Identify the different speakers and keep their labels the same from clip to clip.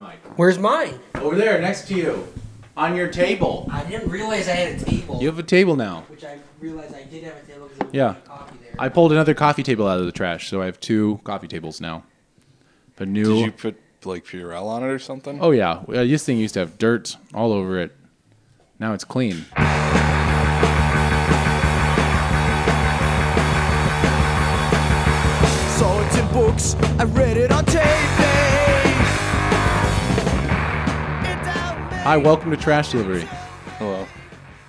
Speaker 1: Mike.
Speaker 2: Where's mine?
Speaker 1: Over there, next to you, on your table.
Speaker 2: I didn't realize I had a table.
Speaker 1: You have a table now.
Speaker 2: Which I realized I did have a table because there was
Speaker 1: Yeah.
Speaker 2: a coffee there.
Speaker 1: I pulled another coffee table out of the trash, so I have two coffee tables now. A new.
Speaker 3: Did you put like Purell on it or something?
Speaker 1: oh yeah, Uh, this thing used to have dirt all over it. Now it's clean.
Speaker 4: Saw it in books, I read it on TV.
Speaker 1: Hi, welcome to Trash Delivery.
Speaker 3: Hello,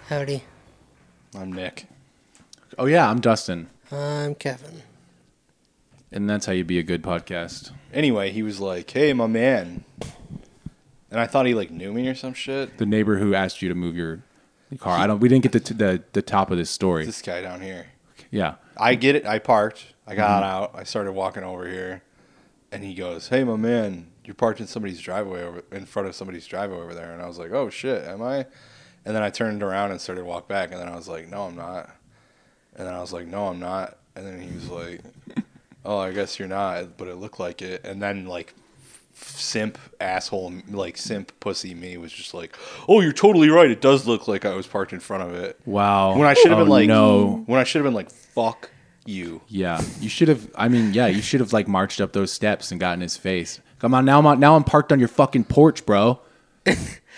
Speaker 2: Howdy.
Speaker 3: I'm Nick.
Speaker 1: Oh yeah, I'm Dustin,
Speaker 2: I'm Kevin.
Speaker 1: and that's how you be a good podcast.
Speaker 3: Anyway, he was like, "Hey, my man," and I thought he like knew me or some shit.
Speaker 1: The neighbor who asked you to move your car. I don't. We didn't get the t- the, the top of this story.
Speaker 3: This guy down here.
Speaker 1: Yeah.
Speaker 3: I get it. I parked. I got out. I started walking over here, and he goes, "Hey, my man, you parked in somebody's driveway over in front of somebody's driveway over there." And I was like, "Oh shit, am I?" And then I turned around and started to walk back, and then I was like, "No, I'm not." And then I was like, "No, I'm not." And then he was like, "Oh, I guess you're not," but it looked like it. And then like. Simp asshole, like simp pussy me was just like, oh, you're totally right. It does look like I was parked in front of it.
Speaker 1: Wow.
Speaker 3: When I should have
Speaker 1: Oh,
Speaker 3: been like,
Speaker 1: no.
Speaker 3: When I should have been like, fuck you.
Speaker 1: Yeah, you should have. I mean, yeah, you should have like marched up those steps and gotten his face. Come on, now I'm on, now I'm parked on your fucking porch, bro.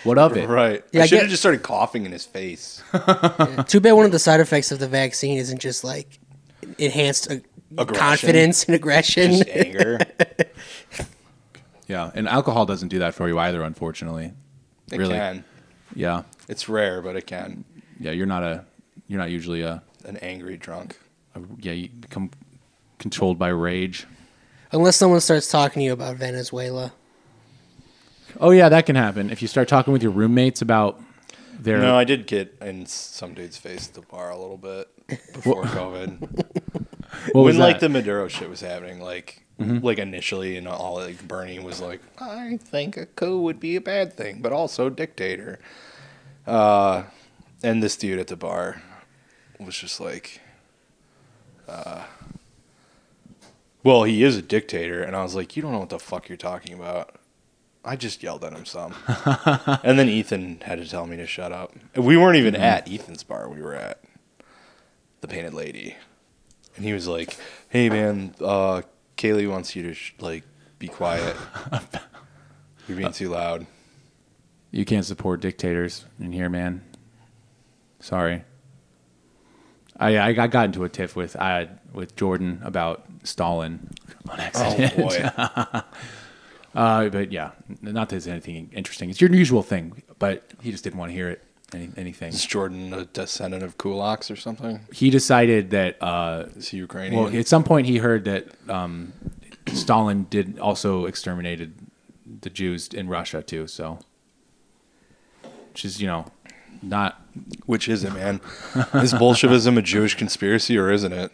Speaker 1: What of it?
Speaker 3: Right.
Speaker 2: Yeah, I
Speaker 3: I should have
Speaker 2: get-
Speaker 3: just started coughing in his face.
Speaker 2: Too bad one of the side effects of the vaccine isn't just like enhanced uh,
Speaker 3: Aggression.
Speaker 2: confidence and aggression.
Speaker 3: Just anger.
Speaker 1: Yeah, and alcohol doesn't do that for you either, unfortunately.
Speaker 3: It
Speaker 1: Really?
Speaker 3: can.
Speaker 1: Yeah,
Speaker 3: It's rare, but it can.
Speaker 1: yeah, you're not a, you're not usually a,
Speaker 3: An angry drunk.
Speaker 1: a yeah, you become controlled by rage.
Speaker 2: Unless someone starts talking to you about Venezuela.
Speaker 1: Oh yeah, that can happen if you start talking with your roommates about their.
Speaker 3: No, I did get in s- some dude's face at the bar a little bit before COVID.
Speaker 1: what was
Speaker 3: when like
Speaker 1: that?
Speaker 3: the
Speaker 1: Mm-hmm.
Speaker 3: Maduro shit was happening, like like initially and all like Bernie was like, I think a coup would be a bad thing, but also dictator. Uh and this dude at the bar was just like uh well, he is a dictator and I was like, You don't know what the fuck you're talking about. I just yelled at him some. and then Ethan had to tell me to shut up. We weren't
Speaker 1: Mm-hmm.
Speaker 3: even at Ethan's bar, we were at the painted lady and he was like, "Hey man, uh, Kaylee wants you to sh- like be quiet. You're being too loud."
Speaker 1: you can't support dictators in here, man. Sorry. I I got, got into a tiff with I with Jordan about Stalin on
Speaker 3: Oh
Speaker 1: accident.
Speaker 3: boy,
Speaker 1: Uh, but yeah, n- not that it's anything interesting. It's your usual thing, but he just didn't want to hear it. Any, anything.
Speaker 3: is Jordan a descendant of Kulaks or something?
Speaker 1: He decided that. Uh,
Speaker 3: Is he Ukrainian?
Speaker 1: well, at some point he heard that um, Stalin did also exterminated the Jews in Russia too. So, which is you know, not
Speaker 3: Which is it, man? is Bolshevism a Jewish conspiracy or isn't it?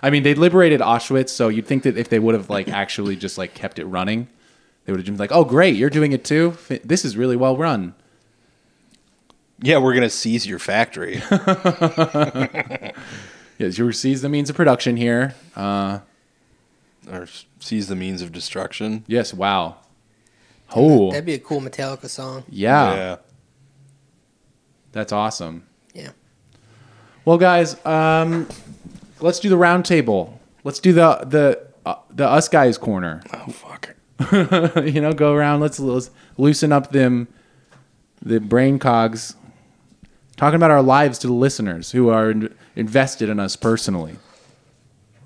Speaker 1: I mean, they liberated Auschwitz, so you'd think that if they would have like actually just like kept it running, they would have been like, "Oh, great, you're doing it too. F- This is really well run."
Speaker 3: Yeah, we're gonna seize your factory.
Speaker 1: Yes, you seize the means of production here. Uh,
Speaker 3: or s- seize the means of destruction.
Speaker 1: yes, wow. Oh,
Speaker 2: That'd be a cool Metallica song.
Speaker 1: yeah,
Speaker 3: yeah.
Speaker 1: that's awesome.
Speaker 2: Yeah.
Speaker 1: Well, guys, um, let's do the round table. Let's do the the uh, the us guys corner.
Speaker 3: Oh fuck.
Speaker 1: you know, go around. Let's, let's loosen up them the brain cogs. Talking about our lives to the listeners who are in- invested in us personally.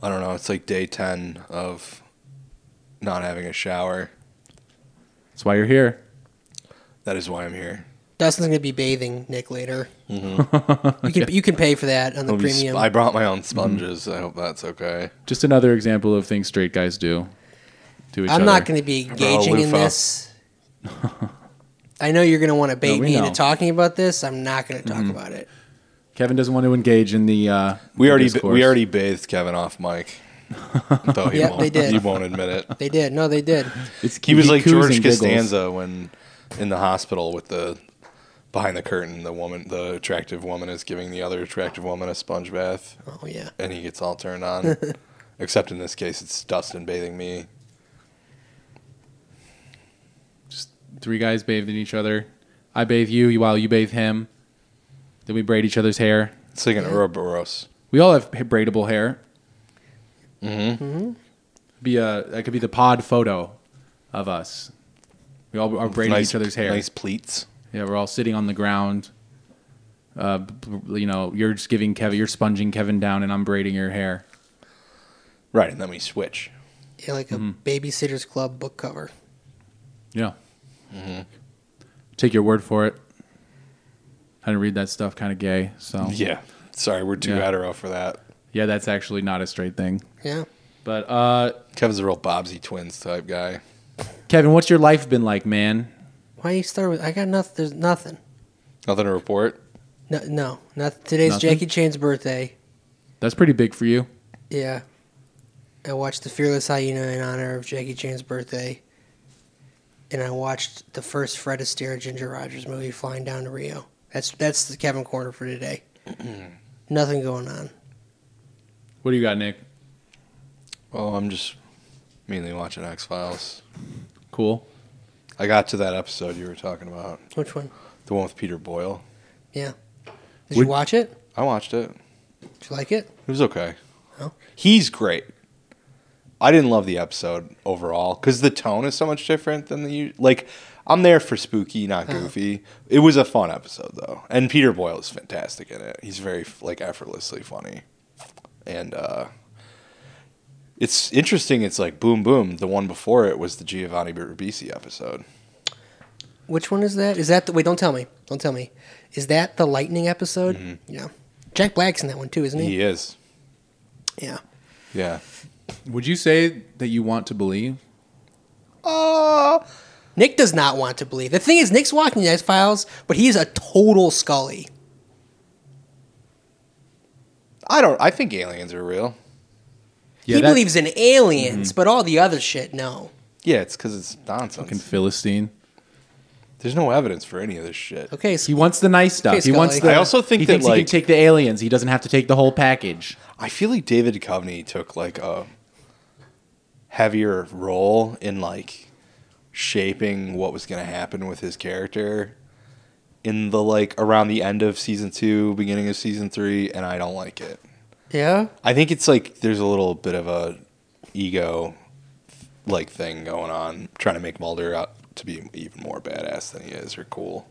Speaker 3: I don't know. It's like day ten of not having a shower.
Speaker 1: That's why you're here.
Speaker 3: That is why I'm here.
Speaker 2: Dustin's gonna be bathing Nick later.
Speaker 1: Mm-hmm.
Speaker 2: you can you can pay for that on the
Speaker 3: I'll be sp-
Speaker 2: premium.
Speaker 3: I brought my own sponges. I hope that's okay.
Speaker 1: Just another example of things straight guys do to each
Speaker 2: I'm
Speaker 1: other.
Speaker 2: not going to be
Speaker 3: a
Speaker 2: engaging in
Speaker 3: loofah.
Speaker 2: this. I know you're going to want to bait
Speaker 1: we
Speaker 2: me
Speaker 1: know. Mm-hmm.
Speaker 2: into talking about this. I'm not going to talk about it.
Speaker 1: Kevin doesn't want to engage in the. Uh,
Speaker 3: We
Speaker 1: the
Speaker 3: already
Speaker 1: discourse.
Speaker 3: we already bathed Kevin off mic. Though he
Speaker 2: Yep,
Speaker 3: won't,
Speaker 2: they did.
Speaker 3: He won't admit it.
Speaker 2: They did. No, they did.
Speaker 1: It's,
Speaker 3: He was like
Speaker 1: coos
Speaker 3: George
Speaker 1: and giggles.
Speaker 3: Costanza when in the hospital with the behind the curtain. The woman, the attractive woman, is giving the other attractive woman a sponge bath,
Speaker 2: Oh yeah.
Speaker 3: and he gets all turned on. Except in this case, it's Dustin bathing me.
Speaker 1: three guys bathed in each other. I bathe you while you bathe him. Then we braid each other's hair.
Speaker 3: It's like an Ouroboros.
Speaker 1: We all have ha- braidable hair. Mm-hmm. Be a that could be the pod photo of us. We all are braiding
Speaker 3: nice,
Speaker 1: each other's hair.
Speaker 3: Nice pleats.
Speaker 1: Yeah, we're all sitting on the ground. Uh, b- b- you know, you're just giving Kevin, you're sponging Kevin down, and I'm braiding your hair.
Speaker 3: Right, and then we switch.
Speaker 2: Yeah, like a
Speaker 1: Mm-hmm.
Speaker 2: babysitters club book cover.
Speaker 1: Yeah.
Speaker 3: Mm-hmm.
Speaker 1: Take your word for it. I didn't read that stuff. Kind of gay. So
Speaker 3: Yeah. Sorry, we're too
Speaker 1: Yeah.
Speaker 3: Adderall for that.
Speaker 1: Yeah, that's actually not a straight thing.
Speaker 2: Yeah.
Speaker 1: But uh,
Speaker 3: Kevin's a real Bobsy Twins type guy.
Speaker 1: Kevin, what's your life been like, man?
Speaker 2: Why you start with? I got nothing. There's nothing.
Speaker 3: Nothing to report.
Speaker 2: No, no. Not today's
Speaker 1: Nothing?
Speaker 2: Jackie Chan's birthday.
Speaker 1: That's pretty big for you.
Speaker 2: Yeah. I watched The Fearless Hyena in honor of Jackie Chan's birthday. And I watched the first Fred Astaire Ginger Rogers movie, Flying Down to Rio. That's that's the Kevin Corner for today. Nothing going on.
Speaker 1: What do you got, Nick?
Speaker 3: Well, I'm just mainly watching X Files.
Speaker 1: Cool.
Speaker 3: I got to that episode you were talking about,
Speaker 2: Which one?
Speaker 3: the one with Peter Boyle.
Speaker 2: Yeah. Did
Speaker 1: Would-
Speaker 2: you watch it?
Speaker 3: I watched it.
Speaker 2: Did you like it?
Speaker 3: It was okay.
Speaker 2: Oh.
Speaker 3: He's great. I didn't love the episode overall because the tone is so much different than the u- like. I'm there for spooky, not goofy. It was a fun episode though, and Peter Boyle is fantastic in it. He's very like effortlessly funny, and uh, it's interesting. It's like boom, boom. The one before it was the Giovanni Ribisi episode.
Speaker 2: Which one is that? Is that the wait? Don't tell me. Don't tell me. Is that the lightning episode? Yeah. Jack Black's in that one too, isn't he?
Speaker 3: He is,
Speaker 2: Yeah.
Speaker 3: yeah.
Speaker 1: Would you say that you want to believe?
Speaker 3: Uh,
Speaker 2: Nick does not want to believe. The thing is, Nick's watching the X Files, but he's a total Scully.
Speaker 3: I don't. I think aliens are real.
Speaker 1: Yeah,
Speaker 2: he
Speaker 1: that Mm-hmm.
Speaker 2: believes in aliens, but all the other shit, no.
Speaker 3: Yeah, it's because it's nonsense.
Speaker 1: fucking Philistine.
Speaker 3: There's no evidence for any of this shit.
Speaker 2: Okay, so
Speaker 1: He wants the nice stuff.
Speaker 2: Okay,
Speaker 1: he wants.
Speaker 2: Scully.
Speaker 1: The,
Speaker 3: I also think
Speaker 1: he
Speaker 3: that,
Speaker 1: thinks he
Speaker 3: like-
Speaker 1: can take the aliens. He doesn't have to take the whole package.
Speaker 3: I feel like David Coveney took like a heavier role in like shaping what was going to happen with his character in the like around the end of season 2, beginning of season 3 and I don't like it.
Speaker 2: yeah,
Speaker 3: I think it's like there's a little bit of a ego like thing going on trying to make Mulder out to be even more badass than he is or cool.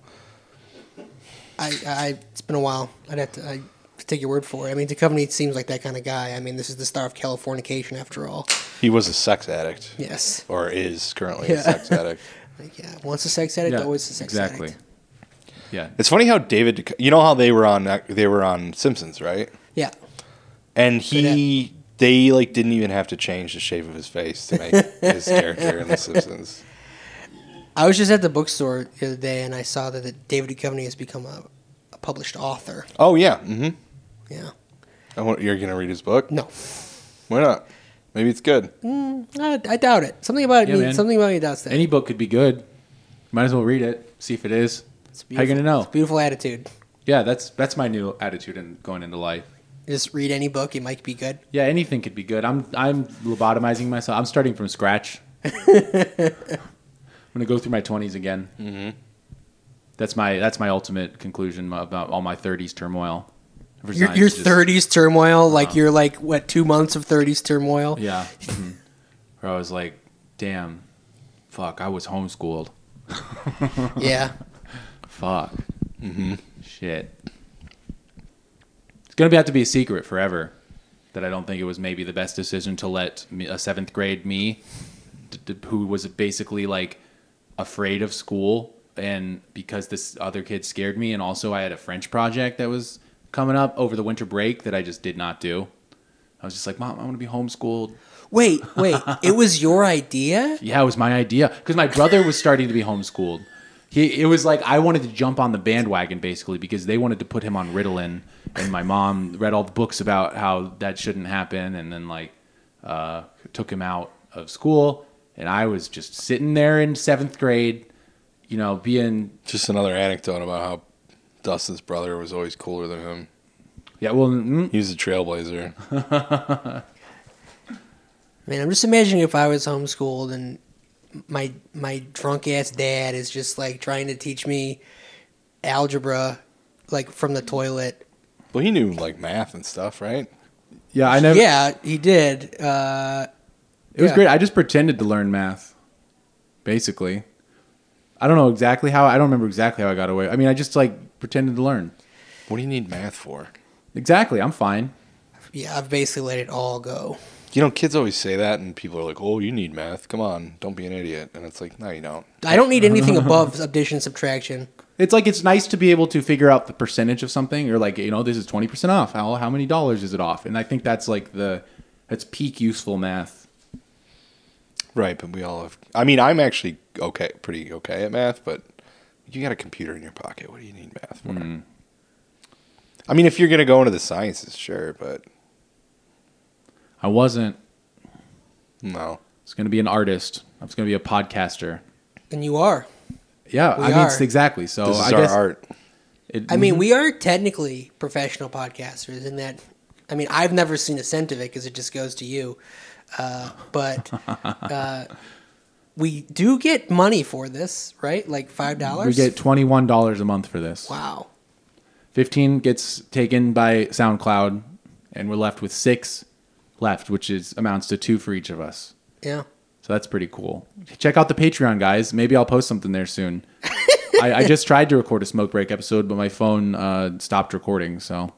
Speaker 2: I, I, it's been a while. I'd have to I take your word for it. I mean, Duchovny seems like that kind of guy. I mean, this is the star of Californication after all.
Speaker 3: He was a sex addict
Speaker 2: Yes,
Speaker 3: or is currently a
Speaker 2: Yeah.
Speaker 3: sex addict.
Speaker 2: like, yeah. Once a sex addict, always a sex
Speaker 1: exactly.
Speaker 2: addict.
Speaker 1: Yeah,
Speaker 3: It's funny how David Duch- you know how they were on they were on Simpsons, right?
Speaker 2: Yeah,
Speaker 3: and he they like didn't even have to change the shape of his face to make his character in The Simpsons.
Speaker 2: I was just at the bookstore the other day, and I saw that, that David Duchovny has become a, a published author.
Speaker 3: Oh yeah, mm-hmm.
Speaker 2: Yeah,
Speaker 3: I want, you're gonna read his book?
Speaker 2: no,
Speaker 3: Why not? Maybe it's good.
Speaker 2: I, I doubt it. Something about
Speaker 1: Yeah,
Speaker 2: me,
Speaker 1: man.
Speaker 2: something about me doubts that.
Speaker 1: any book could be good. Might as well read it. See if it is.
Speaker 2: It's
Speaker 1: How you gonna
Speaker 2: beautiful.
Speaker 1: know?
Speaker 2: It's a beautiful attitude.
Speaker 1: Yeah, that's that's my new attitude in going into life.
Speaker 2: Just read any book; it might be good.
Speaker 1: Yeah, anything could be good. I'm I'm lobotomizing myself. I'm starting from scratch. I'm gonna go through my twenties again. Mm-hmm. That's my that's my ultimate conclusion about all my thirties turmoil. Ever
Speaker 2: Your,
Speaker 1: since
Speaker 2: your
Speaker 1: it's just-
Speaker 2: 30s turmoil, like you're like what two months of 30s turmoil.
Speaker 1: Yeah. mhm. Where I was like, damn, fuck, I was homeschooled.
Speaker 2: Yeah.
Speaker 1: Fuck. Mm-hmm. Shit. It's gonna be, have to be a secret forever that I don't think it was maybe the best decision to let me, a seventh grade me, d- d- who was basically like afraid of school, and because this other kid scared me, and also I had a French project that was coming up over the winter break that I just did not do. I was just like, Mom, I want to be homeschooled.
Speaker 2: Wait, wait. it was your idea?
Speaker 1: Yeah, it was my idea because my brother was starting to be homeschooled. He, it was like I wanted to jump on the bandwagon basically because they wanted to put him on Ritalin, and my mom read all the books about how that shouldn't happen, and then like uh, took him out of school, and I was just sitting there in seventh grade, you know, being
Speaker 3: Just another anecdote about how Dustin's brother was always cooler than him.
Speaker 1: yeah, well, mm,
Speaker 3: He was a trailblazer.
Speaker 2: I mean, I'm just imagining if I was homeschooled and my my drunk ass dad is just like trying to teach me algebra, like from the toilet.
Speaker 3: Well, he knew like math and stuff, right?
Speaker 1: Yeah, I never.
Speaker 2: yeah, he did. Uh,
Speaker 1: It was
Speaker 2: Yeah.
Speaker 1: great. I just pretended to learn math, basically. I don't know exactly how. I don't remember exactly how I got away. I mean, I just like pretended to learn.
Speaker 3: What do you need math for?
Speaker 1: Exactly. I'm fine.
Speaker 2: yeah, I've basically let it all go.
Speaker 3: You know, kids always say that, and people are like, "Oh, you need math. Come on, don't be an idiot." And it's like, no, you don't.
Speaker 2: I don't need anything above addition subtraction.
Speaker 1: It's like it's nice to be able to figure out the percentage of something, or like you know, this is twenty percent off. How how many dollars is it off? And I think that's like the that's peak useful math.
Speaker 3: Right, but we all have. I mean, I'm actually okay, pretty okay at math, but you got a computer in your pocket. What do you need math for?
Speaker 1: Mm.
Speaker 3: I mean, if you're gonna go into the sciences, sure, but
Speaker 1: I wasn't.
Speaker 3: no.
Speaker 1: It's going to be an artist. I was going to be a podcaster.
Speaker 2: And you are.
Speaker 1: Yeah,
Speaker 2: We
Speaker 1: I mean
Speaker 2: are.
Speaker 1: it's exactly. So
Speaker 3: This is
Speaker 1: Oh, I
Speaker 3: our
Speaker 1: guess
Speaker 3: art.
Speaker 1: it-
Speaker 2: I mean, we are technically professional podcasters in that. I mean, I've never seen a cent of it because it just goes to you. Uh, but uh, we do get money for this, right? Like five dollars.
Speaker 1: we get twenty one dollars a month for this.
Speaker 2: wow.
Speaker 1: 15 gets taken by SoundCloud, and we're left with six left, which is amounts to two for each of us.
Speaker 2: Yeah.
Speaker 1: So that's pretty cool. Check out the Patreon, guys. Maybe I'll post something there soon. I, I just tried to record a smoke break episode, but my phone uh, stopped recording. So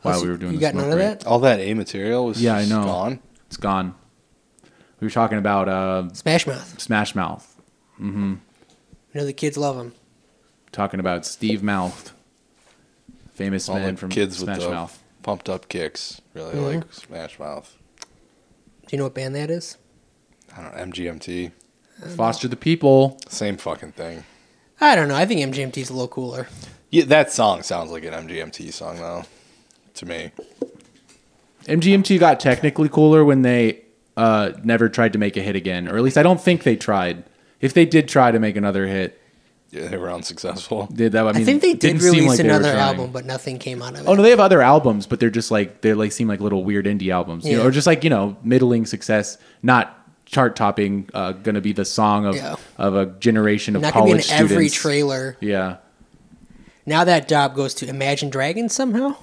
Speaker 1: while
Speaker 2: So
Speaker 1: we were doing
Speaker 2: you
Speaker 1: the
Speaker 2: got
Speaker 1: smoke
Speaker 2: none of
Speaker 1: break,
Speaker 2: that
Speaker 3: All that A material was
Speaker 1: yeah, I
Speaker 3: just
Speaker 1: know,
Speaker 3: gone.
Speaker 1: It's gone. We were talking about uh,
Speaker 2: Smash Mouth.
Speaker 1: Smash Mouth,
Speaker 2: You know the kids love them.
Speaker 1: talking about Steve Mouth, famous
Speaker 3: All
Speaker 1: man
Speaker 3: them
Speaker 1: from
Speaker 3: kids
Speaker 1: Smash
Speaker 3: with the
Speaker 1: Mouth.
Speaker 3: pumped up kicks, really like Smash Mouth.
Speaker 2: Do you know what band that is?
Speaker 3: I don't know, MGMT,
Speaker 1: Foster the people.
Speaker 3: same fucking thing.
Speaker 2: I don't know. I think MGMT's a little cooler.
Speaker 3: Yeah, that song sounds like an MGMT song though, to me.
Speaker 1: MGMT got technically cooler when they uh, never tried to make a hit again, or at least I don't think they tried. If they did try to make another hit,
Speaker 3: Yeah, they were unsuccessful.
Speaker 1: did that? I,
Speaker 2: I,
Speaker 1: mean,
Speaker 2: think they
Speaker 1: it
Speaker 2: did
Speaker 1: didn't seem
Speaker 2: release
Speaker 1: like they were
Speaker 2: another
Speaker 1: trying.
Speaker 2: album, but nothing came out of it.
Speaker 1: Oh no, they have other albums, but they're just like they like seem like little weird indie albums, you know,
Speaker 2: Yeah.
Speaker 1: or just like you know middling success, not chart topping. Uh, gonna be the song of
Speaker 2: Yeah.
Speaker 1: of a generation of
Speaker 2: Not gonna be in
Speaker 1: college
Speaker 2: every
Speaker 1: students.
Speaker 2: trailer.
Speaker 1: yeah,
Speaker 2: Now that job goes to Imagine Dragons somehow.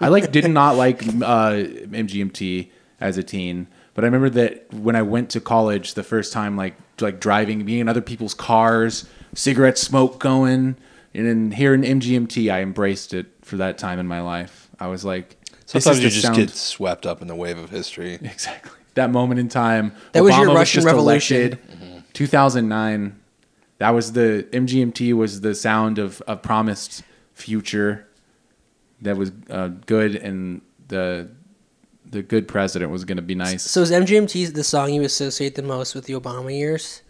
Speaker 1: I like did not like uh, MGMT as a teen, but I remember that when I went to college the first time, like like driving, being in other people's cars, cigarette smoke going, and then hearing MGMT, I embraced it for that time in my life. I was like, this
Speaker 3: Sometimes
Speaker 1: is
Speaker 3: you
Speaker 1: the
Speaker 3: just
Speaker 1: sound-
Speaker 3: get swept up in the wave of history.
Speaker 1: exactly that moment in time.
Speaker 2: That was your Russian
Speaker 1: just
Speaker 2: Revolution.
Speaker 3: Mm-hmm.
Speaker 1: elected. 2009. That was the MGMT was the sound of a promised future that was uh, good and the the good president was going to be nice.
Speaker 2: So is MGMT the song you associate the most with the Obama years?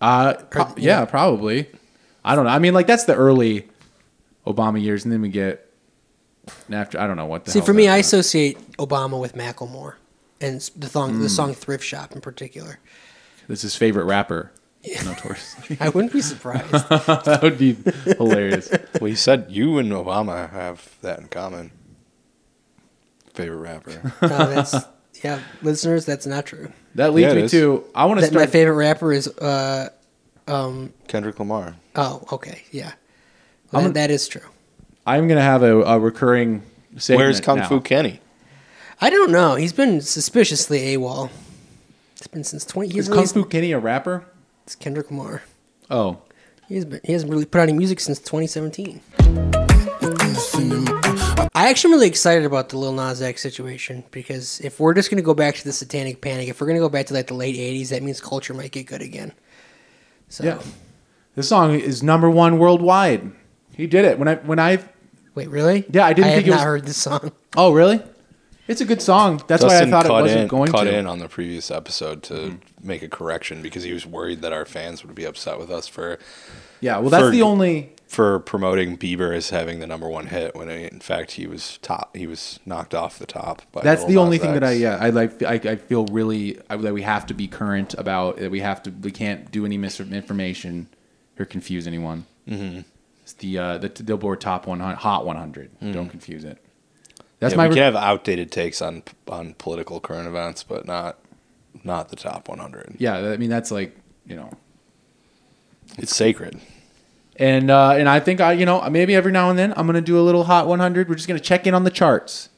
Speaker 1: Uh, pro- yeah, probably. I don't know. I mean, like that's the early Obama years, and then we get after. I don't know what the
Speaker 2: See,
Speaker 1: hell
Speaker 2: for me,
Speaker 1: that
Speaker 2: I
Speaker 1: was.
Speaker 2: associate Obama with Macklemore and s- the song,
Speaker 1: Hmm.
Speaker 2: the song "Thrift Shop" in particular.
Speaker 1: this is favorite rapper. Notoriously,
Speaker 2: I wouldn't be surprised.
Speaker 1: that would be hilarious.
Speaker 3: Well, you said you and Obama have that in common. Favorite rapper.
Speaker 2: no, that's yeah, listeners, that's not true.
Speaker 1: That leads
Speaker 3: Yeah, it
Speaker 1: me
Speaker 3: is.
Speaker 1: to I want to
Speaker 2: That
Speaker 1: start.
Speaker 2: my favorite rapper is uh um
Speaker 3: Kendrick Lamar.
Speaker 2: oh okay yeah,
Speaker 1: I'm
Speaker 2: That-
Speaker 1: an-
Speaker 2: that is true.
Speaker 1: I'm gonna have a, a recurring. Segment
Speaker 3: Where's Kung
Speaker 1: now.
Speaker 3: Fu Kenny?
Speaker 2: I don't know. He's been suspiciously AWOL. It's been since twenty. He's
Speaker 1: Is Kung
Speaker 2: released,
Speaker 1: Fu Kenny a rapper?
Speaker 2: it's Kendrick Lamar.
Speaker 1: Oh,
Speaker 2: He's been, he hasn't really put out any music since 2017. I actually am really excited about the Lil Nas X situation because if we're just going to go back to the Satanic Panic, if we're going to go back to like the late 80s, that means culture might get good again. So,
Speaker 1: yeah. This song is number one worldwide. He did it when I when I.
Speaker 2: wait, really?
Speaker 1: Yeah, I didn't
Speaker 2: I
Speaker 1: think
Speaker 2: have
Speaker 1: it
Speaker 2: not
Speaker 1: was-
Speaker 2: heard this song.
Speaker 1: Oh, really? It's a good song. That's why
Speaker 3: Dustin
Speaker 1: I thought it
Speaker 3: cut
Speaker 1: wasn't
Speaker 3: in,
Speaker 1: going
Speaker 3: cut
Speaker 1: to. Mm-hmm.
Speaker 3: in on the previous episode to make a correction because he was worried that our fans would be upset with us for
Speaker 1: Yeah. Well, that's
Speaker 3: For-
Speaker 1: the only.
Speaker 3: for promoting Bieber as having the number one hit when in fact he was top. He was knocked off the top. By
Speaker 1: That's
Speaker 3: Lil
Speaker 1: the only
Speaker 3: Nas
Speaker 1: thing that I
Speaker 3: X.
Speaker 1: yeah I like I, I feel really I, that we have to be current about that we have to we can't do any misinformation or confuse anyone. Mm-hmm. It's the uh, the Billboard Top 100 Hot 100. Don't confuse it. That's
Speaker 3: Mm-hmm. Yeah,
Speaker 1: my
Speaker 3: we
Speaker 1: re-
Speaker 3: can have outdated takes on on political current events, but not not the top 100.
Speaker 1: yeah i mean that's like you know.
Speaker 3: It's sacred.
Speaker 1: And uh, and I think I you know maybe every now and then I'm gonna do a little Hot 100. We're just gonna check in on the charts.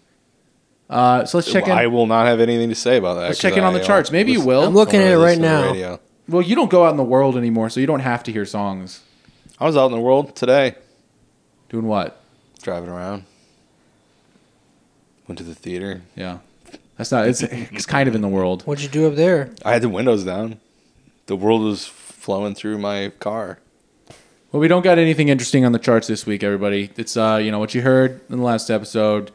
Speaker 1: Uh, so let's check in.
Speaker 3: I will not have anything to say about that.
Speaker 1: Let's check
Speaker 3: 'cause
Speaker 1: in on
Speaker 3: I
Speaker 1: the
Speaker 3: don't
Speaker 1: charts. Maybe you
Speaker 3: listen-
Speaker 1: will.
Speaker 2: I'm looking
Speaker 3: don't
Speaker 2: at it
Speaker 3: really
Speaker 2: right
Speaker 3: listen to the
Speaker 2: now.
Speaker 3: radio.
Speaker 1: well, you don't go out in the world anymore, so you don't have to hear songs.
Speaker 3: I was out in the world today,
Speaker 1: Doing what?
Speaker 3: driving around. Went to the theater.
Speaker 1: Yeah, that's not. It's it's kind of in the world.
Speaker 2: What'd you do up there?
Speaker 3: I had the windows down. The world was flowing through my car.
Speaker 1: Well, we don't got anything interesting on the charts this week, everybody. It's uh, you know what you heard in the last episode.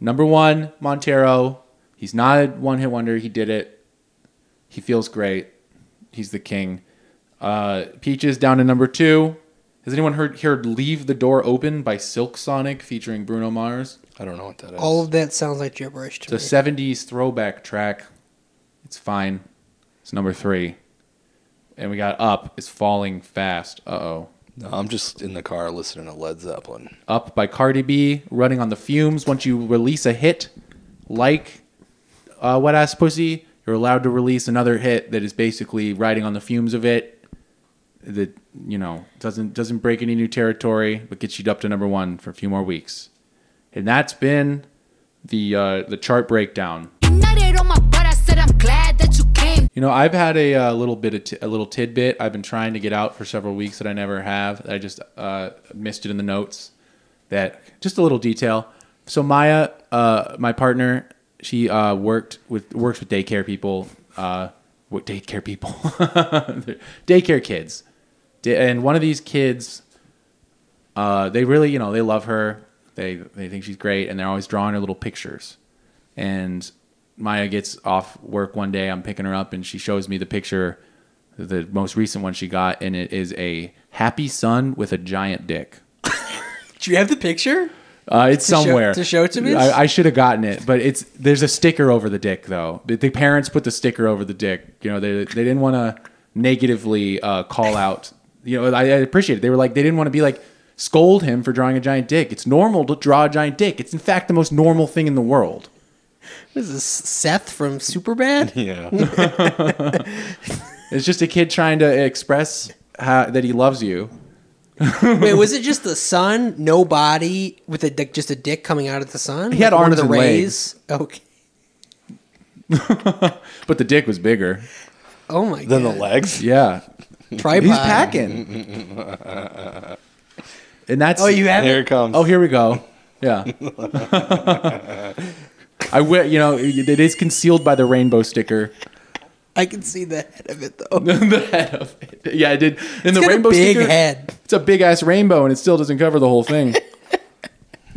Speaker 1: Number one, Montero. He's not a one hit wonder. He did it. He feels great. He's the king. Uh, Peaches down to number two. Has anyone heard heard "Leave the Door Open" by Silk Sonic featuring Bruno Mars?
Speaker 3: I don't know what that is.
Speaker 2: All of that sounds like gibberish to me.
Speaker 1: It's a '70s throwback track. It's fine. It's number three. And we got "Up" is falling fast. Uh oh.
Speaker 3: No, I'm just in the car listening to Led Zeppelin.
Speaker 1: Up by Cardi B, Running on the Fumes. Once you release a hit like uh, Wet Ass Pussy, you're allowed to release another hit that is basically riding on the fumes of it. That you know doesn't doesn't break any new territory, but gets you up to number one for a few more weeks. And that's been the uh, the chart breakdown.
Speaker 5: You nutted on my butt. I said I'm glad that you came.
Speaker 1: You know, I've had a, uh little bit of t- a little tidbit I've been trying to get out for several weeks that I never have. I just uh, missed it in the notes. That just a little detail. So Maya, uh, my partner, she uh, worked with works with daycare people, uh, with daycare people, daycare kids, Da- and one of these kids uh, they really, you know, they love her. They they think she's great, and they're always drawing her little pictures. And Maya gets off work one day. I'm picking her up, and she shows me the picture, the most recent one she got, and it is a happy sun with a giant dick.
Speaker 2: Do you have the picture?
Speaker 1: Uh, it's
Speaker 2: To show-
Speaker 1: somewhere
Speaker 2: to show it to me?
Speaker 1: I, I should have gotten it, but it's there's a sticker over the dick though. The, the parents put the sticker over the dick. You know, they they didn't want to negatively uh, call out. You know, I, I appreciate it. They were like they didn't want to be like scold him for drawing a giant dick. It's normal to draw a giant dick. It's in fact the most normal thing in the world.
Speaker 2: What is this Seth from Superbad?
Speaker 3: Yeah.
Speaker 1: It's just a kid trying to express how, that he loves you.
Speaker 2: Wait, was it just the sun, no body, with a dick, just a dick coming out of the sun?
Speaker 1: He had
Speaker 2: one
Speaker 1: arms
Speaker 2: of the
Speaker 1: and
Speaker 2: rays. Okay.
Speaker 1: But the dick was bigger.
Speaker 2: Oh my
Speaker 3: then the
Speaker 2: god.
Speaker 3: legs.
Speaker 1: Yeah,
Speaker 2: Tripod.
Speaker 1: he's packing. And that's
Speaker 2: Oh, you have
Speaker 3: Here
Speaker 2: it?
Speaker 3: it comes.
Speaker 1: Oh, here we go. Yeah. I will, you know, it is concealed by the rainbow sticker.
Speaker 2: I can see the head of it though.
Speaker 1: the head of it. Yeah, I did. And the
Speaker 2: got a
Speaker 1: rainbow
Speaker 2: big
Speaker 1: sticker,
Speaker 2: head.
Speaker 1: It's a big ass rainbow, and it still doesn't cover the whole thing.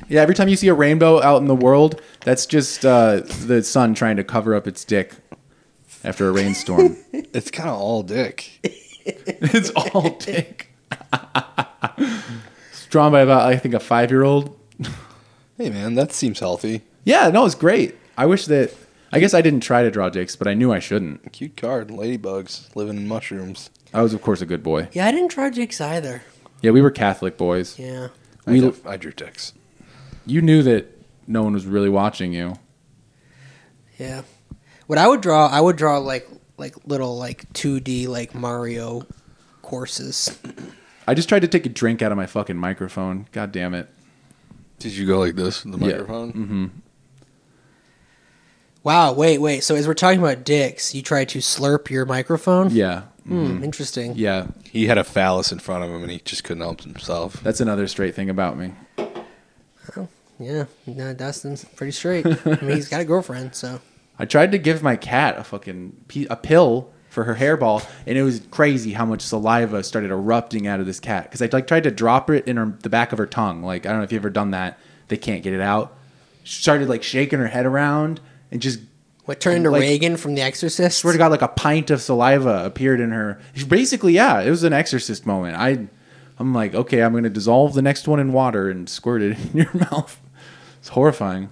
Speaker 1: yeah, every time you see a rainbow out in the world, that's just uh, the sun trying to cover up its dick after a rainstorm.
Speaker 3: It's kind of all dick.
Speaker 1: it's all dick. it's drawn by about, I think, a five year old.
Speaker 3: Hey, man, that seems healthy.
Speaker 1: Yeah, no, it's great. I wish that. I guess I didn't try to draw dicks, but I knew I shouldn't.
Speaker 3: Cute card. Ladybugs living in mushrooms.
Speaker 1: I was, of course, a good boy.
Speaker 2: Yeah, I didn't try dicks either.
Speaker 1: Yeah, we were Catholic boys.
Speaker 2: Yeah.
Speaker 3: I,
Speaker 1: We-
Speaker 3: def- I drew dicks.
Speaker 1: You knew that no one was really watching you.
Speaker 2: Yeah. What I would draw, I would draw like like little like 2D like Mario courses.
Speaker 1: I just tried to take a drink out of my fucking microphone. God damn it.
Speaker 3: Did you go like this with the
Speaker 1: Yeah.
Speaker 3: microphone?
Speaker 2: Wow, wait, wait. So as we're talking about dicks, you try to slurp your microphone?
Speaker 1: Yeah. Mm.
Speaker 2: Hmm, interesting.
Speaker 1: Yeah.
Speaker 3: He had a phallus in front of him and he just couldn't help himself.
Speaker 1: That's another straight thing about me.
Speaker 2: Yeah. No, Dustin's pretty straight. I mean, he's got a girlfriend, so
Speaker 1: I tried to give my cat a fucking p- a pill for her hairball, and it was crazy how much saliva started erupting out of this cat. Because I like tried to drop it in her, the back of her tongue. Like I don't know if you've ever done that. They can't get it out. She started like shaking her head around and just
Speaker 2: what turned into
Speaker 1: Like-
Speaker 2: Reagan from The Exorcist?
Speaker 1: swear to God, like a pint of saliva appeared in her. She basically, yeah, it was an exorcist moment. I, I'm like, okay, I'm gonna dissolve the next one in water and squirt it in your mouth. It's horrifying.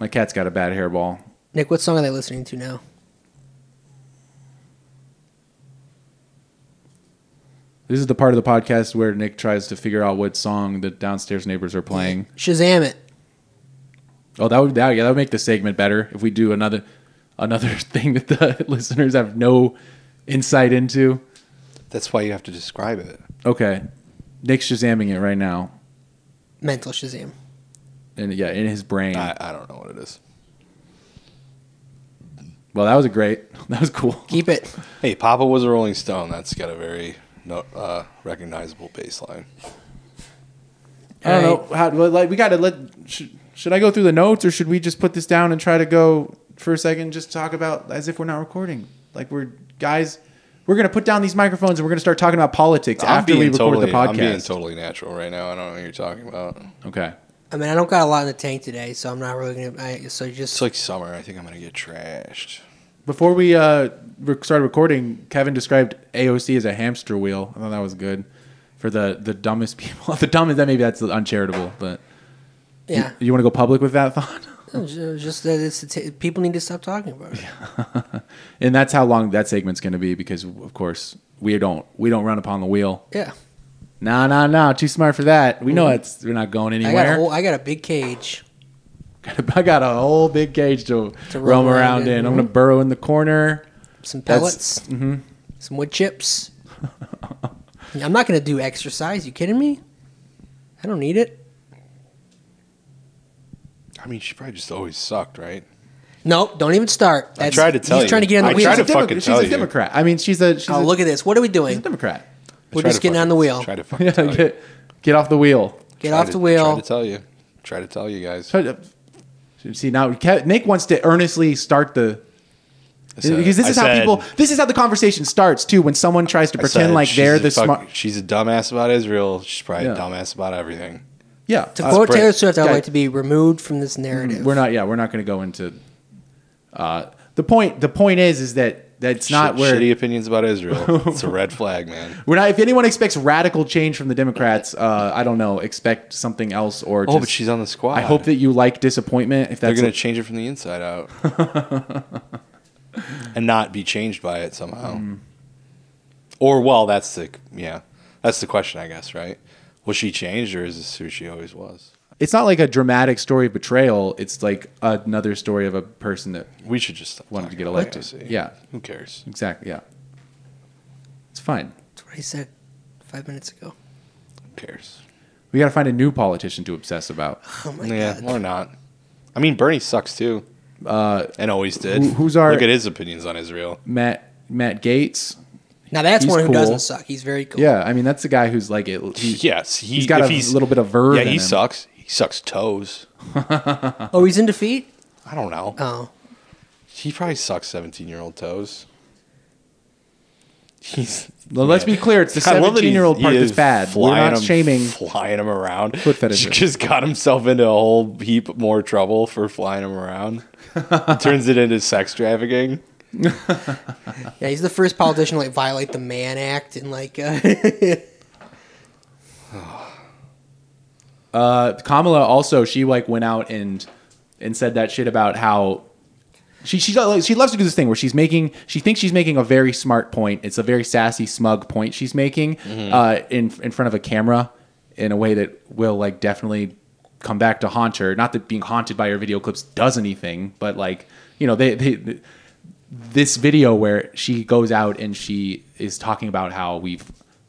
Speaker 1: My cat's got a bad hairball.
Speaker 2: Nick, what song are they listening to now?
Speaker 1: This is the part of the podcast where Nick tries to figure out what song the downstairs neighbors are playing.
Speaker 2: Shazam it.
Speaker 1: Oh, that would that yeah, that would make the segment better if we do another another thing that the listeners have no insight into.
Speaker 3: That's why you have to describe it.
Speaker 1: Okay, Nick's shazamming it right now,
Speaker 2: Mental Shazam.
Speaker 1: and yeah, in his brain.
Speaker 3: I, I don't know what it is.
Speaker 1: Well, that was a great. That was cool.
Speaker 2: Keep it.
Speaker 3: Hey, Papa was a Rolling Stone. That's got a very no, uh, recognizable bass line.
Speaker 1: I don't know. How, well, like we got to let. Should, should I go through the notes, or should we just put this down and try to go for a second? Just talk about as if we're not recording. Like we're guys. We're gonna put down these microphones and we're gonna start talking about politics after we record the
Speaker 3: I'm being
Speaker 1: podcast.
Speaker 3: totally natural right now. I don't know what you're talking about.
Speaker 1: okay.
Speaker 2: I mean, I don't got a lot in the tank today, so I'm not really gonna. I, so just
Speaker 3: It's like summer. I think I'm gonna get trashed.
Speaker 1: Before we uh, re- started recording, Kevin described AOC as a hamster wheel. I thought that was good for the the dumbest people. the dumbest. That maybe that's uncharitable, but
Speaker 2: yeah,
Speaker 1: you, want to go public with that thought?
Speaker 2: Ju- just that it's the t- people need to stop talking about it.
Speaker 1: and that's how long that segment's gonna be because of course we don't we don't run upon the wheel.
Speaker 2: Yeah,
Speaker 1: No, no, no. Too smart for that. We know it's we're not going
Speaker 2: I got a
Speaker 1: anywhere.
Speaker 2: whole, I got a big cage.
Speaker 1: I got a whole big cage to,
Speaker 2: To
Speaker 1: roam
Speaker 2: roam
Speaker 1: around
Speaker 2: around
Speaker 1: in.
Speaker 2: in.
Speaker 1: I'm gonna burrow in the corner.
Speaker 2: some
Speaker 1: That's-
Speaker 2: pellets,
Speaker 3: mm-hmm.
Speaker 2: some wood chips. I'm not going to do exercise. You kidding me? I don't need it.
Speaker 3: I mean, she probably just always sucked, right?
Speaker 2: Nope, don't even start. That's,
Speaker 3: tried to tell
Speaker 2: he's
Speaker 3: you.
Speaker 2: trying to get on the
Speaker 3: I
Speaker 2: wheel.
Speaker 3: tried
Speaker 1: She's a
Speaker 3: to
Speaker 1: Demo-
Speaker 3: fucking
Speaker 1: she's
Speaker 3: tell
Speaker 1: a
Speaker 3: you.
Speaker 1: Democrat. I mean, she's a she's, a,
Speaker 2: oh, look at this. What are we
Speaker 1: she's a
Speaker 2: doing?
Speaker 1: Democrat.
Speaker 2: We're
Speaker 3: Try
Speaker 2: just
Speaker 3: to
Speaker 2: getting
Speaker 3: fucking-
Speaker 2: on the wheel.
Speaker 3: Try to fucking
Speaker 1: Yeah,
Speaker 3: tell you.
Speaker 1: get get off the wheel.
Speaker 2: Get
Speaker 3: Try
Speaker 2: off
Speaker 3: to-
Speaker 2: the wheel.
Speaker 3: Try to tell you. Try to tell you guys.
Speaker 1: Try to- See now, Ke- Nick wants to earnestly start the
Speaker 3: I said-
Speaker 1: because this
Speaker 3: I
Speaker 1: is how
Speaker 3: said-
Speaker 1: people. This is how the conversation starts too. When someone tries to
Speaker 3: I
Speaker 1: pretend
Speaker 3: said
Speaker 1: like
Speaker 3: she's
Speaker 1: they're
Speaker 3: a
Speaker 1: the
Speaker 3: fuck-
Speaker 1: smart.
Speaker 3: She's a dumbass about Israel. She's probably
Speaker 1: Yeah.
Speaker 3: a dumbass about everything.
Speaker 1: Yeah,
Speaker 2: to
Speaker 1: uh,
Speaker 2: quote
Speaker 3: Brett.
Speaker 2: Taylor Swift, I'd
Speaker 1: Guy-
Speaker 2: like to be removed from this narrative.
Speaker 1: we're not. Yeah, we're not going to go into. Uh, the point. The point is, is that that's not
Speaker 3: Shit-
Speaker 1: where
Speaker 3: shitty opinions about Israel. it's a red flag, man.
Speaker 1: We're not. If anyone expects radical change from the Democrats, uh, I don't know. Expect something else or.
Speaker 3: Oh,
Speaker 1: just-
Speaker 3: but she's on the squad.
Speaker 1: I hope that you like disappointment. If
Speaker 3: they're
Speaker 1: that's
Speaker 3: gonna change it from the inside out, and not be changed by it somehow.
Speaker 1: Mm.
Speaker 3: Or well, that's the yeah, that's the question, I guess. Right? Was she changed, or is this who she always was?
Speaker 1: it's not like a dramatic story of betrayal. It's like another story of a person that
Speaker 3: We should just stop
Speaker 1: wanted to
Speaker 3: talking
Speaker 1: get
Speaker 3: about
Speaker 1: elected.
Speaker 3: AOC.
Speaker 1: Yeah,
Speaker 3: Who cares?
Speaker 1: exactly. Yeah, it's fine.
Speaker 2: That's what I said five minutes ago.
Speaker 3: Who cares?
Speaker 1: We got to find a new politician to obsess about.
Speaker 2: Oh my
Speaker 3: Yeah,
Speaker 2: god.
Speaker 3: or not. I mean, Bernie sucks too, uh, and always did.
Speaker 1: who- who's our-
Speaker 3: look at his opinions on Israel?
Speaker 1: Matt Matt Gates.
Speaker 2: Now that's
Speaker 1: He's
Speaker 2: one who
Speaker 1: cool.
Speaker 2: doesn't suck. He's very cool.
Speaker 1: Yeah, I mean that's the guy who's like it. He's,
Speaker 3: yes, he,
Speaker 1: he's got
Speaker 3: if
Speaker 1: a little bit of verve.
Speaker 3: Yeah,
Speaker 1: in
Speaker 3: he
Speaker 1: him.
Speaker 3: sucks. He sucks toes.
Speaker 2: Oh, he's in defeat.
Speaker 3: I don't know.
Speaker 2: Oh,
Speaker 3: He probably sucks 17 year old toes. He's,
Speaker 1: Well, let's be clear. It's the
Speaker 3: I love that he's-
Speaker 1: seventeen-year-old part
Speaker 3: he
Speaker 1: that's
Speaker 3: is
Speaker 1: bad. We're
Speaker 3: flying
Speaker 1: not
Speaker 3: him-
Speaker 1: shaming.
Speaker 3: Flying him around.
Speaker 1: Foot fetishes.
Speaker 3: He just got himself into a whole heap more trouble for flying him around. Turns it into sex trafficking.
Speaker 2: yeah. He's the first politician to like violate the Mann Act and like. Uh,
Speaker 1: Uh, Kamala also she like went out and and said that shit about how she she like, she loves to do this thing where she's making she thinks she's making a very smart point. It's a very sassy, smug point she's making uh, in in front of a camera in a way that will like definitely come back to haunt her. Not that being haunted by her video clips does anything, but like you know they. they this video where she goes out and she is talking about how we've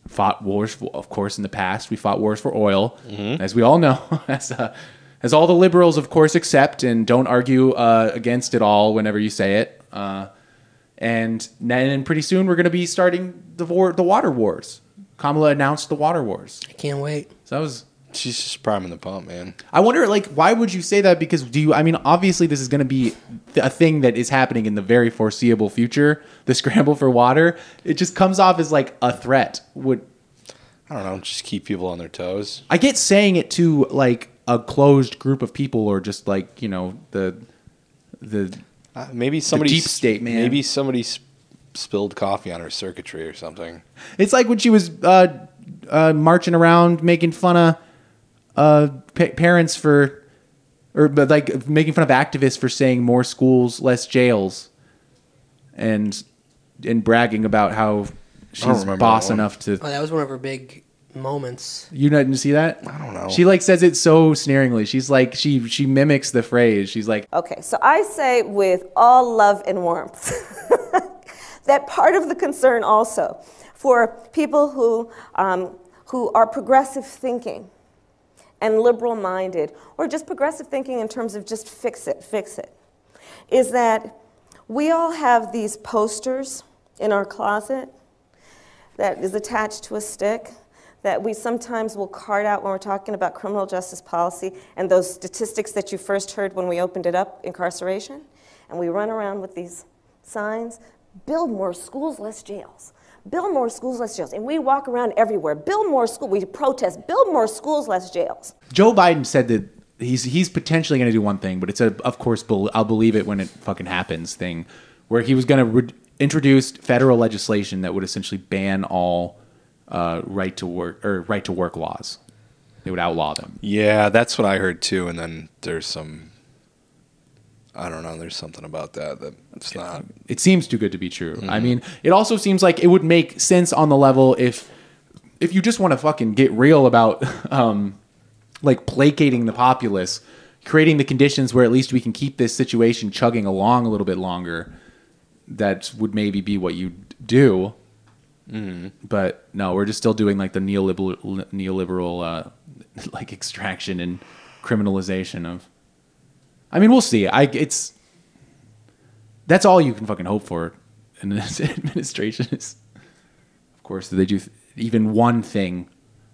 Speaker 1: fought wars, for, of course, in the past. We fought wars for oil, as we all know, as, uh, as all the liberals, of course, accept and don't argue uh, against it all whenever you say it. Uh, and then pretty soon we're going to be starting the, war, the water wars. Kamala announced the water wars.
Speaker 2: I can't wait.
Speaker 1: So that was
Speaker 3: She's just priming the pump, man.
Speaker 1: I wonder, like, why would you say that? Because do you? I mean, obviously, this is going to be th- a thing that is happening in the very foreseeable future. The scramble for water. It just comes off as like a threat. Would
Speaker 3: I don't know. Just keep people on their toes.
Speaker 1: I get saying it to like a closed group of people, or just like you know the the
Speaker 3: Uh, maybe somebody
Speaker 1: deep
Speaker 3: s-
Speaker 1: state, man.
Speaker 3: Maybe somebody sp- spilled coffee on her circuitry or something.
Speaker 1: It's like when she was uh, uh, marching around making fun of uh, pa- parents for, or but like making fun of activists for saying more schools, less jails, and and bragging about how she's
Speaker 3: remember
Speaker 1: boss
Speaker 3: that one.
Speaker 1: enough to.
Speaker 2: Oh, that was one of her big moments.
Speaker 1: You not didn't see that?
Speaker 3: I don't know.
Speaker 1: She like says it so sneeringly. She's like she she mimics the phrase. She's like,
Speaker 6: Okay, so I say with all love and warmth that part of the concern also for people who, um, who are progressive thinking and liberal minded, or just progressive thinking in terms of just fix it, fix it, is that we all have these posters in our closet that is attached to a stick that we sometimes will card out when we're talking about criminal justice policy and those statistics that you first heard when we opened it up incarceration. And we run around with these signs build more schools, less jails. Build more schools, less jails. And we walk around everywhere. Build more school. We protest. Build more schools, less jails.
Speaker 1: Joe Biden said that he's he's potentially going to do one thing, but it's a of course bel- I'll believe it when it fucking happens thing, where he was going to re- introduce federal legislation that would essentially ban all uh, right to work or right to work laws. They would outlaw them.
Speaker 3: Yeah, that's what I heard too. And then there's some, I don't know, there's something about that that's not.
Speaker 1: It seems too good to be true. I mean, it also seems like it would make sense on the level if if you just want to fucking get real about um, like placating the populace, creating the conditions where at least we can keep this situation chugging along a little bit longer. That would maybe be what you do. But no, we're just still doing like the neoliberal neoliberal uh, like extraction and criminalization of. I mean, we'll see. I it's that's all you can fucking hope for in this administration is of course they do even one thing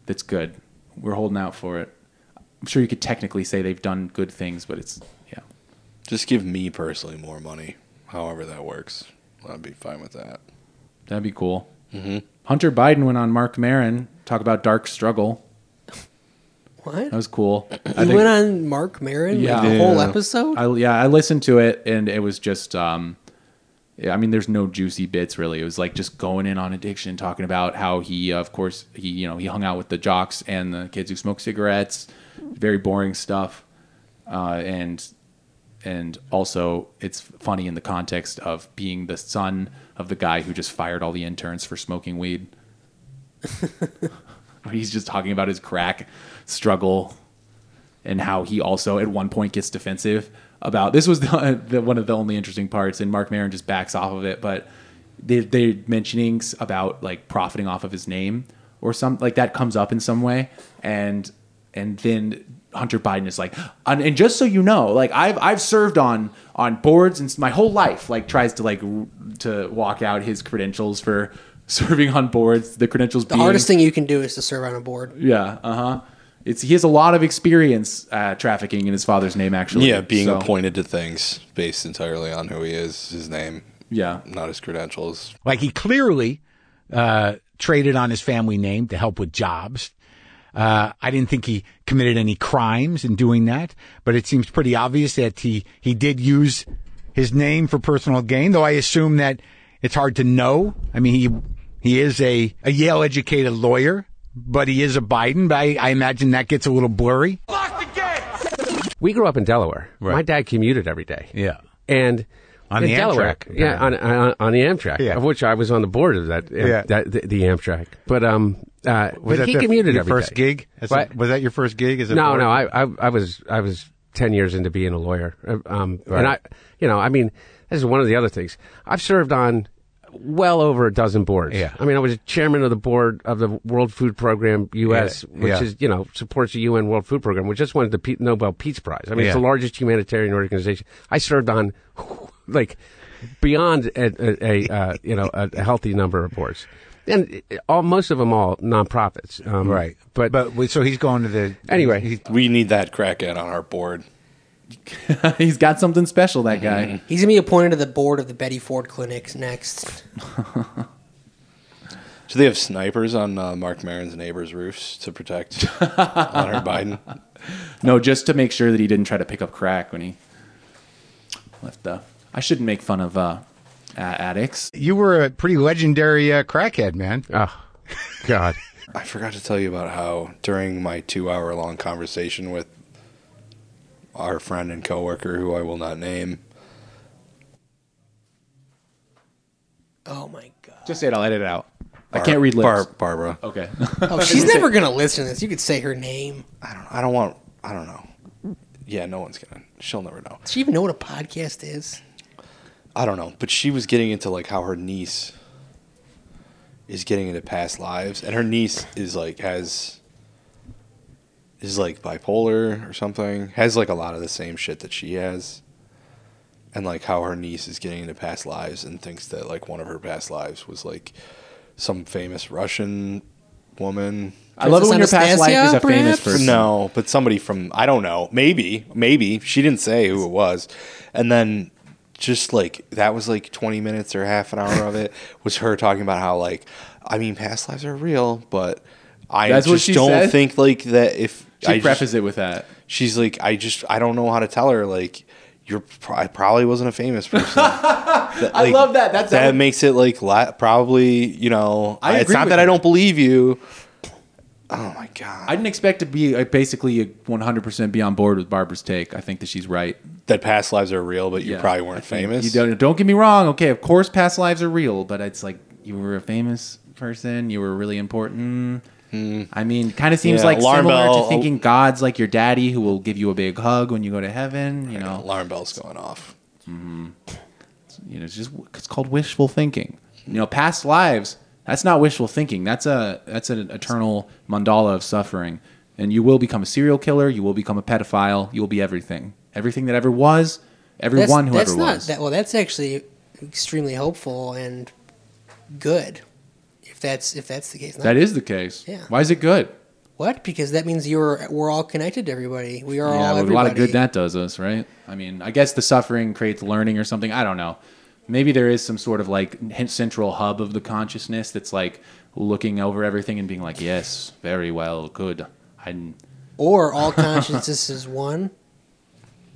Speaker 1: that's good we're holding out for it i'm sure you could technically say they've done good things but it's yeah
Speaker 3: Just give me personally more money, however that works. I'd be fine with that.
Speaker 1: that'd be cool hunter biden went on mark Maron talk about dark struggle
Speaker 2: What?
Speaker 1: that was cool I
Speaker 2: You
Speaker 1: think-
Speaker 2: went on Mark Maron
Speaker 1: Yeah.
Speaker 2: like, the whole
Speaker 3: Yeah.
Speaker 2: episode?
Speaker 1: I, yeah, I listened to it and it was just, um, yeah, I mean, there's no juicy bits really. It was like just going in on addiction, talking about how he, uh, of course, he, you know, he hung out with the jocks and the kids who smoke cigarettes, very boring stuff. Uh, and, and also it's funny in the context of being the son of the guy who just fired all the interns for smoking weed. Where He's just talking about his crack struggle and how he also at one point gets defensive about this was the, the, one of the only interesting parts and mark Maron just backs off of it but they, they're mentioning s- about like profiting off of his name or some like that comes up in some way and and then hunter biden is like and, and just so you know like i've i've served on on boards and s- my whole life like tries to like r- to walk out his credentials for serving on boards the credentials
Speaker 2: the hardest thing you can do is to serve on a board.
Speaker 1: yeah, uh huh. It's he has a lot of experience uh, trafficking in his father's name, actually.
Speaker 3: Yeah, being
Speaker 1: So,
Speaker 3: appointed to things based entirely on who he is, his name,
Speaker 1: Yeah,
Speaker 3: not his credentials.
Speaker 7: Like he clearly uh, traded on his family name to help with jobs. Uh, I didn't think he committed any crimes in doing that, but it seems pretty obvious that he, he did use his name for personal gain, though I assume that it's hard to know. I mean, he, he is a, a Yale educated lawyer, but he is a Biden, but I, I imagine that gets a little blurry.
Speaker 8: We grew up in Delaware.
Speaker 7: Right.
Speaker 8: My dad commuted every day.
Speaker 7: Yeah.
Speaker 8: And
Speaker 7: On
Speaker 8: in
Speaker 7: the
Speaker 8: Delaware,
Speaker 7: Amtrak,
Speaker 8: yeah, on,
Speaker 7: apparently.
Speaker 8: on, on the Amtrak,
Speaker 7: Yeah.
Speaker 8: of which I was on the board of that,
Speaker 7: Yeah.
Speaker 8: that the, the Amtrak. But um, uh, but
Speaker 7: that
Speaker 8: he
Speaker 7: the-
Speaker 8: commuted
Speaker 7: your
Speaker 8: every
Speaker 7: first
Speaker 8: day.
Speaker 7: gig? As a-
Speaker 8: What?
Speaker 7: was that your first gig? As a
Speaker 8: no,
Speaker 7: board?
Speaker 8: no, I, I I was I was ten years into being a lawyer, Uh, um, and I, you know, I mean, this is one of the other things I've served on. Well over a dozen boards.
Speaker 7: Yeah.
Speaker 8: I mean, I was chairman of the board of the World Food Program U.S.,
Speaker 7: Yeah,
Speaker 8: which
Speaker 7: yeah.
Speaker 8: is you know supports the UN World Food Program, which just won the Pe- Nobel Peace Prize. I mean, it's
Speaker 7: Yeah.
Speaker 8: the largest humanitarian organization. I served on like beyond a, a, a uh, you know a, a healthy number of boards, and uh, all most of them all nonprofits. Um,
Speaker 7: Right.
Speaker 8: but,
Speaker 7: but we- so he's going to the
Speaker 8: Anyway.
Speaker 7: he's-
Speaker 3: We need that crackhead on our board.
Speaker 1: he's got something special. That guy.
Speaker 3: Mm-hmm.
Speaker 2: He's going to be appointed to the board of the Betty Ford Clinics next.
Speaker 3: Do they have snipers on uh, Mark Maron's neighbors' roofs to protect Hunter Biden?
Speaker 1: No, just to make sure that he didn't try to pick up crack when he left the. I shouldn't make fun of uh, a- addicts.
Speaker 7: you were a pretty legendary uh, crackhead, man.
Speaker 8: oh God.
Speaker 3: I forgot to tell you about how during my two-hour-long conversation with our friend and coworker, who I will not name,
Speaker 2: Oh my god.
Speaker 1: Just say it. I'll edit it out. I
Speaker 3: Bar-
Speaker 1: can't read lips.
Speaker 3: Bar- Barbara.
Speaker 1: Okay.
Speaker 2: Oh, she's never going to listen to this. You could say her name.
Speaker 3: I don't. I don't want. I don't know. Yeah, no one's gonna. She'll never know.
Speaker 2: Does she even know what a podcast is?
Speaker 3: I don't know, but she was getting into like how her niece is getting into past lives, and her niece is like has is like bipolar or something, has like a lot of the same shit that she has, and like how her niece is getting into past lives and thinks that like one of her past lives was like some famous Russian woman.
Speaker 1: I love it when your past life is a
Speaker 2: Anastasia,
Speaker 1: famous
Speaker 2: perhaps?
Speaker 1: person.
Speaker 3: No, but somebody from I don't know. Maybe, maybe she didn't say who it was, and then just like that was like twenty minutes or half an hour of it was her talking about how like I mean past lives are real, but I
Speaker 1: That's what
Speaker 3: just
Speaker 1: she
Speaker 3: don't
Speaker 1: said?
Speaker 3: think like that if
Speaker 1: She
Speaker 3: I
Speaker 1: prefaces
Speaker 3: just,
Speaker 1: it with that.
Speaker 3: she's like I just I don't know how to tell her like you're pro- I probably wasn't a famous person.
Speaker 1: I love that. That's
Speaker 3: that
Speaker 1: that would-
Speaker 3: makes it like la- probably you know
Speaker 1: I
Speaker 3: it's
Speaker 1: agree
Speaker 3: not
Speaker 1: with
Speaker 3: that I
Speaker 1: you.
Speaker 3: don't believe you. Oh my god!
Speaker 1: I didn't expect to be like, basically 100% be on board with Barbara's take. I think that she's right.
Speaker 3: that past lives are real, but you
Speaker 1: Yeah.
Speaker 3: probably weren't
Speaker 1: I think-
Speaker 3: famous.
Speaker 1: You don't, don't get me wrong. Okay, of course, past lives are real, but it's like you were a famous person. You were really important. I mean, kind of seems
Speaker 3: Hmm. Yeah,
Speaker 1: like
Speaker 3: alarm
Speaker 1: similar
Speaker 3: bell.
Speaker 1: to thinking God's like your daddy who will give you a big hug when you go to heaven. You know,
Speaker 3: alarm bells going off.
Speaker 1: you know, it's just it's called wishful thinking. You know, past lives. That's not wishful thinking. That's a that's an eternal mandala of suffering. And you will become a serial killer. You will become a pedophile. You will be everything. Everything that ever was.
Speaker 2: That's,
Speaker 1: Everyone who
Speaker 2: that's
Speaker 1: ever
Speaker 2: not
Speaker 1: was.
Speaker 2: that. Well, that's actually extremely hopeful and good. If that's if that's the case. Not-
Speaker 1: that is the case.
Speaker 2: Yeah.
Speaker 1: Why is it good?
Speaker 2: what because that means you're we're all connected to everybody. We are
Speaker 1: Yeah,
Speaker 2: all
Speaker 1: with
Speaker 2: everybody.
Speaker 1: a lot of good that does us, right? I mean, I guess the suffering creates learning or something. I don't know. Maybe there is some sort of like h- central hub of the consciousness that's like looking over everything and being like, "Yes, very well, good." I
Speaker 2: or all consciousness is one.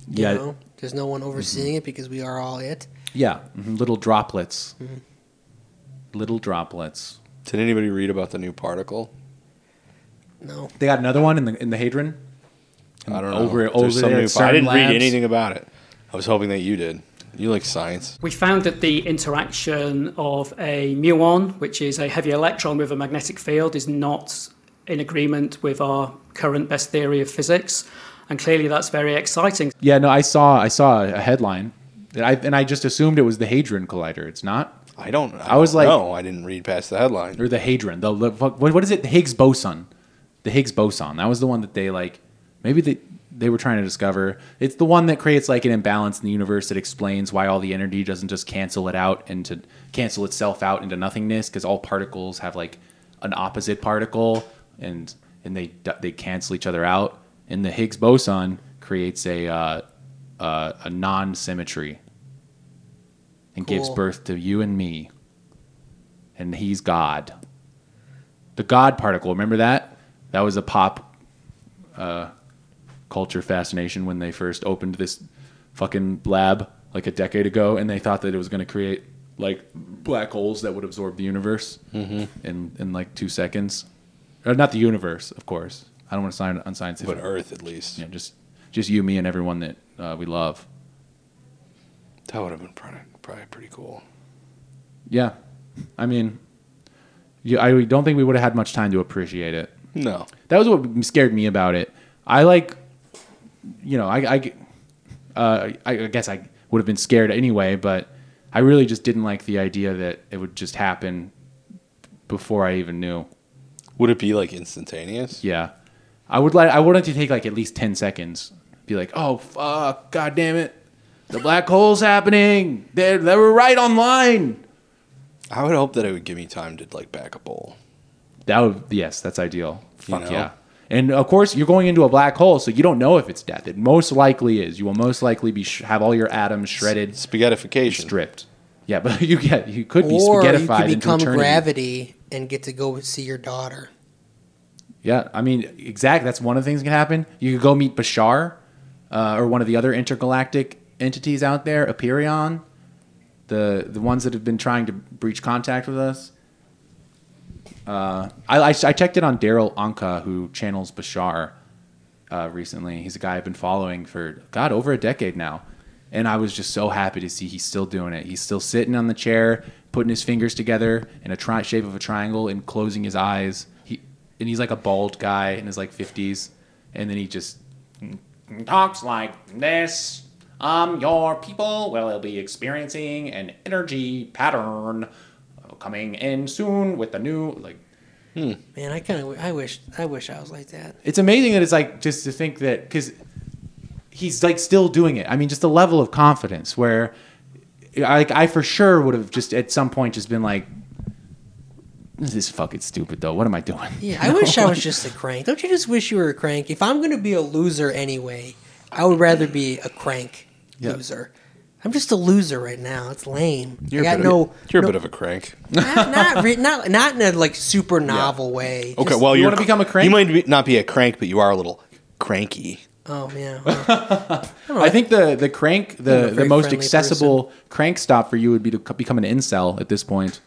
Speaker 2: You
Speaker 1: yeah,
Speaker 2: know? there's no one overseeing it because we are all it.
Speaker 1: yeah, mhm, little droplets,
Speaker 2: Mm-hmm.
Speaker 1: little droplets.
Speaker 3: Did anybody read about the new particle?
Speaker 2: No,
Speaker 1: They got another one in the in the Hadron.
Speaker 3: I don't
Speaker 1: Over-
Speaker 3: know.
Speaker 1: over
Speaker 3: There's some
Speaker 1: there
Speaker 3: new
Speaker 1: at
Speaker 3: par- I
Speaker 1: CERN
Speaker 3: didn't read
Speaker 1: labs.
Speaker 3: anything about it. I was hoping that you did. You like science.
Speaker 9: We found that the interaction of a muon, which is a heavy electron with a magnetic field, is not in agreement with our current best theory of physics. And clearly, that's very exciting.
Speaker 1: Yeah, no, I saw I saw a headline, and I and I just assumed it was the Hadron Collider. It's not.
Speaker 3: I don't. I,
Speaker 1: was like-
Speaker 3: no, I didn't read past the headline.
Speaker 1: or the hadron the, the fuck, what, what is it the higgs boson the higgs boson that was the one that they like maybe they they were trying to discover it's the one that creates like an imbalance in the universe that explains why all the energy doesn't just cancel it out and to cancel itself out into nothingness because all particles have like an opposite particle and and they d- they cancel each other out and the higgs boson creates a uh, uh, a non-symmetry and gives
Speaker 2: Cool.
Speaker 1: birth to you and me and he's God. The God particle, remember that? That was a pop uh, culture fascination when they first opened this fucking lab like a decade ago, and they thought that it was going to create like black holes that would absorb the universe
Speaker 3: Mm-hmm.
Speaker 1: in in like two seconds. Or not the universe, of course. I don't want to sound unscientific.
Speaker 3: But Earth, at least,
Speaker 1: You know, just just you, me, and everyone that uh, we love.
Speaker 3: that would have been probably, probably pretty cool.
Speaker 1: Yeah, I mean, you, I don't think we would have had much time to appreciate it.
Speaker 3: No,
Speaker 1: that was what scared me about it. I like, you know, I, I, uh, I I guess I would have been scared anyway, but I really just didn't like the idea that it would just happen before I even knew.
Speaker 3: would it be like instantaneous?
Speaker 1: Yeah, I would like. I wanted to take like at least ten seconds. Be like, oh fuck, god damn it, the black hole's happening. They they were right on line.
Speaker 3: I would hope that it would give me time to like back a bowl.
Speaker 1: That would yes, that's ideal. Fuck
Speaker 3: know?
Speaker 1: yeah. And of course, you're going into a black hole, so you don't know if it's death. It most likely is. You will most likely be sh- have all your atoms shredded,
Speaker 3: Spaghettification.
Speaker 1: stripped. Yeah, but you get you could be
Speaker 2: or you
Speaker 1: spaghettified
Speaker 2: could
Speaker 1: into
Speaker 2: become
Speaker 1: eternity.
Speaker 2: gravity and get to go see your daughter.
Speaker 1: Yeah, I mean, exact. That's one of the things that can happen. You could go meet Bashar, uh, or one of the other intergalactic entities out there, Aperion, the the ones that have been trying to breach contact with us. Uh, I, I, I checked it on Daryl Anka, who channels Bashar uh, recently. He's a guy I've been following for God over a decade now, and I was just so happy to see he's still doing it. He's still sitting on the chair, putting his fingers together in a tri- shape of a triangle and closing his eyes. He and he's like a bald guy in his like fifties, and then he just talks like this um, your people will be experiencing an energy pattern coming in soon with the new like
Speaker 2: Man, I kind of I wish I wish I was like that.
Speaker 1: it's amazing that it's like just to think that because he's like still doing it. I mean, just the level of confidence where I, like I for sure would have just at some point just been like, "This is fucking stupid, though. What am I doing?"
Speaker 2: Yeah, I wish I was just a crank. Don't you just wish you were a crank? If I'm gonna be a loser anyway, I would rather be a crank
Speaker 1: Yeah.
Speaker 2: loser. I'm just a loser right now. It's lame.
Speaker 3: You're,
Speaker 2: I
Speaker 3: a
Speaker 2: got
Speaker 3: bit,
Speaker 2: no,
Speaker 3: of, you're
Speaker 2: no
Speaker 3: a bit of a crank.
Speaker 2: not not, re- not not in a like super novel way.
Speaker 3: Okay,
Speaker 2: Just-
Speaker 3: well,
Speaker 1: you
Speaker 3: you're-
Speaker 1: wanna become a crank?
Speaker 3: You might be, not be a crank, but you are a little cranky.
Speaker 2: oh yeah, well,
Speaker 1: I think the the crank
Speaker 2: I'm a
Speaker 1: the the
Speaker 2: very
Speaker 1: most
Speaker 2: friendly
Speaker 1: accessible crank stop for you would be to co- become an incel at this point.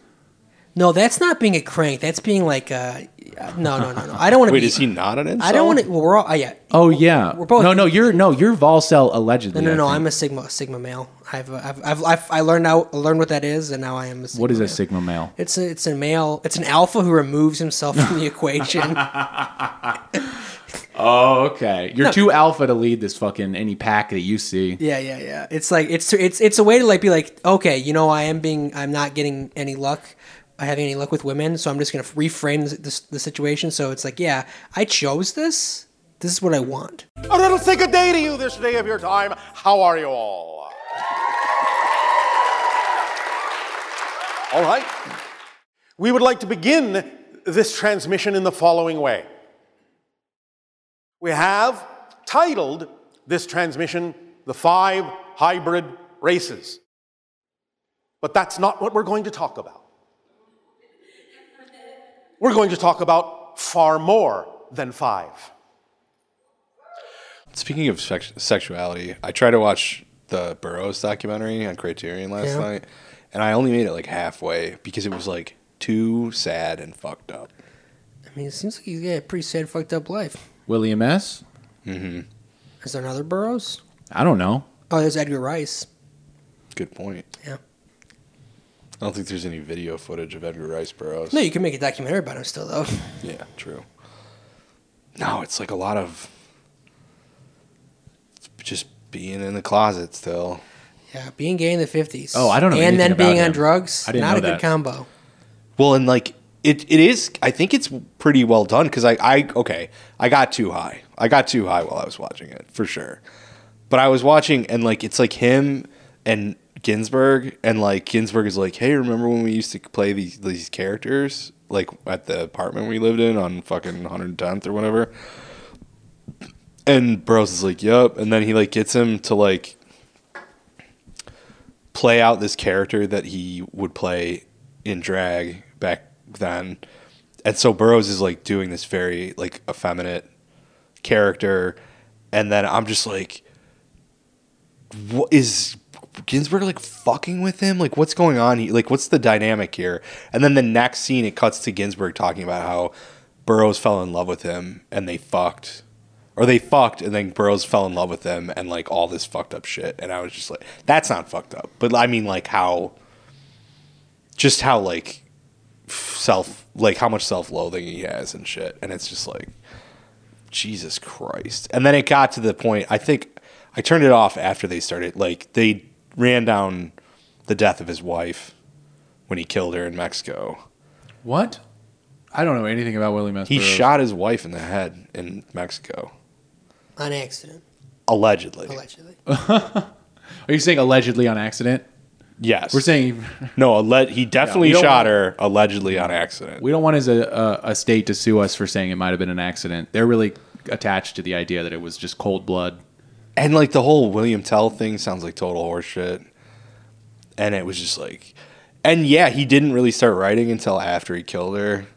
Speaker 2: no, that's not being a crank. That's being like a uh, no, no, no, no. I don't want to
Speaker 3: Wait,
Speaker 2: be.
Speaker 3: is he not an insult?
Speaker 2: I don't want to. Well, we're all. Uh, yeah.
Speaker 1: Oh yeah,
Speaker 2: We're both-
Speaker 1: no no you're no you're Volcel allegedly.
Speaker 2: No,
Speaker 1: I
Speaker 2: no, no.
Speaker 1: think.
Speaker 2: I'm a sigma sigma male. I've uh, I've, I've, I've I learned now learned what that is, and now I am a. Sigma
Speaker 1: What is a
Speaker 2: male.
Speaker 1: sigma male?
Speaker 2: It's a it's a male. It's an alpha who removes himself from the equation.
Speaker 1: Oh okay, you're too alpha to lead this fucking any pack that you see.
Speaker 2: Yeah, yeah, yeah. It's like it's it's it's a way to like be like, okay, you know, I am being, I'm not getting any luck, uh, having any luck with women, so I'm just gonna reframe the, the, the situation. So it's like, yeah, I chose this. This is what I want.
Speaker 4: A little sick a day to you this day of your time. How are you all? All right. We would like to begin this transmission in the following way. We have titled this transmission The Five Hybrid Races. But that's not what we're going to talk about. We're going to talk about far more than five.
Speaker 3: Speaking of sex- sexuality, I tried to watch the Burroughs documentary on Criterion last
Speaker 2: Yeah.
Speaker 3: night, and I only made it like halfway because it was like too sad and fucked up.
Speaker 2: I mean, it seems like you got a pretty sad, fucked up life.
Speaker 1: William S.
Speaker 2: Is there another Burroughs?
Speaker 1: I don't know.
Speaker 2: Oh, there's Edgar Rice.
Speaker 3: Good point.
Speaker 2: Yeah.
Speaker 3: I don't think there's any video footage of Edgar Rice Burroughs.
Speaker 2: No, you can make a documentary about him still, though.
Speaker 3: Yeah, true. No, it's like a lot of just being in the closet still.
Speaker 2: Yeah, being gay in the fifties.
Speaker 1: Oh, I don't know
Speaker 2: And
Speaker 1: anything
Speaker 2: then
Speaker 1: about
Speaker 2: being on
Speaker 1: him.
Speaker 2: drugs.
Speaker 1: I didn't
Speaker 2: not
Speaker 1: know
Speaker 2: a
Speaker 1: that.
Speaker 2: good combo.
Speaker 3: Well, and like it, it is. I think it's pretty well done because I, I, okay, I got too high. I got too high while I was watching it for sure. But I was watching, and like it's like him and Ginsburg, and like Ginsburg is like, hey, remember when we used to play these these characters like at the apartment we lived in on fucking 110th or whatever? And Burroughs is like, yup. And then he like gets him to like play out this character that he would play in drag back then. And so Burroughs is like doing this very like effeminate character. And then I'm just like, what is Ginsburg like fucking with him? Like, what's going on? He, like, what's the dynamic here? And then the next scene, it cuts to Ginsburg talking about how Burroughs fell in love with him and they fucked. Or they fucked and then Burroughs fell in love with him and like all this fucked up shit. And I was just like, that's not fucked up. But I mean, like, how, just how like self, like how much self loathing he has and shit. And it's just like, Jesus Christ. And then it got to the point, I think I turned it off after they started. Like, they ran down the death of his wife when he killed her in Mexico.
Speaker 1: What? I don't know anything about William S.
Speaker 3: He
Speaker 1: Burroughs.
Speaker 3: shot his wife in the head in Mexico,
Speaker 2: On accident,
Speaker 3: allegedly.
Speaker 2: allegedly.
Speaker 1: Uh, Are you saying allegedly on accident?
Speaker 3: yes.
Speaker 1: We're saying
Speaker 3: no, alle- he definitely
Speaker 1: Yeah, we don't
Speaker 3: shot
Speaker 1: want-
Speaker 3: her allegedly on accident.
Speaker 1: we don't want his uh, uh, estate to sue us for saying it might have been an accident. They're really attached to the idea that it was just cold blood.
Speaker 3: And like the whole William Tell thing sounds like total horseshit. And it was just like, and yeah, he didn't really start writing until after he killed her,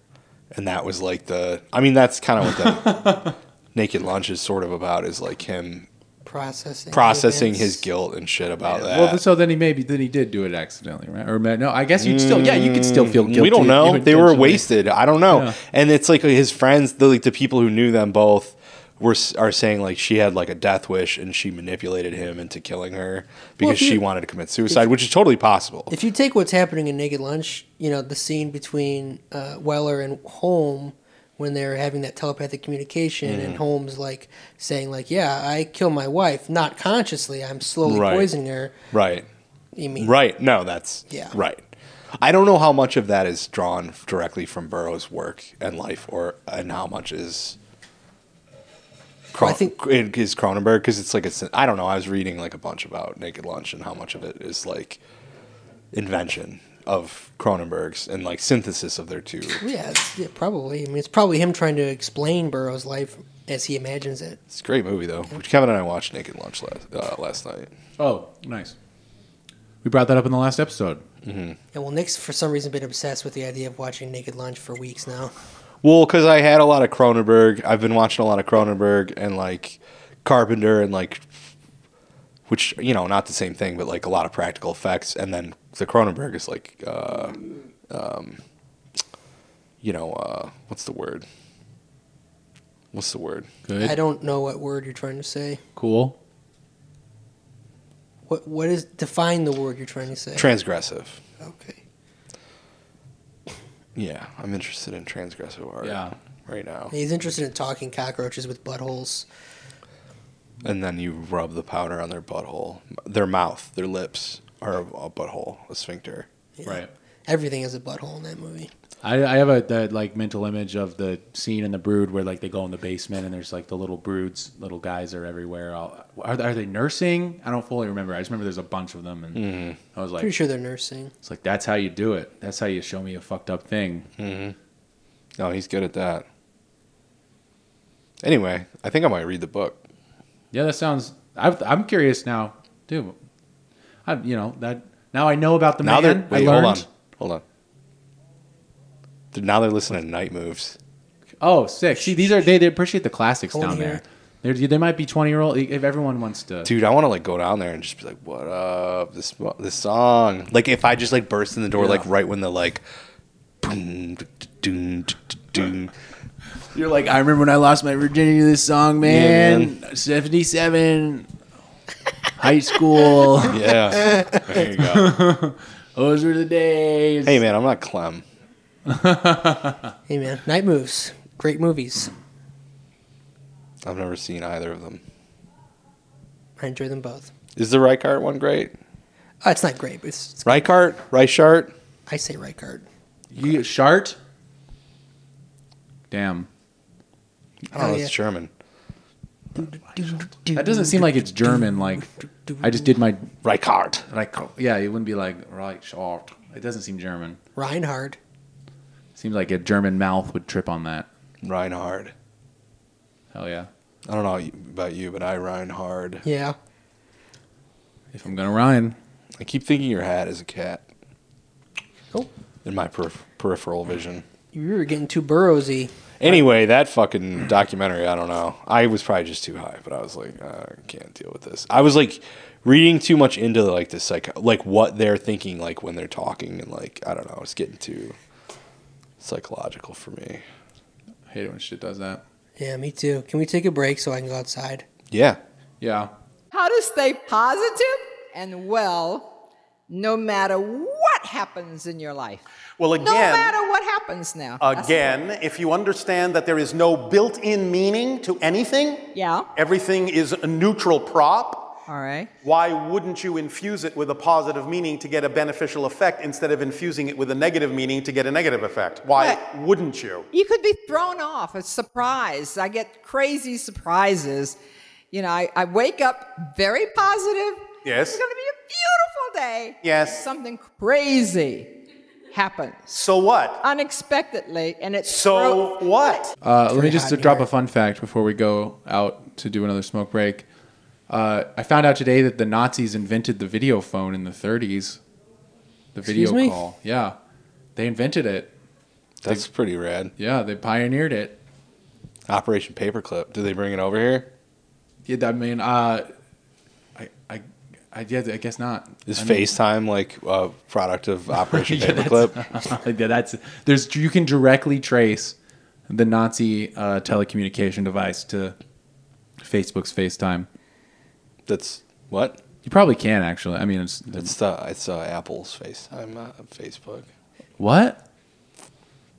Speaker 3: and that was like the. I mean, that's kind of what the Naked Lunch is sort of about is like him
Speaker 2: Processing.
Speaker 3: processing
Speaker 2: events.
Speaker 3: his guilt and shit about that.
Speaker 1: Well, so then he maybe then he did do it accidentally, right? Or ma- no? I guess you'd still yeah, you could still feel guilty.
Speaker 3: Mm, we
Speaker 1: if
Speaker 3: don't
Speaker 1: you
Speaker 3: know. They were
Speaker 1: intentionally-
Speaker 3: wasted. I don't know.
Speaker 1: Yeah.
Speaker 3: And it's like his friends, the, like the people who knew them both, were s- are saying like she had like a death wish and she manipulated him into killing her because
Speaker 2: you-
Speaker 3: she wanted to commit suicide, which is totally possible.
Speaker 2: if you take what's happening in Naked Lunch, you know the scene between uh, Weller and Holm, when they were having that telepathic communication
Speaker 3: Mm.
Speaker 2: and Holmes like saying like, "Yeah, I kill my wife, not consciously. I'm slowly
Speaker 3: Right.
Speaker 2: poisoning her."
Speaker 3: Right.
Speaker 2: You mean
Speaker 3: Right. No, that's
Speaker 2: Yeah.
Speaker 3: Right. I don't know how much of that is drawn directly from Burroughs' work and life, or and how much is. Cron-
Speaker 2: I think-
Speaker 3: it is Cronenberg because it's like it's. I don't know. I was reading like a bunch about Naked Lunch and how much of it is like invention of Cronenberg's and like synthesis of their two.
Speaker 2: Yeah, it's, yeah, probably. I mean, it's probably him trying to explain Burroughs' life as he imagines it.
Speaker 3: It's a great movie though. Which Kevin and I watched Naked Lunch last uh, last night.
Speaker 1: Oh, nice. We brought that up in the last episode.
Speaker 2: And well, Nick's for some reason been obsessed with the idea of watching Naked Lunch for weeks now.
Speaker 3: Well, because I had a lot of Cronenberg. I've been watching a lot of Cronenberg and like Carpenter and like, which you know, not the same thing, but like a lot of practical effects. And then the Cronenberg is like, uh, um, you know, uh, what's the word? What's the word?
Speaker 1: Good.
Speaker 2: I don't know what word you're trying to say.
Speaker 1: cool.
Speaker 2: What what is define the word you're trying to say?
Speaker 3: Transgressive.
Speaker 2: okay.
Speaker 3: Yeah, I'm interested in transgressive art.
Speaker 1: Yeah.
Speaker 3: Right now,
Speaker 2: He's interested in talking cockroaches with buttholes.
Speaker 3: and then you rub the powder on their butthole, their mouth, their lips are a a butthole, a sphincter.
Speaker 1: Right.
Speaker 2: Everything has a butthole in that movie.
Speaker 1: I, I have a that like mental image of the scene in the Brood where like they go in the basement and there's like the little broods, little guys are everywhere. All, are, are they nursing? I don't fully remember. I just remember there's a bunch of them, and
Speaker 3: Mm-hmm.
Speaker 1: I was like,
Speaker 2: Pretty sure they're nursing.
Speaker 1: it's like that's how you do it. That's how you show me a fucked up thing.
Speaker 3: No, he's good at that. Anyway, I think I might read the book.
Speaker 1: Yeah, that sounds. I've, I'm curious now, dude. I you know that now I know about the
Speaker 3: Now
Speaker 1: man.
Speaker 3: they're wait,
Speaker 1: I learned.
Speaker 3: hold on, hold on. They're- Now they're listening to Night Moves.
Speaker 1: Oh, sick. See, these are they, they appreciate the classics
Speaker 2: I wanna
Speaker 1: down
Speaker 2: hear
Speaker 1: there. They're, they might be twenty year old. If everyone wants to,
Speaker 3: Dude, I want to like go down there and just be like, "What up? This this song." Like if I just like burst in the door
Speaker 1: Yeah.
Speaker 3: like right when the like boom, d- d- doom, d- d- doom.
Speaker 1: You're like, I remember when I lost my virginity to this song, man. 77, high school.
Speaker 3: Yeah. there you go.
Speaker 1: Those were the days.
Speaker 3: Hey man, I'm not Clem.
Speaker 2: Hey man, Night Moves, great movies.
Speaker 3: I've never seen either of them. Mm-hmm.
Speaker 2: I enjoy them both.
Speaker 3: Is the Reichart one great?
Speaker 2: Uh, it's not great, but it's, it's-
Speaker 3: Reichart, Reichart.
Speaker 2: I say Reichard.
Speaker 1: You shart? Damn.
Speaker 3: I don't
Speaker 2: Oh,
Speaker 3: know.
Speaker 2: yeah.
Speaker 3: It's German.
Speaker 1: That doesn't seem like it's German. Like, I just did my.
Speaker 3: Reichart.
Speaker 1: Like, yeah, it wouldn't be like, right, short. It doesn't seem German.
Speaker 2: Reinhard.
Speaker 1: Seems like a German mouth would trip on that.
Speaker 3: Reinhard.
Speaker 1: Hell yeah.
Speaker 3: I don't know about you, but I rhyme hard.
Speaker 2: Yeah.
Speaker 1: If I'm going to Ryan.
Speaker 3: I keep thinking your hat is a cat
Speaker 2: Cool.
Speaker 3: in my perif- peripheral vision.
Speaker 2: You were getting too burrowsy.
Speaker 3: Anyway, that fucking documentary, I don't know. I was probably just too high, but I was like, uh, I can't deal with this. I was like reading too much into like the psycho, like what they're thinking, like when they're talking, and like I don't know. It's getting too psychological for me.
Speaker 1: I hate it when shit does that.
Speaker 2: Yeah, me too. Can we take a break so I can go outside?
Speaker 3: Yeah,
Speaker 1: Yeah.
Speaker 10: How to stay positive and well no matter what happens in your life.
Speaker 4: Well,
Speaker 10: No matter
Speaker 4: again,
Speaker 10: what happens now. That's-
Speaker 4: again, if you understand that there is no built-in meaning to anything,
Speaker 10: Yeah.
Speaker 4: everything is a neutral prop.
Speaker 10: All right.
Speaker 4: Why wouldn't you infuse it with a positive meaning to get a beneficial effect instead of infusing it with a negative meaning to get a negative effect? Why
Speaker 10: Right.
Speaker 4: wouldn't you?
Speaker 10: You could be thrown off. It's surprise. I get crazy surprises. You know, I, I wake up very positive.
Speaker 4: Yes.
Speaker 10: It's going to be a beautiful day.
Speaker 4: Yes.
Speaker 10: Something crazy happens
Speaker 4: So what?
Speaker 10: unexpectedly, and it's
Speaker 4: So what?
Speaker 1: Uh, let me just
Speaker 2: hot in
Speaker 1: drop
Speaker 2: here.
Speaker 1: a fun fact before we go out to do another smoke break. Uh, I found out today that the Nazis invented the video phone in the 30s. The video
Speaker 2: Excuse me?
Speaker 1: call. Yeah. They invented it.
Speaker 3: that's pretty rad.
Speaker 1: Yeah, they pioneered it.
Speaker 3: Operation Paperclip. Did they bring it over here?
Speaker 1: Yeah, I mean, uh, I, I, I, yeah, I guess not.
Speaker 3: Is
Speaker 1: I mean-
Speaker 3: FaceTime like a product of Operation
Speaker 1: Yeah, that's-
Speaker 3: Paperclip?
Speaker 1: yeah, that's there's you can directly trace the Nazi uh, telecommunication device to Facebook's FaceTime.
Speaker 3: That's what?
Speaker 1: You probably can actually. I mean, it's,
Speaker 3: It's the it's uh, Apple's FaceTime, uh, Facebook.
Speaker 1: what?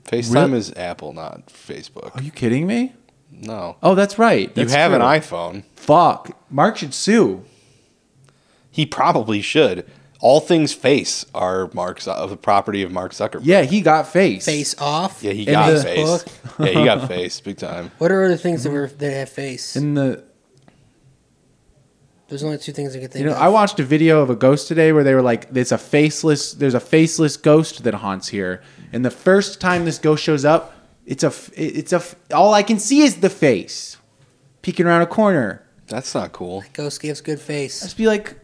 Speaker 3: FaceTime
Speaker 1: Really?
Speaker 3: is Apple, not Facebook.
Speaker 1: Are you kidding me?
Speaker 3: No.
Speaker 1: Oh, that's right.
Speaker 3: you
Speaker 1: That's
Speaker 3: have an
Speaker 1: true.
Speaker 3: iPhone.
Speaker 1: Fuck. Mark should sue.
Speaker 3: He probably should. All things face are Mark's of the property of Mark Zuckerberg.
Speaker 1: Yeah, he got face.
Speaker 2: Face off.
Speaker 3: Yeah, he
Speaker 1: In
Speaker 3: got
Speaker 1: the-
Speaker 3: face. Mm-hmm. yeah, he got face big time.
Speaker 2: What are other things that were that have face?
Speaker 1: In the
Speaker 2: There's only two things I could think
Speaker 1: you know,
Speaker 2: of.
Speaker 1: I watched a video of a ghost today where they were like, "It's a faceless. There's a faceless ghost that haunts here." And the first time this ghost shows up, it's a, f- it's a. f- All I can see is the face, peeking around a corner.
Speaker 3: That's not cool.
Speaker 2: Ghost gives good face.
Speaker 1: Just be like,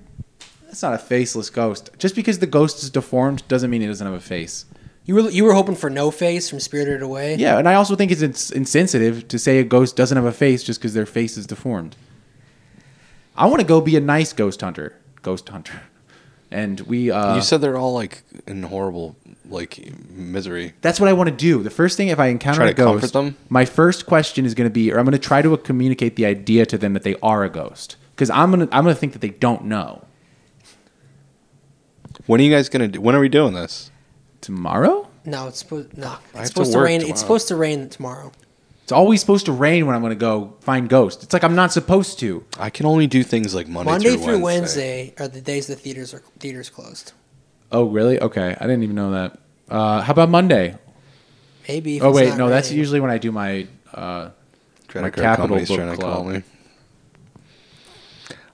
Speaker 1: that's not a faceless ghost. Just because the ghost is deformed doesn't mean it doesn't have a face.
Speaker 2: You were you were hoping for no face from Spirited Away.
Speaker 1: Yeah, and I also think it's ins- insensitive to say a ghost doesn't have a face just because their face is deformed. I want to go be a nice ghost hunter. Ghost hunter. And we. Uh,
Speaker 3: you said they're all like in horrible like misery.
Speaker 1: That's what I want to do. The first thing, if I encounter
Speaker 3: Try
Speaker 1: a
Speaker 3: to comfort
Speaker 1: ghost,
Speaker 3: them?
Speaker 1: my first question is going to be, or I'm going to try to communicate the idea to them that they are a ghost, because I'm gonna, I'm gonna think that they don't know.
Speaker 3: When are you guys gonna do when are we doing this?
Speaker 1: Tomorrow?
Speaker 2: No, it's supposed no.
Speaker 3: have to
Speaker 2: It's supposed to,
Speaker 3: work
Speaker 2: rain.
Speaker 3: tomorrow.
Speaker 2: It's supposed to rain tomorrow.
Speaker 1: It's always supposed to rain when I'm going to go find ghosts. It's like I'm not supposed to.
Speaker 3: I can only do things like Monday,
Speaker 2: Monday through Wednesday. are the days the theaters are theaters closed.
Speaker 1: Oh, really? Okay, I didn't even know that. Uh, how about Monday?
Speaker 2: Maybe. If
Speaker 1: oh
Speaker 2: it's
Speaker 1: wait,
Speaker 2: not
Speaker 1: no, that's
Speaker 2: raining.
Speaker 1: usually when I do my. Uh,
Speaker 3: Credit
Speaker 1: My
Speaker 3: card
Speaker 1: Capital
Speaker 3: company's
Speaker 1: Book
Speaker 3: trying to
Speaker 1: Club.
Speaker 3: call me.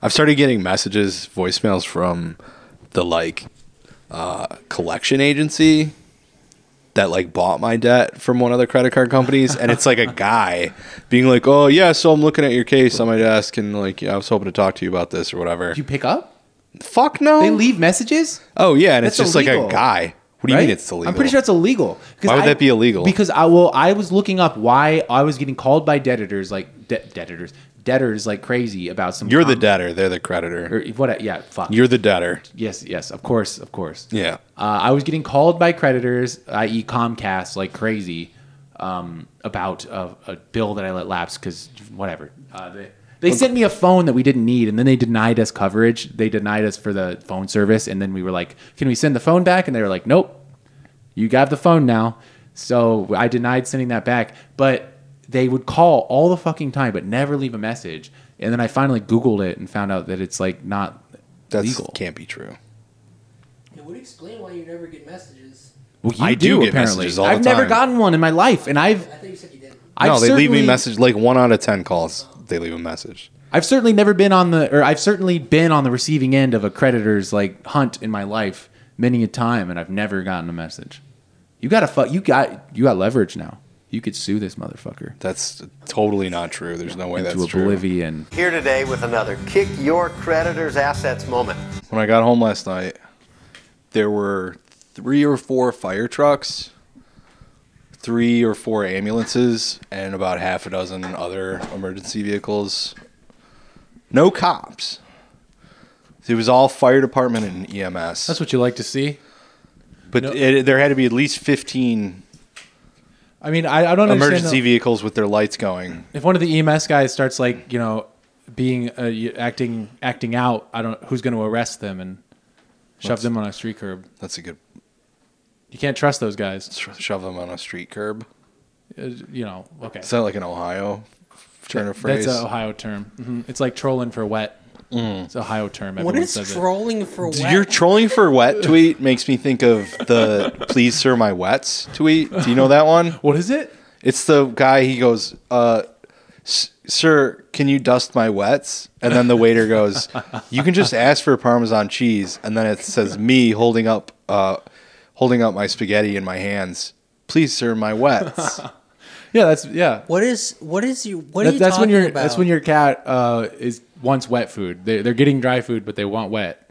Speaker 3: I've started getting messages, voicemails from the like uh, collection agency that like bought my debt from one of the credit card companies, and it's like a guy being like, "Oh yeah, so I'm looking at your case on my desk, and like I was hoping to talk to you about this or whatever."
Speaker 1: do you pick up?
Speaker 3: Fuck no.
Speaker 1: They leave messages.
Speaker 3: Oh yeah, and it's
Speaker 1: That's
Speaker 3: just
Speaker 1: illegal.
Speaker 3: like a guy. What do you mean it's illegal?
Speaker 1: I'm pretty sure it's illegal. 'Cause
Speaker 3: Why would
Speaker 1: I-
Speaker 3: that be illegal?
Speaker 1: Because I well, I was looking up why I was getting called by debtors like de- debtors debtors like crazy about some.
Speaker 3: you're the
Speaker 1: com-
Speaker 3: debtor. They're the creditor.
Speaker 1: or what? Yeah, fuck.
Speaker 3: You're the debtor.
Speaker 1: yes, yes, of course, of course.
Speaker 3: Yeah.
Speaker 1: Uh, I was getting called by creditors, i.e., Comcast, like crazy, um, about a, a bill that I let lapse because whatever. Uh, they, they sent me a phone that we didn't need, and then they denied us coverage. They denied us for the phone service, and then we were like, "Can we send the phone back?" And they were like, "Nope, you got the phone now." So I denied sending that back, but they would call all the fucking time, but never leave a message. And then I finally Googled it and found out that it's like not
Speaker 3: That
Speaker 1: legal.
Speaker 3: can't be true.
Speaker 2: It would explain why you never get messages.
Speaker 1: Well, you
Speaker 3: I do
Speaker 1: do,
Speaker 3: get
Speaker 1: apparently.
Speaker 3: messages all the
Speaker 1: I've never
Speaker 3: time.
Speaker 1: gotten one in my life, and I've
Speaker 2: I think you said you didn't.
Speaker 1: I've
Speaker 3: no, they leave me
Speaker 1: certainly-
Speaker 3: message like one out of ten calls. They leave a message.
Speaker 1: I've certainly never been on the, or I've certainly been on the receiving end of a creditor's like hunt in my life many a time, and I've never gotten a message. You got to fuck. You got you got leverage now. You could sue this motherfucker
Speaker 3: That's totally not true. There's no way
Speaker 1: into
Speaker 3: that's true.
Speaker 1: oblivion.
Speaker 11: Here today with another Kick Your Creditor's Assets moment.
Speaker 3: When I got home last night, there were three or four fire trucks, three or four ambulances, and about half a dozen other emergency vehicles. No cops. It was all fire department and EMS.
Speaker 1: That's what you like to see.
Speaker 3: but it, there had to be at least 15
Speaker 1: I mean, I, I don't understand.
Speaker 3: emergency
Speaker 1: the-
Speaker 3: vehicles with their lights going.
Speaker 1: if one of the EMS guys starts like you know being uh, y- acting acting out, I don't who's going to arrest them and shove them on a street curb.
Speaker 3: That's a good
Speaker 1: You can't trust those guys.
Speaker 3: shove them on a street curb.
Speaker 1: Uh, you know, okay.
Speaker 3: Is that like an Ohio turn of phrase?
Speaker 1: That's an Ohio term. hmm It's like trolling for wet. It's an Ohio term. Everyone
Speaker 2: What is
Speaker 1: says it.
Speaker 2: trolling for wet?
Speaker 3: Your trolling for wet tweet makes me think of the please sir my wets tweet. Do you know that one?
Speaker 1: What is it?
Speaker 3: It's the guy he goes, uh, "S- sir, can you dust my wets? And then the waiter goes, you can just ask for Parmesan cheese. And then it says me holding up, uh, holding up my spaghetti in my hands. Please sir my wets.
Speaker 1: Yeah, that's yeah.
Speaker 2: What is what is you? What are
Speaker 1: That,
Speaker 2: you
Speaker 1: that's when
Speaker 2: talking
Speaker 1: your
Speaker 2: about?
Speaker 1: that's when your cat uh, is wants wet food. They, they're getting dry food, but they want wet.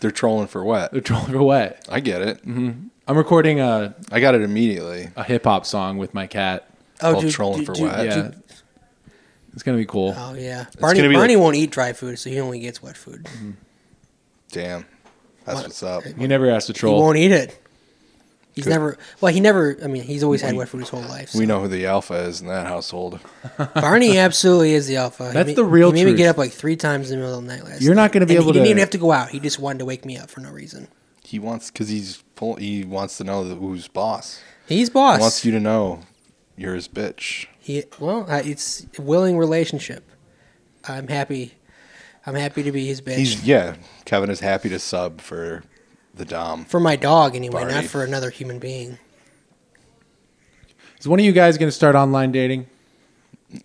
Speaker 3: They're trolling for wet.
Speaker 1: They're trolling for wet.
Speaker 3: I get it.
Speaker 1: Mm-hmm. I'm recording a,
Speaker 3: I got it immediately.
Speaker 1: a hip hop song with my cat.
Speaker 2: oh,
Speaker 3: called trolling for wet.
Speaker 1: Yeah,
Speaker 2: dude.
Speaker 1: it's gonna be cool.
Speaker 2: Oh yeah, Barney.
Speaker 3: gonna be
Speaker 2: Barney
Speaker 3: like-
Speaker 2: won't eat dry food, so he only gets wet food.
Speaker 1: Mm-hmm.
Speaker 3: Damn. That's what's up.
Speaker 1: You never asked to
Speaker 2: He
Speaker 1: troll.
Speaker 2: won't eat it. He's never. Well, he never. I mean, he's always had wet food his whole life. so.
Speaker 3: We know who the alpha is in that household.
Speaker 2: Barney absolutely is the alpha. He
Speaker 1: That's
Speaker 2: ma-
Speaker 1: the real
Speaker 2: He made me
Speaker 1: truth.
Speaker 2: get up like three times in the middle of the night last.
Speaker 1: You're not
Speaker 2: night.
Speaker 1: gonna be
Speaker 2: And
Speaker 1: able
Speaker 2: He didn't
Speaker 1: to-
Speaker 2: even have to go out. He just wanted to wake me up for no reason.
Speaker 3: He wants because he's pull, he wants to know that who's boss.
Speaker 2: He's boss.
Speaker 3: Wants you to know you're his bitch.
Speaker 2: He, well, I, it's a willing relationship. I'm happy. I'm happy to be his bitch.
Speaker 3: He's yeah. Kevin is happy to sub for the Dom.
Speaker 2: for my dog, anyway, not
Speaker 3: Barney.
Speaker 2: for another human being. e-
Speaker 1: Is one of you guys going to start online dating?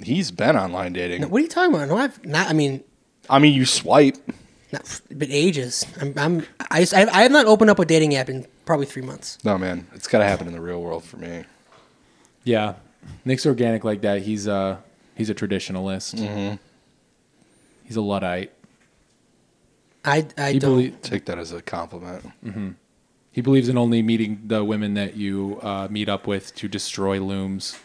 Speaker 3: He's been online dating.
Speaker 2: No, what are you talking about? No, I've not. I mean,
Speaker 3: I mean, you swipe.
Speaker 2: not, but ages. I'm. I'm I, just- I, I have not opened up a dating app in probably three months.
Speaker 3: No man, it's gotta happen in the real world for me.
Speaker 1: Yeah, Nick's organic like that. He's uh he's a traditionalist. He's a luddite.
Speaker 2: I I
Speaker 1: He
Speaker 2: don't.
Speaker 1: belie-
Speaker 3: Take that as a compliment.
Speaker 1: hmm He believes in only meeting the women that you uh, meet up with to destroy looms.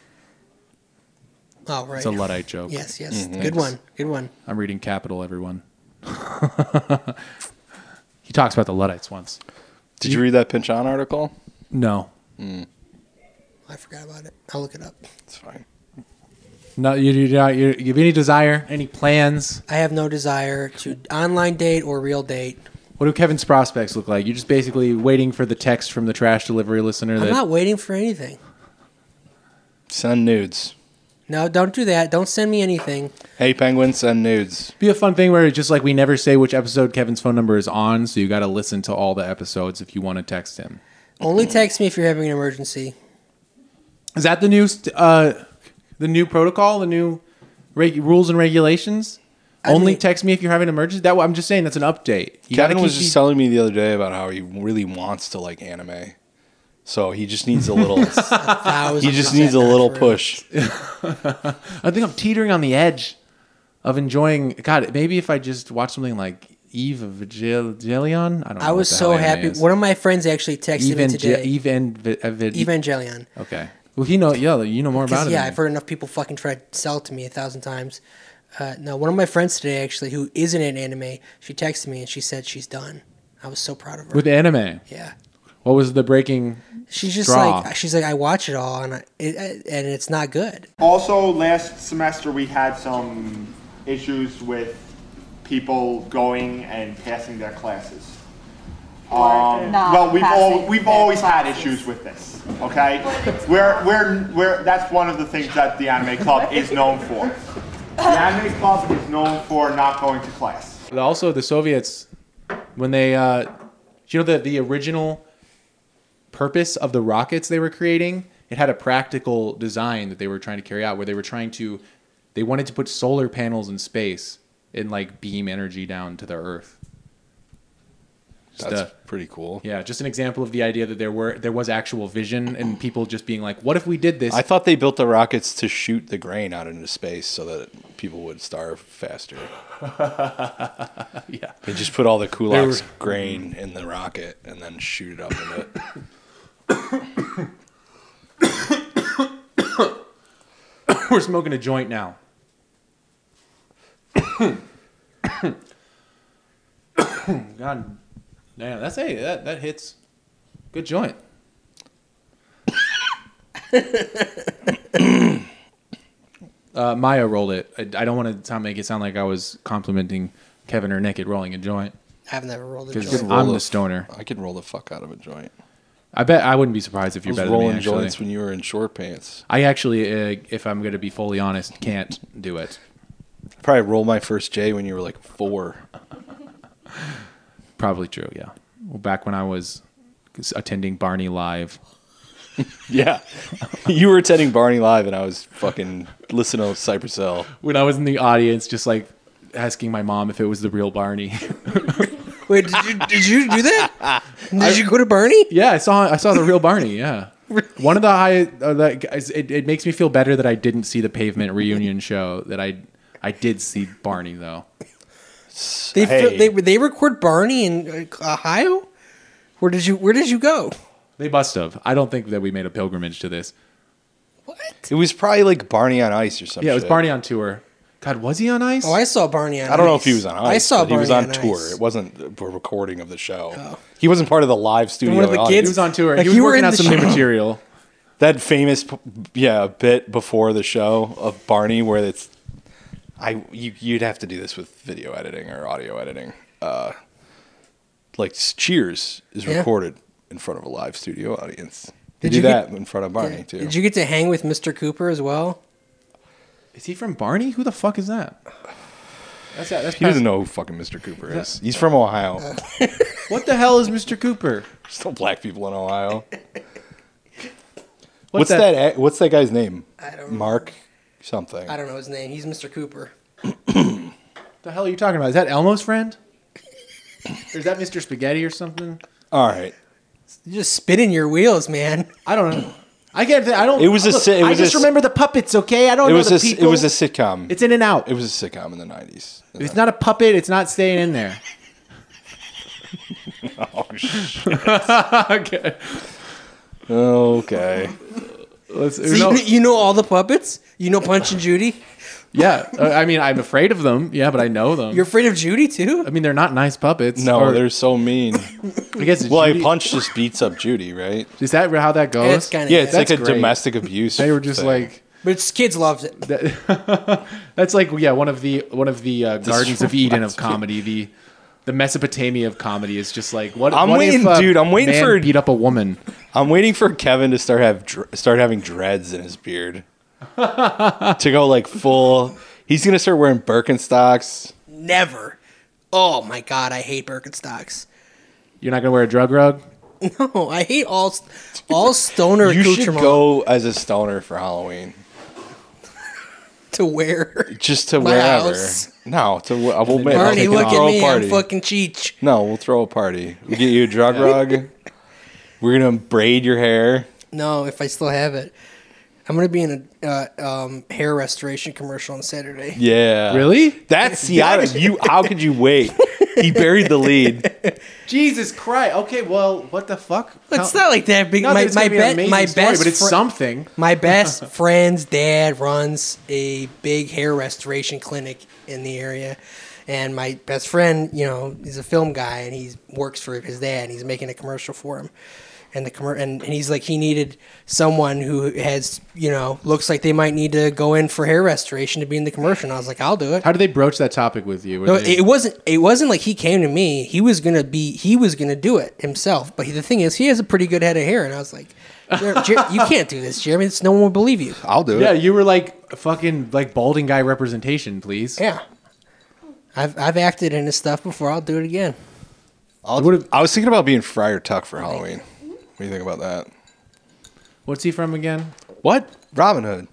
Speaker 2: oh right.
Speaker 1: It's a luddite joke.
Speaker 2: Yes, yes.
Speaker 3: Mm-hmm.
Speaker 2: Good one. Good one.
Speaker 1: I'm reading Capital, everyone. he talks about the luddites once.
Speaker 3: Did you read that Pinchon article?
Speaker 1: No,
Speaker 2: I forgot about it. I'll look it up.
Speaker 3: It's fine.
Speaker 1: no. You do not. You, you have any desire, any plans?
Speaker 2: I have no desire to online date or real date.
Speaker 1: What do Kevin's prospects look like? You're just basically waiting for the text from the trash delivery listener.
Speaker 2: I'm
Speaker 1: that
Speaker 2: not waiting for anything.
Speaker 3: Send nudes.
Speaker 2: No, don't do that. Don't send me anything.
Speaker 3: Hey penguin, send nudes.
Speaker 1: be a fun thing where it's just like we never say which episode Kevin's phone number is on, so you got to listen to all the episodes if you want to text him.
Speaker 2: Only text me if you're having an emergency.
Speaker 1: Is that the new st- uh, the new protocol, the new reg- rules and regulations? Only text me if you have an emergency. That I'm just saying that's an update. You gotta
Speaker 3: Kevin
Speaker 1: keep
Speaker 3: was just
Speaker 1: these-
Speaker 3: telling me the other day about how he really wants to like anime. So he just needs a little. he just needs a little push.
Speaker 1: I think I'm teetering on the edge of enjoying. God, maybe if I just watch something like Eve of Evangelion, I don't. know
Speaker 2: I
Speaker 1: what
Speaker 2: was
Speaker 1: the
Speaker 2: so
Speaker 1: hell anime
Speaker 2: happy.
Speaker 1: is.
Speaker 2: One of my friends actually texted me
Speaker 1: Evan-
Speaker 2: today.
Speaker 1: Evan- Evan-
Speaker 2: Evangelion.
Speaker 1: uh, Okay. Well, he know. Yeah, you know more
Speaker 2: 'Cause,
Speaker 1: about it.
Speaker 2: yeah,
Speaker 1: than me.
Speaker 2: I've heard enough people fucking try to sell it to me a thousand times. Uh, no, one of my friends today actually, who isn't in anime, she texted me and she said she's done. I was so proud of her.
Speaker 1: with anime.
Speaker 2: Yeah.
Speaker 1: What was the breaking?
Speaker 2: She's just
Speaker 1: straw?
Speaker 2: like she's like I watch it all and I, it, and it's not good.
Speaker 12: Also, last semester we had some issues with people going and passing their classes. Um,
Speaker 13: not
Speaker 12: well, we've all,
Speaker 13: passing
Speaker 12: we've
Speaker 13: their
Speaker 12: always had issues with this. Okay, we're, we're, we're, that's one of the things that the anime club is known for. The anime club is known for not going to class.
Speaker 1: Also, the Soviets, when they, uh, do you know, the the original purpose of the rockets they were creating, it had a practical design that they were trying to carry out, where they were trying to, they wanted to put solar panels in space and like beam energy down to the Earth.
Speaker 3: That's pretty cool.
Speaker 1: Yeah, just an example of the idea that there were there was actual vision and people just being like, "What if we did this?"
Speaker 3: I thought they built the rockets to shoot the grain out into space so that people would starve faster.
Speaker 1: yeah.
Speaker 3: They just put all the Kulak's
Speaker 1: They were-
Speaker 3: grain in the rocket and then shoot it up into
Speaker 1: we're smoking a joint now. God damn, that's hey, that that hits. Good joint. uh, Maya rolled it. I, I don't want to sound, make it sound like I was complimenting Kevin or Nick at rolling a joint.
Speaker 2: I've never rolled a
Speaker 1: 'Cause
Speaker 2: joint.
Speaker 1: I'm the stoner.
Speaker 3: I can roll the fuck out of a joint.
Speaker 1: I bet I wouldn't be surprised if
Speaker 3: I
Speaker 1: you're
Speaker 3: was
Speaker 1: better than me.
Speaker 3: rolling
Speaker 1: Actually,
Speaker 3: joints when you were in short pants.
Speaker 1: I actually, uh, if I'm going to be fully honest, can't do it.
Speaker 3: I probably rolled my first J when you were like four.
Speaker 1: Probably true. Yeah. Well, back when I was attending Barney Live.
Speaker 3: Yeah. you were attending Barney Live and I was fucking listening to Cypress Hill.
Speaker 1: When I was in the audience, just like asking my mom if it was the real Barney.
Speaker 2: Wait, did you did you do that? Did
Speaker 1: I-
Speaker 2: you go to Barney?
Speaker 1: yeah, I saw I saw the real Barney. Yeah. One of the high, uh, that guys, it, it makes me feel better that I didn't see the Pavement reunion show. That I I did see Barney though.
Speaker 2: They
Speaker 1: Hey.
Speaker 2: fil- they they record Barney in uh, Ohio. Where did you Where did you go?
Speaker 1: They must have. I don't think that we made a pilgrimage to this.
Speaker 3: It was probably like Barney on Ice or something.
Speaker 1: yeah, it was Barney on tour. God, was he on ice?
Speaker 2: Oh, I saw Barney on.
Speaker 3: I don't know
Speaker 2: Ice.
Speaker 3: if he was on ice.
Speaker 2: I saw
Speaker 3: but
Speaker 2: Barney
Speaker 3: he was on,
Speaker 2: on
Speaker 3: tour.
Speaker 2: Ice. Oh.
Speaker 3: It wasn't a recording of the show. He wasn't part of the live studio.
Speaker 1: one of the
Speaker 3: audience.
Speaker 1: kids- He was on tour. Like, He was you were working in out the some new show. material.
Speaker 3: That famous, p- yeah, bit before the show of Barney, where it's, I you, you'd have to do this with video editing or audio editing. Uh, like Cheers is
Speaker 2: Yeah.
Speaker 3: recorded in front of a live studio audience. They
Speaker 2: Did
Speaker 3: do
Speaker 2: you
Speaker 3: that
Speaker 2: get-
Speaker 3: in front of Barney too.
Speaker 2: Did you get to hang with Mr. Cooper as well?
Speaker 1: Is he from Barney? Who the fuck is that? That's, that's
Speaker 3: he doesn't know who fucking Mr. Cooper
Speaker 1: Is
Speaker 3: is. He's from Ohio.
Speaker 2: Uh.
Speaker 1: what the hell is Mr. Cooper?
Speaker 3: There's no black people in Ohio.
Speaker 1: What's
Speaker 3: What's,
Speaker 1: that-
Speaker 3: that? a- What's that guy's name?
Speaker 2: I don't
Speaker 3: Mark something.
Speaker 2: I don't know his name. He's Mr. Cooper.
Speaker 1: the hell are you talking about? Is that Elmo's friend? or is that Mr. Spaghetti or something?
Speaker 3: All right.
Speaker 2: You're just spinning your wheels, man.
Speaker 1: I don't know. I can't. Th- I don't.
Speaker 3: It was a
Speaker 1: look,
Speaker 3: si- it
Speaker 1: I
Speaker 3: was
Speaker 1: just
Speaker 3: a s-
Speaker 1: remember the puppets. Okay, I don't
Speaker 3: It
Speaker 1: know
Speaker 3: was
Speaker 1: the
Speaker 3: a s- it
Speaker 1: people.
Speaker 3: was a sitcom.
Speaker 1: It's in and out.
Speaker 3: It was a sitcom in the nineties.
Speaker 1: If it's not a puppet. It's not staying in there.
Speaker 3: oh shit.
Speaker 1: okay.
Speaker 3: Okay.
Speaker 1: Let's,
Speaker 2: So you, kn- you know all the puppets? You know Punch and Judy?
Speaker 1: yeah, uh, I mean, I'm afraid of them. Yeah, but I know them.
Speaker 2: You're afraid of Judy too?
Speaker 1: I mean, they're not nice puppets.
Speaker 3: No,
Speaker 1: Or-
Speaker 3: they're so mean.
Speaker 1: I guess it's
Speaker 3: well,
Speaker 1: Judy-
Speaker 3: a punch just beats up Judy, right?
Speaker 1: Is that how that goes?
Speaker 2: That's kinda
Speaker 3: yeah, it's
Speaker 1: That's
Speaker 3: like a
Speaker 1: great.
Speaker 3: domestic abuse.
Speaker 1: They were just
Speaker 3: thing.
Speaker 1: like
Speaker 2: But it's, kids loved it.
Speaker 1: that, that's like yeah, one of the one of the uh, gardens of Eden of
Speaker 3: reminds me-
Speaker 1: comedy. The the Mesopotamia of comedy is just like what
Speaker 3: I'm
Speaker 1: what if
Speaker 3: waiting,
Speaker 1: a
Speaker 3: dude. I'm waiting
Speaker 1: man
Speaker 3: for-
Speaker 1: beat up a woman.
Speaker 3: I'm waiting for Kevin to start have dr- start having dreads in his beard. to go like full. He's gonna start wearing Birkenstocks.
Speaker 2: Never. Oh my god, I hate Birkenstocks.
Speaker 1: You're not gonna wear a drug rug.
Speaker 2: No, I hate all all stoner
Speaker 3: You should
Speaker 2: accoutrements
Speaker 3: go as a stoner for Halloween,
Speaker 2: to wear.
Speaker 3: just to
Speaker 2: My
Speaker 3: wherever.
Speaker 2: house.
Speaker 3: No, to wh- we'll make
Speaker 2: Barney,
Speaker 3: we'll
Speaker 2: look at
Speaker 3: throw a
Speaker 2: me.
Speaker 3: party.
Speaker 2: I'm fucking Cheech.
Speaker 3: no, we'll throw a party. We get you a drug rug. We're gonna braid your hair.
Speaker 2: No, if I still have it. I'm gonna be in a uh, um, hair restoration commercial on Saturday.
Speaker 3: Yeah,
Speaker 1: Really?
Speaker 3: That's the I don't- you. How could you wait? He buried the lead.
Speaker 1: Jesus Christ. Okay, well, what the fuck?
Speaker 2: It's not like that big.
Speaker 1: Not that
Speaker 2: my
Speaker 1: it's
Speaker 2: my,
Speaker 1: gonna be an
Speaker 2: be-
Speaker 1: amazing
Speaker 2: my
Speaker 1: story,
Speaker 2: best,
Speaker 1: but it's
Speaker 2: fri-
Speaker 1: something.
Speaker 2: My best friend's dad runs a big hair restoration clinic in the area, and my best friend, you know, he's a film guy and he works for his dad, and he's making a commercial for him. And the commer- and, and he's like he needed someone who has you know looks like they might need to go in for hair restoration to be in the commercial. And I was like, I'll do it.
Speaker 1: How did they broach that topic with you? Were
Speaker 2: No,
Speaker 1: they-
Speaker 2: it wasn't. It wasn't like he came to me. He was gonna be. He was gonna do it himself. But he, the thing is, he has a pretty good head of hair, and I was like, "Jer- Jer- "You can't do this, Jeremy. It's, no one will believe you."
Speaker 3: I'll do
Speaker 1: yeah,
Speaker 3: it.
Speaker 1: you were like fucking like balding guy representation, please.
Speaker 2: Yeah, I've I've acted in his stuff before. I'll do it again.
Speaker 3: I'll, I was thinking about being Friar Tuck for Halloween. What do you think about that?
Speaker 1: What's he from again?
Speaker 3: What? Robin Hood.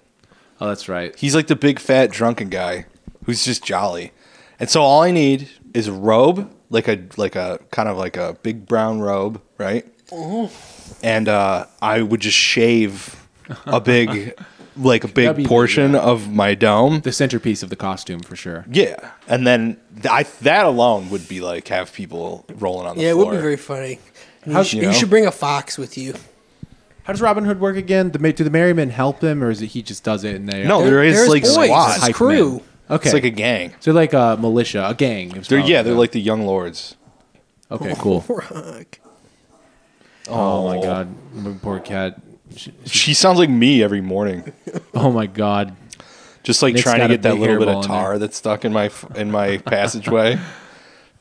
Speaker 1: Oh, that's right.
Speaker 3: He's like the big fat drunken guy who's just jolly. And so all I need is a robe, like a like a kind of like a big brown robe, right? And uh, I would just shave a big like a
Speaker 1: That'd be
Speaker 3: big
Speaker 1: neat,
Speaker 3: portion of my dome.
Speaker 1: The centerpiece of the costume for sure.
Speaker 3: Yeah. And then th- I, that alone would be like have people rolling on the
Speaker 2: Yeah, it
Speaker 3: floor.
Speaker 2: would be very funny. And You,
Speaker 3: How's-
Speaker 2: sh-
Speaker 3: you
Speaker 2: you
Speaker 3: know?
Speaker 2: should bring a fox with you.
Speaker 1: How does Robin Hood work again? The, ma- do the merrymen help him, or is it he just does it? And they
Speaker 3: No, Oh, there is
Speaker 2: There's
Speaker 3: like
Speaker 2: boys,
Speaker 3: squad.
Speaker 2: it's crew.
Speaker 1: Okay, Oh,
Speaker 3: It's like a gang.
Speaker 1: so like a militia, a gang. is
Speaker 3: They're
Speaker 1: probably
Speaker 3: yeah, they're
Speaker 1: the-
Speaker 3: like the young lords.
Speaker 1: okay, cool.
Speaker 2: Rock.
Speaker 1: Oh, my god, my poor cat. She-
Speaker 3: She sounds like me every morning,
Speaker 1: oh my god,
Speaker 3: just like
Speaker 1: Nick's
Speaker 3: trying
Speaker 1: got
Speaker 3: to
Speaker 1: a
Speaker 3: get that
Speaker 1: big
Speaker 3: little bit
Speaker 1: hairball
Speaker 3: of
Speaker 1: in
Speaker 3: tar
Speaker 1: there.
Speaker 3: that's stuck in my in my passageway.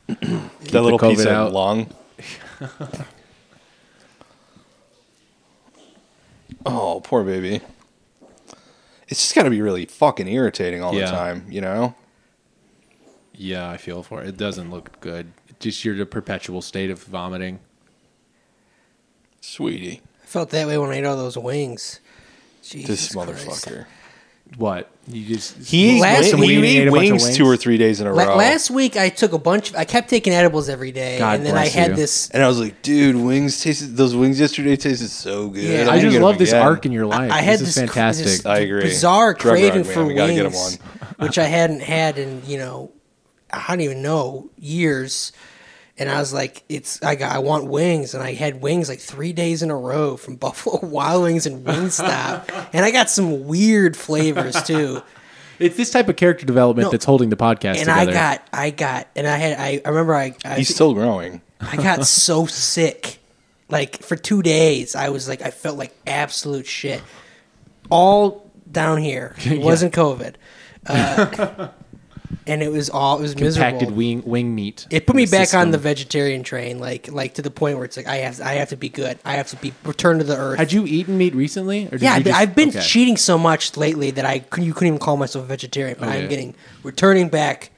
Speaker 3: that little
Speaker 1: the
Speaker 3: piece
Speaker 1: COVID
Speaker 3: of
Speaker 1: out.
Speaker 3: lung. oh, poor baby. It's just got to be really fucking irritating all
Speaker 1: Yeah.
Speaker 3: the time, you know.
Speaker 1: yeah, I feel for it. It doesn't look good. Just you're in a perpetual state of vomiting.
Speaker 3: Sweetie,
Speaker 2: I felt that way when I ate all those wings. Jesus
Speaker 3: this
Speaker 2: Christ.
Speaker 3: motherfucker.
Speaker 1: What you just
Speaker 3: He
Speaker 2: Last
Speaker 3: ate,
Speaker 2: week-
Speaker 3: wing- he
Speaker 1: he ate
Speaker 3: ate
Speaker 1: a bunch of
Speaker 3: wings, two or
Speaker 1: wings.
Speaker 3: three days in a
Speaker 2: La-
Speaker 3: row.
Speaker 2: last week I took a bunch. Of, I kept taking edibles every day,
Speaker 1: God
Speaker 2: and then I
Speaker 1: bless
Speaker 2: had
Speaker 1: you.
Speaker 2: this.
Speaker 3: And I was like, dude, wings tasted those wings yesterday tasted so good. I'm
Speaker 2: Yeah.
Speaker 1: I
Speaker 3: gonna
Speaker 1: just
Speaker 3: get 'em
Speaker 1: love this
Speaker 3: again."
Speaker 1: arc in your life.
Speaker 2: I
Speaker 1: this
Speaker 2: had
Speaker 1: is
Speaker 2: this cr-
Speaker 1: fantastic.
Speaker 2: this
Speaker 3: I agree.
Speaker 2: bizarre
Speaker 3: Drug rug,
Speaker 2: craving
Speaker 3: man.
Speaker 2: for
Speaker 3: We gotta get 'em
Speaker 2: wings, which I hadn't had in you know, I don't even know years. And I was like, it's I got I want wings, and I had wings like three days in a row from Buffalo Wild Wings and Wingstop, and I got some weird flavors too.
Speaker 1: It's this type of character development
Speaker 2: No.
Speaker 1: that's holding the podcast
Speaker 2: And
Speaker 1: together.
Speaker 2: I got I got and I had I, I remember I, I
Speaker 3: He's still growing.
Speaker 2: I got so sick. Like for two days, I was like, I felt like absolute shit. All down here. It wasn't COVID. Uh, and it was all it was
Speaker 1: Compacted
Speaker 2: miserable.
Speaker 1: wing wing meat.
Speaker 2: It put me
Speaker 1: in
Speaker 2: back on
Speaker 1: system.
Speaker 2: the vegetarian train, like like to the point where it's like I have I have to be good. I have to be returned to the earth.
Speaker 1: Had you eaten meat recently? Or did
Speaker 2: yeah,
Speaker 1: you
Speaker 2: but
Speaker 1: just-
Speaker 2: I've been
Speaker 1: okay.
Speaker 2: cheating so much lately that I couldn't, you couldn't even call myself a vegetarian. But
Speaker 1: Oh,
Speaker 2: I'm
Speaker 1: yeah.
Speaker 2: getting returning back.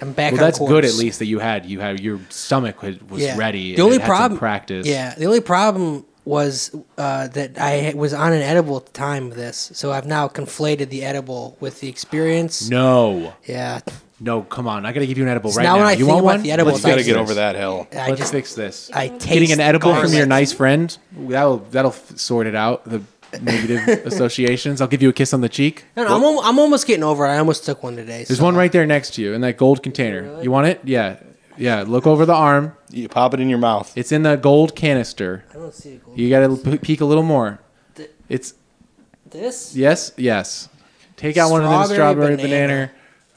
Speaker 2: I'm back.
Speaker 1: Well,
Speaker 2: on
Speaker 1: that's good. At
Speaker 2: course.
Speaker 1: least that you had you had your stomach was, was ready.
Speaker 2: The
Speaker 1: and
Speaker 2: only
Speaker 1: it had some
Speaker 2: problem
Speaker 1: practice.
Speaker 2: Yeah, the only problem was uh, that I was on an edible at the time of this, so I've now conflated the edible with the experience.
Speaker 1: No.
Speaker 2: Yeah.
Speaker 1: No, come on. I gotta give you an edible
Speaker 2: So
Speaker 1: right
Speaker 2: now
Speaker 1: now.
Speaker 2: when I
Speaker 1: you
Speaker 2: think
Speaker 1: want
Speaker 2: about
Speaker 1: one?
Speaker 2: the edible, it's
Speaker 1: gotta
Speaker 2: like- I
Speaker 1: Let's
Speaker 2: just-
Speaker 1: fix this.
Speaker 2: I
Speaker 1: Getting
Speaker 2: taste
Speaker 1: an edible from your
Speaker 2: garlic.
Speaker 1: nice friend that'll that'll f- sort it out. The negative associations. I'll give you a kiss on the cheek.
Speaker 2: No, no, I'm, al- I'm almost getting over it. I almost took one today.
Speaker 1: There's one right there next to you in that gold container. You want it? Yeah. Yeah. Look over the arm. You pop it in your mouth. It's in the gold canister.
Speaker 2: I don't see a gold
Speaker 1: You got to p- peek a little more.
Speaker 2: Th-
Speaker 1: It's
Speaker 2: This?
Speaker 1: yes, yes. Take out one of them
Speaker 2: Strawberry
Speaker 1: strawberry banana.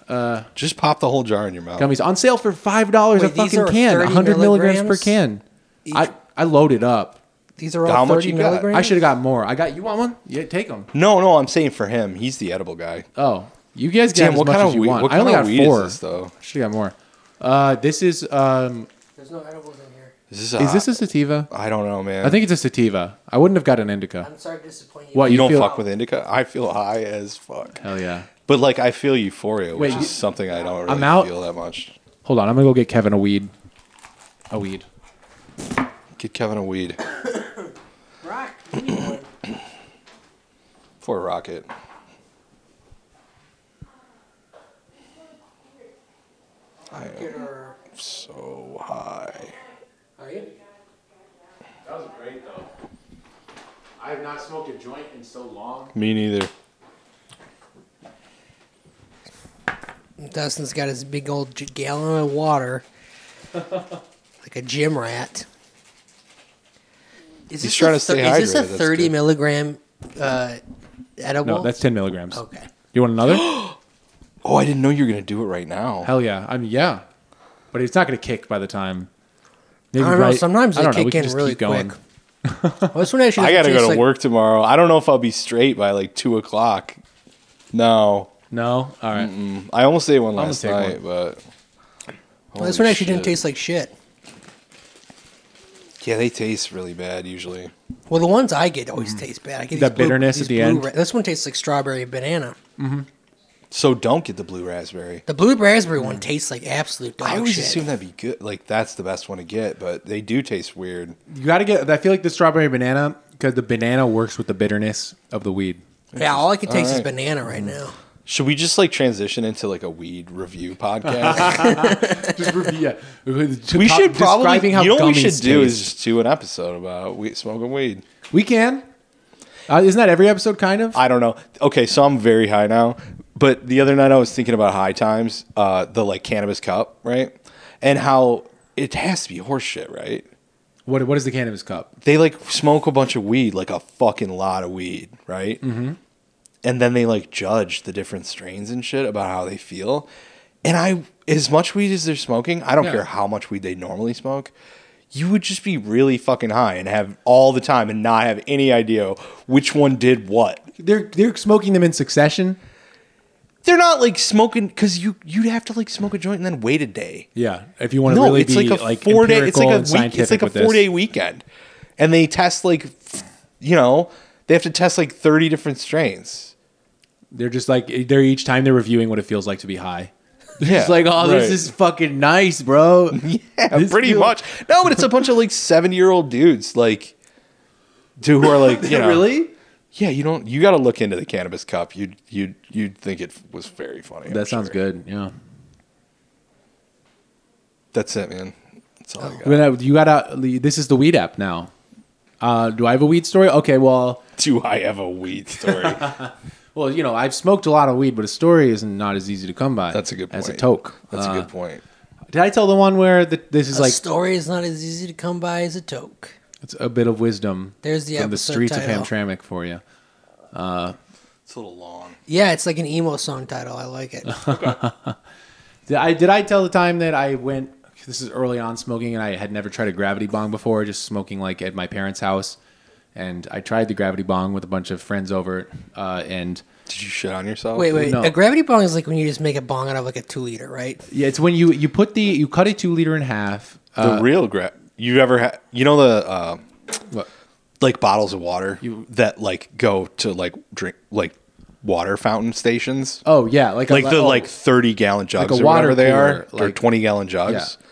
Speaker 1: Uh,
Speaker 3: Just pop the whole jar in your mouth.
Speaker 1: gummies on sale for five dollars a
Speaker 2: Wait, these
Speaker 1: fucking
Speaker 2: are
Speaker 1: can,
Speaker 2: 30
Speaker 1: hundred milligrams per
Speaker 2: milligrams?
Speaker 1: can. I I loaded up.
Speaker 2: These are all How much 30 you got? milligrams?
Speaker 1: I should have got more. I got you want one? Yeah, take them.
Speaker 3: No, no, I'm saying for him, he's the edible guy.
Speaker 1: Oh, you guys get
Speaker 3: Damn,
Speaker 1: as
Speaker 3: what
Speaker 1: much
Speaker 3: kind
Speaker 1: as
Speaker 3: of
Speaker 1: you
Speaker 3: weed-
Speaker 1: want.
Speaker 3: what
Speaker 1: I only
Speaker 3: kind
Speaker 1: got
Speaker 3: of weed is
Speaker 1: four.
Speaker 3: this, though?
Speaker 1: should have got more. Uh, this is um.
Speaker 2: There's no edibles in here.
Speaker 1: Is this, a,
Speaker 3: Ah.
Speaker 1: sativa?
Speaker 3: I don't know, man.
Speaker 1: I think it's a sativa. I wouldn't have got an indica.
Speaker 2: I'm sorry to disappoint you.
Speaker 1: What
Speaker 3: you,
Speaker 1: you
Speaker 3: don't
Speaker 1: feel-
Speaker 3: fuck with indica. I feel high as fuck.
Speaker 1: Hell yeah.
Speaker 3: But like, I feel euphoria, which
Speaker 1: Wait, you-
Speaker 3: is something I don't really
Speaker 1: I'm out.
Speaker 3: feel that much.
Speaker 1: Hold on, I'm gonna go get Kevin a weed. A weed.
Speaker 3: Get Kevin a weed.
Speaker 2: Rock.
Speaker 3: For Rocket. I am so high.
Speaker 2: Are you?
Speaker 1: That was great though. I have not smoked a joint in so long.
Speaker 3: Me neither.
Speaker 2: Dustin's got his big old j- gallon of water, like a gym rat. Is
Speaker 3: He's trying
Speaker 2: a
Speaker 3: to stay
Speaker 2: thir- Is
Speaker 3: hydrated,
Speaker 2: this a
Speaker 3: that's
Speaker 2: thirty
Speaker 3: good.
Speaker 2: milligram uh, edible?
Speaker 1: No, that's ten milligrams.
Speaker 2: Okay.
Speaker 1: You want another?
Speaker 3: oh, I didn't know you were gonna do it right now.
Speaker 1: Hell yeah. I mean yeah. But it's not gonna kick by the time.
Speaker 2: I don't know, sometimes
Speaker 1: I
Speaker 2: they
Speaker 1: don't know,
Speaker 2: kick
Speaker 1: we can
Speaker 2: in
Speaker 1: just
Speaker 2: really
Speaker 1: keep going.
Speaker 2: quick. I was wondering if she
Speaker 3: I
Speaker 2: doesn't
Speaker 3: gotta go
Speaker 2: taste
Speaker 3: to
Speaker 2: like-
Speaker 3: work tomorrow. I don't know if I'll be straight by like two o'clock. No.
Speaker 1: No. All right.
Speaker 3: I almost ate one
Speaker 1: I'm gonna
Speaker 3: last
Speaker 1: take
Speaker 3: night, but
Speaker 2: Well, this
Speaker 3: Holy
Speaker 2: one actually didn't
Speaker 3: shit.
Speaker 2: taste like shit.
Speaker 3: Yeah, they taste really bad usually.
Speaker 2: Well, the ones I get always taste bad. I get
Speaker 3: The
Speaker 2: these blue-
Speaker 3: Mm. bitterness at
Speaker 2: these
Speaker 3: the
Speaker 2: blue
Speaker 3: end.
Speaker 2: ra- this one tastes like strawberry and banana.
Speaker 3: Mm-hmm. So don't get the blue raspberry.
Speaker 2: The blue raspberry one tastes like absolute
Speaker 1: Oh,
Speaker 2: dog
Speaker 3: Mm. I always
Speaker 2: shit.
Speaker 3: assume that'd be good. Like that's the best one to get, but they do taste weird.
Speaker 1: You gotta get I feel like the strawberry banana because the banana works with the bitterness of the weed.
Speaker 2: yeah, all I can
Speaker 3: All
Speaker 2: taste is
Speaker 3: right. Mm.
Speaker 2: banana right now.
Speaker 3: Should we just like transition into like a weed review podcast?
Speaker 1: Just review- yeah.
Speaker 3: we
Speaker 1: Top-
Speaker 3: should probably.
Speaker 1: describing how
Speaker 3: you know what we
Speaker 1: gummies
Speaker 3: should do is
Speaker 1: taste.
Speaker 3: just do an episode about we smoking weed.
Speaker 1: We can. Uh, isn't that every episode kind of?
Speaker 3: I don't know. Okay, so I'm very high now, but the other night I was thinking about high times, uh, the like cannabis cup, right, and how it has to be horse shit, right?
Speaker 1: What what is the cannabis cup?
Speaker 3: They like smoke a bunch of weed, like a fucking lot of weed, right?
Speaker 1: Mm-hmm.
Speaker 3: and then they like judge the different strains and shit about how they feel. And I, as much weed as they're smoking, I don't
Speaker 1: Yeah.
Speaker 3: care how much weed they normally smoke. You would just be really fucking high and have all the time and not have any idea which one did what.
Speaker 1: They're they're smoking them in succession.
Speaker 3: They're not like smoking because you you'd have to like smoke a joint and then wait a day.
Speaker 1: Yeah, if you want to really be like,
Speaker 3: four day. It's
Speaker 1: empirical
Speaker 3: like a
Speaker 1: and
Speaker 3: week, It's like
Speaker 1: scientific
Speaker 3: a
Speaker 1: with this.
Speaker 3: four day weekend, and they test like, you know, they have to test like thirty different strains.
Speaker 1: They're just like they're each time they're reviewing what it feels like to be high. They're
Speaker 3: Yeah,
Speaker 1: just like, oh, this
Speaker 3: right.
Speaker 1: is fucking nice, bro.
Speaker 3: Yeah, pretty much. No, but it's a bunch of like seventy year old dudes, like, dude, who are like, you know,
Speaker 1: Really?
Speaker 3: Yeah, you don't. You got to look into the cannabis cup. You'd you'd you'd think it was very funny.
Speaker 1: That sounds good. Yeah.
Speaker 3: That's it, man. That's all I got.
Speaker 1: When I- you gotta. This is the weed app now. Uh, do I have a weed story? Okay, well.
Speaker 3: Do I have a weed story?
Speaker 1: well, you know, I've smoked a lot of weed, but a story is not as easy to come by. That's a good As a
Speaker 3: point.
Speaker 1: toke.
Speaker 3: That's a
Speaker 1: Uh,
Speaker 3: good point.
Speaker 1: Did I tell the one where the, this is
Speaker 2: a
Speaker 1: like
Speaker 2: story is not as easy to come by as a toke.
Speaker 1: It's a bit of wisdom
Speaker 2: There's the
Speaker 1: from the
Speaker 2: episode
Speaker 1: streets
Speaker 2: title.
Speaker 1: of Hamtramck for you. Uh,
Speaker 3: it's a little long.
Speaker 2: Yeah, it's like an emo song title. I like it.
Speaker 1: did I did I tell the time that I went? This is early on smoking, and I had never tried a gravity bong before. Just smoking like at my parents' house, and I tried the gravity bong with a bunch of friends over, uh, and
Speaker 3: Did you shit on yourself?
Speaker 2: Wait, wait.
Speaker 1: No.
Speaker 2: A gravity bong is like when you just make a bong out of like a two liter, right?
Speaker 1: Yeah, it's when you you put the you cut a two liter in half.
Speaker 3: The real gra- you ever had? You know the uh, like bottles of water that like go to like drink like water fountain stations.
Speaker 1: Oh, yeah, like a
Speaker 3: like
Speaker 1: le-
Speaker 3: the
Speaker 1: oh.
Speaker 3: like thirty gallon jugs
Speaker 1: Like a
Speaker 3: or whatever
Speaker 1: water
Speaker 3: they are,
Speaker 1: cooler,
Speaker 3: or
Speaker 1: like-
Speaker 3: twenty gallon jugs. The-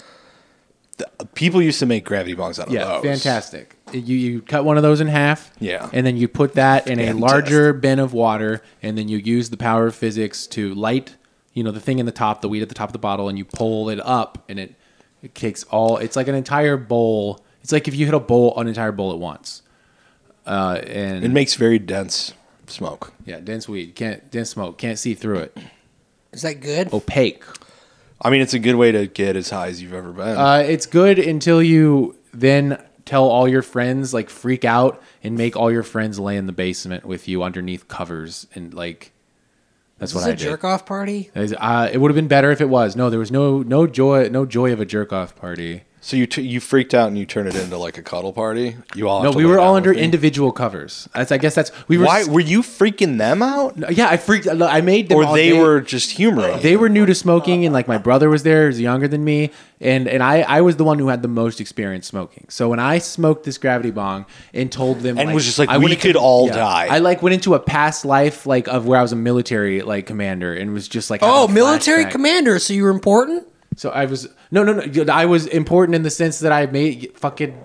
Speaker 3: uh, people used to make gravity bongs out of
Speaker 1: Yeah,
Speaker 3: those.
Speaker 1: fantastic. You you cut one of those in half.
Speaker 3: Yeah.
Speaker 1: And then you put that in a
Speaker 3: Fantastic.
Speaker 1: larger bin of water, and then you use the power of physics to light, you know, the thing in the top, the weed at the top of the bottle, and you pull it up, and it it takes all. It's like an entire bowl. It's like if you hit a bowl, an entire bowl at once. Uh, and
Speaker 3: It makes very dense smoke.
Speaker 1: yeah, dense weed can't dense smoke can't see through it.
Speaker 2: Is that good?
Speaker 1: Opaque.
Speaker 3: I mean, it's a good way to get as high as you've ever been.
Speaker 1: Uh, it's good until you then tell all your friends, like freak out and make all your friends lay in the basement with you underneath covers and like. That's
Speaker 2: Is this
Speaker 1: what I
Speaker 2: a
Speaker 1: did.
Speaker 2: jerk off party?
Speaker 1: Is- uh, it would have been better if it was. No, there was no no joy no joy of a jerk off party.
Speaker 3: so you t- you freaked out and you turned it into like a cuddle party. You all
Speaker 1: No,
Speaker 3: have to
Speaker 1: we
Speaker 3: lay
Speaker 1: were
Speaker 3: down
Speaker 1: all
Speaker 3: with
Speaker 1: under
Speaker 3: me?
Speaker 1: individual covers. That's I guess that's we were.
Speaker 3: Why were you freaking them out?
Speaker 1: Yeah, I freaked. I made them.
Speaker 3: Or
Speaker 1: all
Speaker 3: they
Speaker 1: day-
Speaker 3: were just humorous.
Speaker 1: They were new to smoking, and like my brother was there, he was younger than me, and and I I was the one who had the most experience smoking. So when I smoked this gravity bong and told them,
Speaker 3: And was just like,
Speaker 1: I
Speaker 3: "We
Speaker 1: went
Speaker 3: could all die.
Speaker 1: I like went into a past life like of where I was a military like commander and was just like,
Speaker 2: Oh,
Speaker 1: having a
Speaker 2: military
Speaker 1: flashback.
Speaker 2: commander. So you were important.
Speaker 1: So I was no no no. I was important in the sense that I made fucking.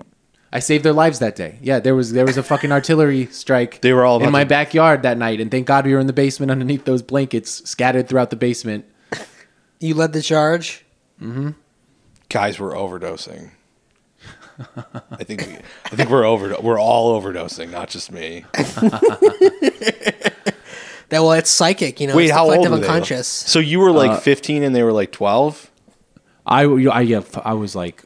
Speaker 1: I saved their lives that day. Yeah, there was there was a fucking artillery strike. They were all
Speaker 3: about
Speaker 1: in my
Speaker 3: to-
Speaker 1: backyard that night, and thank God we were in the basement underneath those blankets scattered throughout the basement.
Speaker 2: You led the charge.
Speaker 1: Mm-hmm.
Speaker 3: Guys were overdosing. I think we, I think we're over. We're all overdosing, not just me.
Speaker 2: That well, it's psychic. You know,
Speaker 3: Wait,
Speaker 2: it's the
Speaker 3: how old
Speaker 2: collective
Speaker 3: were they?
Speaker 2: unconscious.
Speaker 3: So you were like
Speaker 1: Uh,
Speaker 3: 15 and they were like 12.
Speaker 1: I I yeah I was like,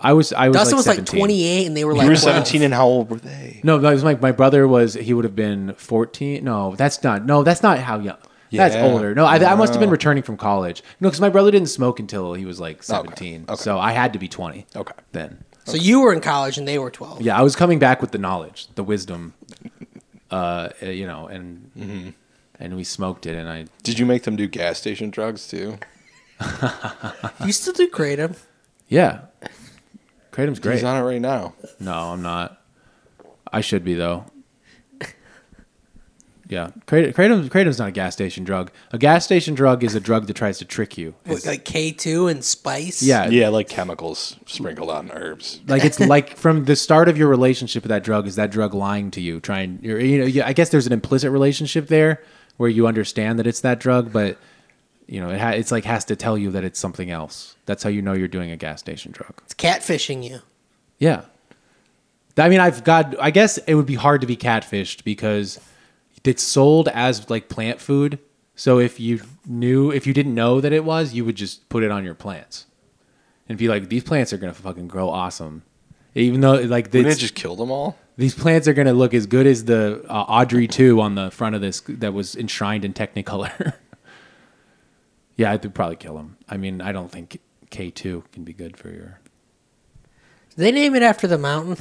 Speaker 1: I was I was
Speaker 2: Dustin
Speaker 1: like
Speaker 2: was
Speaker 1: 17.
Speaker 2: like 28, and they were
Speaker 3: You
Speaker 2: like
Speaker 3: were
Speaker 2: 12.
Speaker 3: 17 and how old were they?
Speaker 1: No, that was my my brother was he would have been fourteen. No, that's not. No, that's not how young.
Speaker 3: Yeah.
Speaker 1: that's older. No, I, I must have been
Speaker 3: No.
Speaker 1: returning from college. No, because my brother didn't smoke until he was like seventeen. So I had to be twenty. Okay. Then.
Speaker 2: So you were in college, and they were 12.
Speaker 1: Yeah, I was coming back with the knowledge, the wisdom, uh, you know, and and we smoked it, and I
Speaker 3: Did you make them do gas station drugs too?
Speaker 2: You still do kratom.
Speaker 1: yeah, kratom's great.
Speaker 3: He's on it right now.
Speaker 1: No, I'm not. I should be though. Yeah, Krat- kratom kratom's not a gas station drug. A gas station drug is a drug that tries to trick you.
Speaker 2: What, like K two and spice.
Speaker 1: Yeah.
Speaker 3: yeah, like chemicals sprinkled on herbs.
Speaker 1: Like it's like from the start of your relationship with that drug is that drug lying to you, trying. You're, you know, yeah, I guess there's an implicit relationship there where you understand that it's that drug, but you know, it ha- it's like has to tell you that it's something else. That's how you know you're doing a gas station drug.
Speaker 2: it's catfishing you.
Speaker 1: Yeah. I mean, I've got, I guess it would be hard to be catfished because it's sold as like plant food. So if you knew, if you didn't know that it was, you would just put it on your plants and be like, these plants are going to fucking grow awesome. Even though, like,
Speaker 3: Didn't it
Speaker 1: it's-
Speaker 3: just kill them all?
Speaker 1: these plants are going to look as good as the uh, Audrey 2 on the front of this that was enshrined in Technicolor. yeah, I'd probably kill them. I mean, I don't think K2 can be good for your
Speaker 2: Did they name it after the mountain?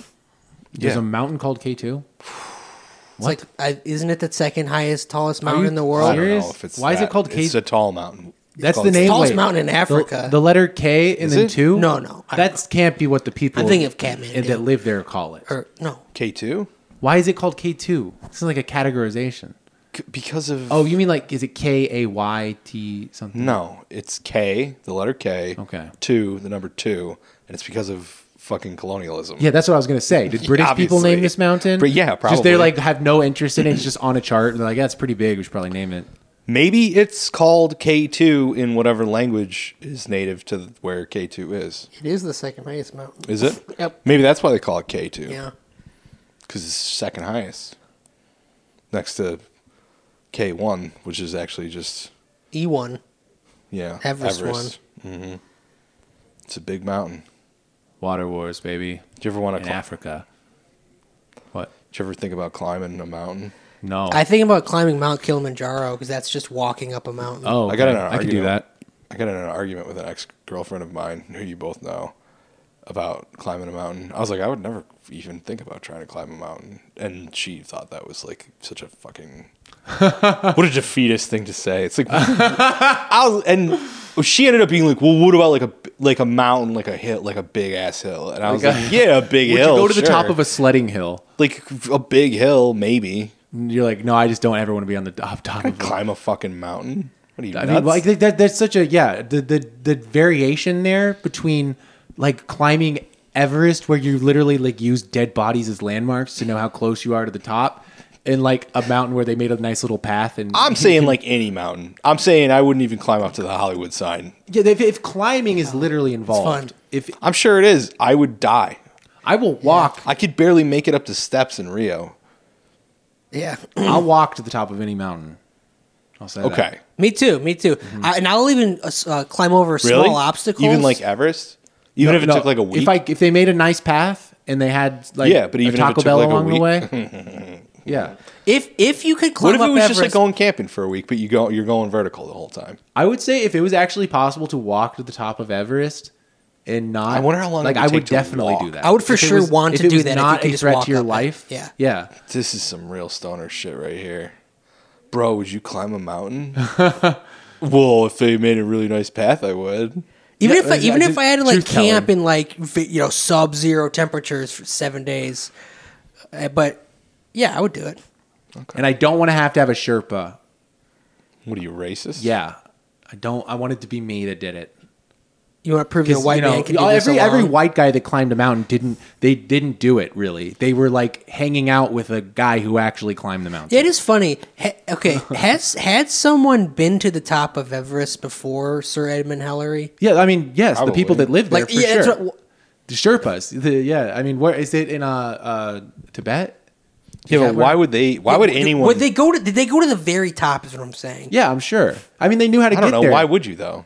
Speaker 1: There's
Speaker 2: Yeah.
Speaker 1: a mountain called K2.
Speaker 2: It's like, I, isn't it the second highest, tallest mountain in the world?
Speaker 1: I don't know if it's Why is it that- called K-
Speaker 3: It's a tall mountain.
Speaker 1: That's
Speaker 2: called-
Speaker 1: the name.
Speaker 2: Tallest
Speaker 1: wait.
Speaker 2: mountain in
Speaker 1: The-
Speaker 2: Africa.
Speaker 1: The, letter K and
Speaker 2: Is
Speaker 1: then
Speaker 2: it?
Speaker 1: two.
Speaker 2: No, no, I
Speaker 1: that can't be what the people.
Speaker 2: I'm thinking of Kathmandu.
Speaker 1: and that live there call it.
Speaker 2: Or no,
Speaker 3: K two.
Speaker 1: Why is it called K two? This is like a categorization.
Speaker 3: Because of
Speaker 1: Oh, you mean like is it K A Y T something?
Speaker 3: No, it's K, the letter K. Okay. Two, the number two, and it's because of fucking colonialism.
Speaker 1: Yeah, that's what I was gonna say. Did
Speaker 3: Yeah,
Speaker 1: British people
Speaker 3: obviously.
Speaker 1: name this mountain?
Speaker 3: But yeah,
Speaker 1: Just they
Speaker 3: probably.
Speaker 1: like have no interest in it. It's just on a chart, and they're like, "That's pretty big. We should probably name it."
Speaker 3: Maybe it's called K two in whatever language is native to where K two is.
Speaker 2: it is the second highest mountain.
Speaker 3: Is it?
Speaker 2: Yep.
Speaker 3: Maybe that's why they call it K two.
Speaker 2: Yeah.
Speaker 3: Because it's second highest, next to K one, which is actually just
Speaker 2: E one.
Speaker 3: yeah
Speaker 2: Everest
Speaker 3: Mm-hmm. It's a big mountain.
Speaker 1: Water wars, baby.
Speaker 3: Do you ever want to
Speaker 1: In
Speaker 3: climb
Speaker 1: Africa? What?
Speaker 3: Do you ever think about climbing a mountain?
Speaker 1: No.
Speaker 2: I think about climbing Mount Kilimanjaro because that's just walking up a mountain.
Speaker 3: I got in
Speaker 1: Oh,
Speaker 3: an
Speaker 1: I
Speaker 3: argument.
Speaker 1: could do that.
Speaker 3: I got in an argument with an ex girlfriend of mine who you both know about climbing a mountain. I was like, I would never even think about trying to climb a mountain, and she thought that was like such a fucking what a defeatist thing to say. It's like, I'll, and she ended up being like, well, what about like a like a mountain, like a hill, like a big ass hill? And I was
Speaker 1: Like
Speaker 3: like,
Speaker 1: a-
Speaker 3: yeah, a big
Speaker 1: Would you
Speaker 3: hill.
Speaker 1: go to the top of
Speaker 3: a sledding hill, like a big hill, maybe. You're like, no, I just don't ever want to be on the top top. Of climb a fucking mountain. What are you?
Speaker 1: I mean,
Speaker 3: nuts?
Speaker 1: like that, that's such a yeah. The, the the variation there between like climbing Everest, where you literally like use dead bodies as landmarks to know how close you are to the top, and like a mountain where they made a nice little path. And
Speaker 3: I'm saying like any mountain. I'm saying I wouldn't even climb up to the Hollywood sign.
Speaker 1: yeah, if, if climbing is literally involved,
Speaker 3: If I'm sure it is, I would die.
Speaker 1: I will walk.
Speaker 3: I could barely make it up the steps in Rio.
Speaker 2: Yeah.
Speaker 1: I'll walk to the top of any mountain. I'll say that.
Speaker 3: Okay.
Speaker 2: Me too. Me too. I, and I'll even uh, uh, climb over small obstacles.
Speaker 3: Mm-hmm. Even like Everest? Even
Speaker 1: No,
Speaker 3: if it
Speaker 1: no,
Speaker 3: took like a week?
Speaker 1: If I if they made a nice path and they had like
Speaker 3: yeah, but even
Speaker 1: a Taco
Speaker 3: if it took
Speaker 1: Bell
Speaker 3: like a
Speaker 1: along the
Speaker 3: week-
Speaker 1: way, yeah.
Speaker 2: If if you could
Speaker 3: what
Speaker 2: climb
Speaker 3: if it
Speaker 2: up
Speaker 3: was just like
Speaker 2: Everest-
Speaker 3: going camping for a week, but you go you're going vertical the whole time?
Speaker 1: I would say if it was actually possible to walk to the top of Everest and not,
Speaker 3: I wonder how long
Speaker 1: Like
Speaker 3: it would
Speaker 1: I
Speaker 3: take
Speaker 1: would
Speaker 3: to
Speaker 1: definitely
Speaker 3: walk.
Speaker 1: do that.
Speaker 3: I would for
Speaker 1: If it
Speaker 3: sure want
Speaker 1: if
Speaker 3: to
Speaker 1: it
Speaker 3: do
Speaker 1: was
Speaker 3: that if you
Speaker 1: Not
Speaker 3: could
Speaker 1: a
Speaker 3: just
Speaker 1: threat
Speaker 3: walk
Speaker 1: to your
Speaker 3: up it.
Speaker 1: life.
Speaker 3: Yeah.
Speaker 1: yeah.
Speaker 3: This is some real stoner shit right here. Bro, would you climb a mountain? well, if they made a really nice path, I would.
Speaker 2: even if I, even if I had to like camp in like vi- you know sub zero temperatures for seven days, uh, but yeah, I would do it.
Speaker 1: And I don't want to have to have a Sherpa.
Speaker 3: What are you racist?
Speaker 1: Yeah, I don't. I want it to be me that did it.
Speaker 2: You want to prove you're a
Speaker 1: 'Cause,
Speaker 2: white
Speaker 1: you know,
Speaker 2: man can do this
Speaker 1: every every
Speaker 2: alone?
Speaker 1: white guy that climbed a mountain didn't they didn't do it really. They were like hanging out with a guy who actually climbed the mountain.
Speaker 2: Yeah, it is funny. Ha- okay, has had someone been to the top of Everest before Sir Edmund Hillary?
Speaker 1: Yeah, I mean, yes, the people
Speaker 2: Probably.
Speaker 1: that live there
Speaker 2: Like,
Speaker 1: for
Speaker 2: yeah,
Speaker 1: sure.
Speaker 2: that's what-
Speaker 1: the Sherpas. The, yeah, I mean, where is it in uh, uh Tibet?
Speaker 3: Yeah, but why would they? Why would anyone?
Speaker 2: Would they go to? Did they go to the very top? Is what I'm saying.
Speaker 1: Yeah, I'm sure. I mean, they knew how to
Speaker 3: I
Speaker 1: get
Speaker 3: don't know.
Speaker 1: there.
Speaker 3: Why would you though?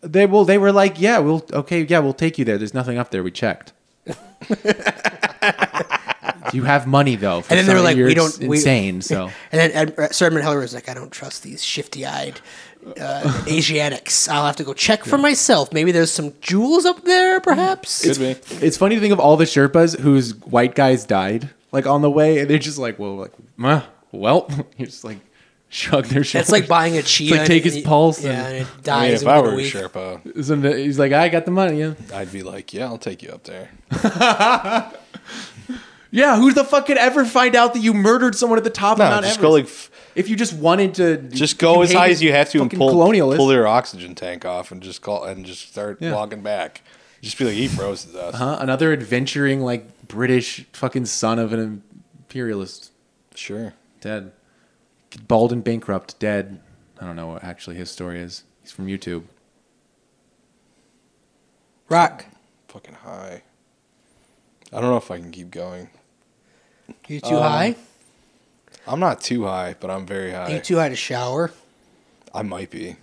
Speaker 1: They well, they were like, yeah, we'll okay, yeah, we'll take you there. There's nothing up there. We checked. you have money though, for
Speaker 2: And then they were
Speaker 1: some-
Speaker 2: like,
Speaker 1: you're
Speaker 2: "We don't we-
Speaker 1: insane." So
Speaker 2: And then Ed, uh, Sir Edmund Hillary was like, "I don't trust these shifty-eyed uh, Asiatics. I'll have to go check for myself. Maybe there's some jewels up there, perhaps."
Speaker 1: Mm. it's, it's funny to think of all the Sherpas whose white guys died like on the way, and they're just like, well, like, meh, well, you just like shrug their shoulders.
Speaker 2: That's like buying a
Speaker 1: It's
Speaker 2: chia
Speaker 1: like take
Speaker 2: and
Speaker 1: his
Speaker 2: it-
Speaker 1: pulse.
Speaker 2: yeah,
Speaker 1: and,
Speaker 2: and it dies I mean, if within I a were a week.
Speaker 3: Sherpa.
Speaker 1: Isn't it- he's like, I got the money. Yeah,
Speaker 3: I'd be like, yeah, I'll take you up there.
Speaker 1: yeah. Who the fuck could ever find out that you murdered someone at the top
Speaker 3: No,
Speaker 1: of Mount
Speaker 3: just
Speaker 1: Everest?
Speaker 3: go, like,
Speaker 1: if you just wanted to,
Speaker 3: Just go
Speaker 1: you
Speaker 3: as high
Speaker 1: hated
Speaker 3: as you have to and
Speaker 1: fucking
Speaker 3: pull
Speaker 1: colonialists.
Speaker 3: pull their oxygen tank off and just call and just start
Speaker 1: Yeah.
Speaker 3: walking back. Just be like, he froze to us.
Speaker 1: Uh-huh. Another adventuring, like British fucking son of an imperialist.
Speaker 3: Sure.
Speaker 1: Dead. Bald and bankrupt. Dead. I don't know what actually his story is. He's from YouTube.
Speaker 2: Rock.
Speaker 3: Fucking high. I don't know if I can keep going.
Speaker 2: You
Speaker 1: Um,
Speaker 2: too high?
Speaker 3: I'm not too high, but I'm very high.
Speaker 2: Are you too high to shower?
Speaker 3: I might be.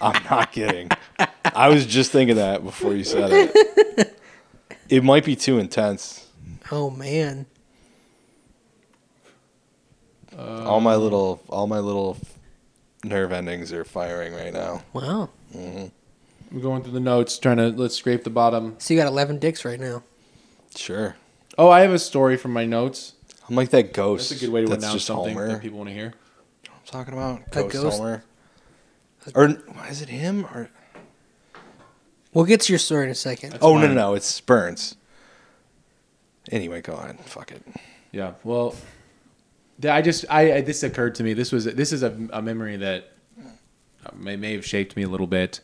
Speaker 3: I'm not kidding. I was just thinking that before you said it. It might be too intense.
Speaker 2: Oh man.
Speaker 3: all my
Speaker 1: Um,
Speaker 3: little, all my little nerve endings are firing right now.
Speaker 2: Wow.
Speaker 3: hmm
Speaker 1: I'm going through the notes, trying to let's scrape the bottom.
Speaker 2: So you got eleven dicks right now.
Speaker 3: Sure.
Speaker 1: Oh, I have a story from my notes.
Speaker 3: I'm like that ghost.
Speaker 1: That's a good way to
Speaker 3: that's
Speaker 1: announce
Speaker 3: just
Speaker 1: something
Speaker 3: Homer.
Speaker 1: that people want to hear.
Speaker 3: I'm talking about
Speaker 2: That
Speaker 3: Ghost,
Speaker 2: ghost-
Speaker 3: Homer. Or is it him? Or
Speaker 2: We'll get to your story in a second.
Speaker 3: oh no no no, it's Burns. Anyway, go on. Fuck it.
Speaker 1: Yeah. Well, th- I just I, I this occurred to me. This was this is a, a memory that may may have shaped me a little bit.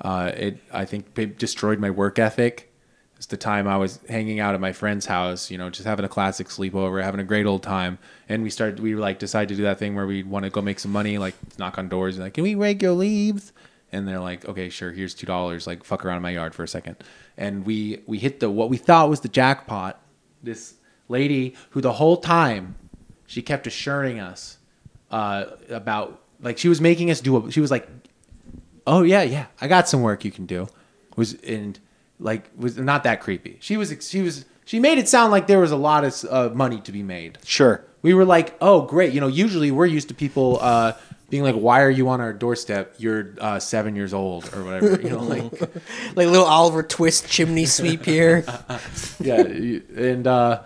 Speaker 1: Uh, it I think it destroyed my work ethic. It's the time I was hanging out at my friend's house, you know, just having a classic sleepover, having a great old time, and we started we like decided to do that thing where we want to go make some money, like knock on doors and like, can we rake your leaves? And they're like, okay, sure, here's two dollars, like fuck around in my yard for a second, and we we hit the what we thought was the jackpot. This lady who the whole time she kept assuring us uh, about like she was making us do a she was like oh yeah yeah i got some work you can do was and like was not that creepy she was she was she made it sound like there was a lot of uh, money to be made
Speaker 3: Sure.
Speaker 1: we were like oh great you know usually we're used to people uh being like why are you on our doorstep you're uh seven years old or whatever you know like
Speaker 2: Like little Oliver Twist chimney sweep here.
Speaker 1: yeah, you- and uh,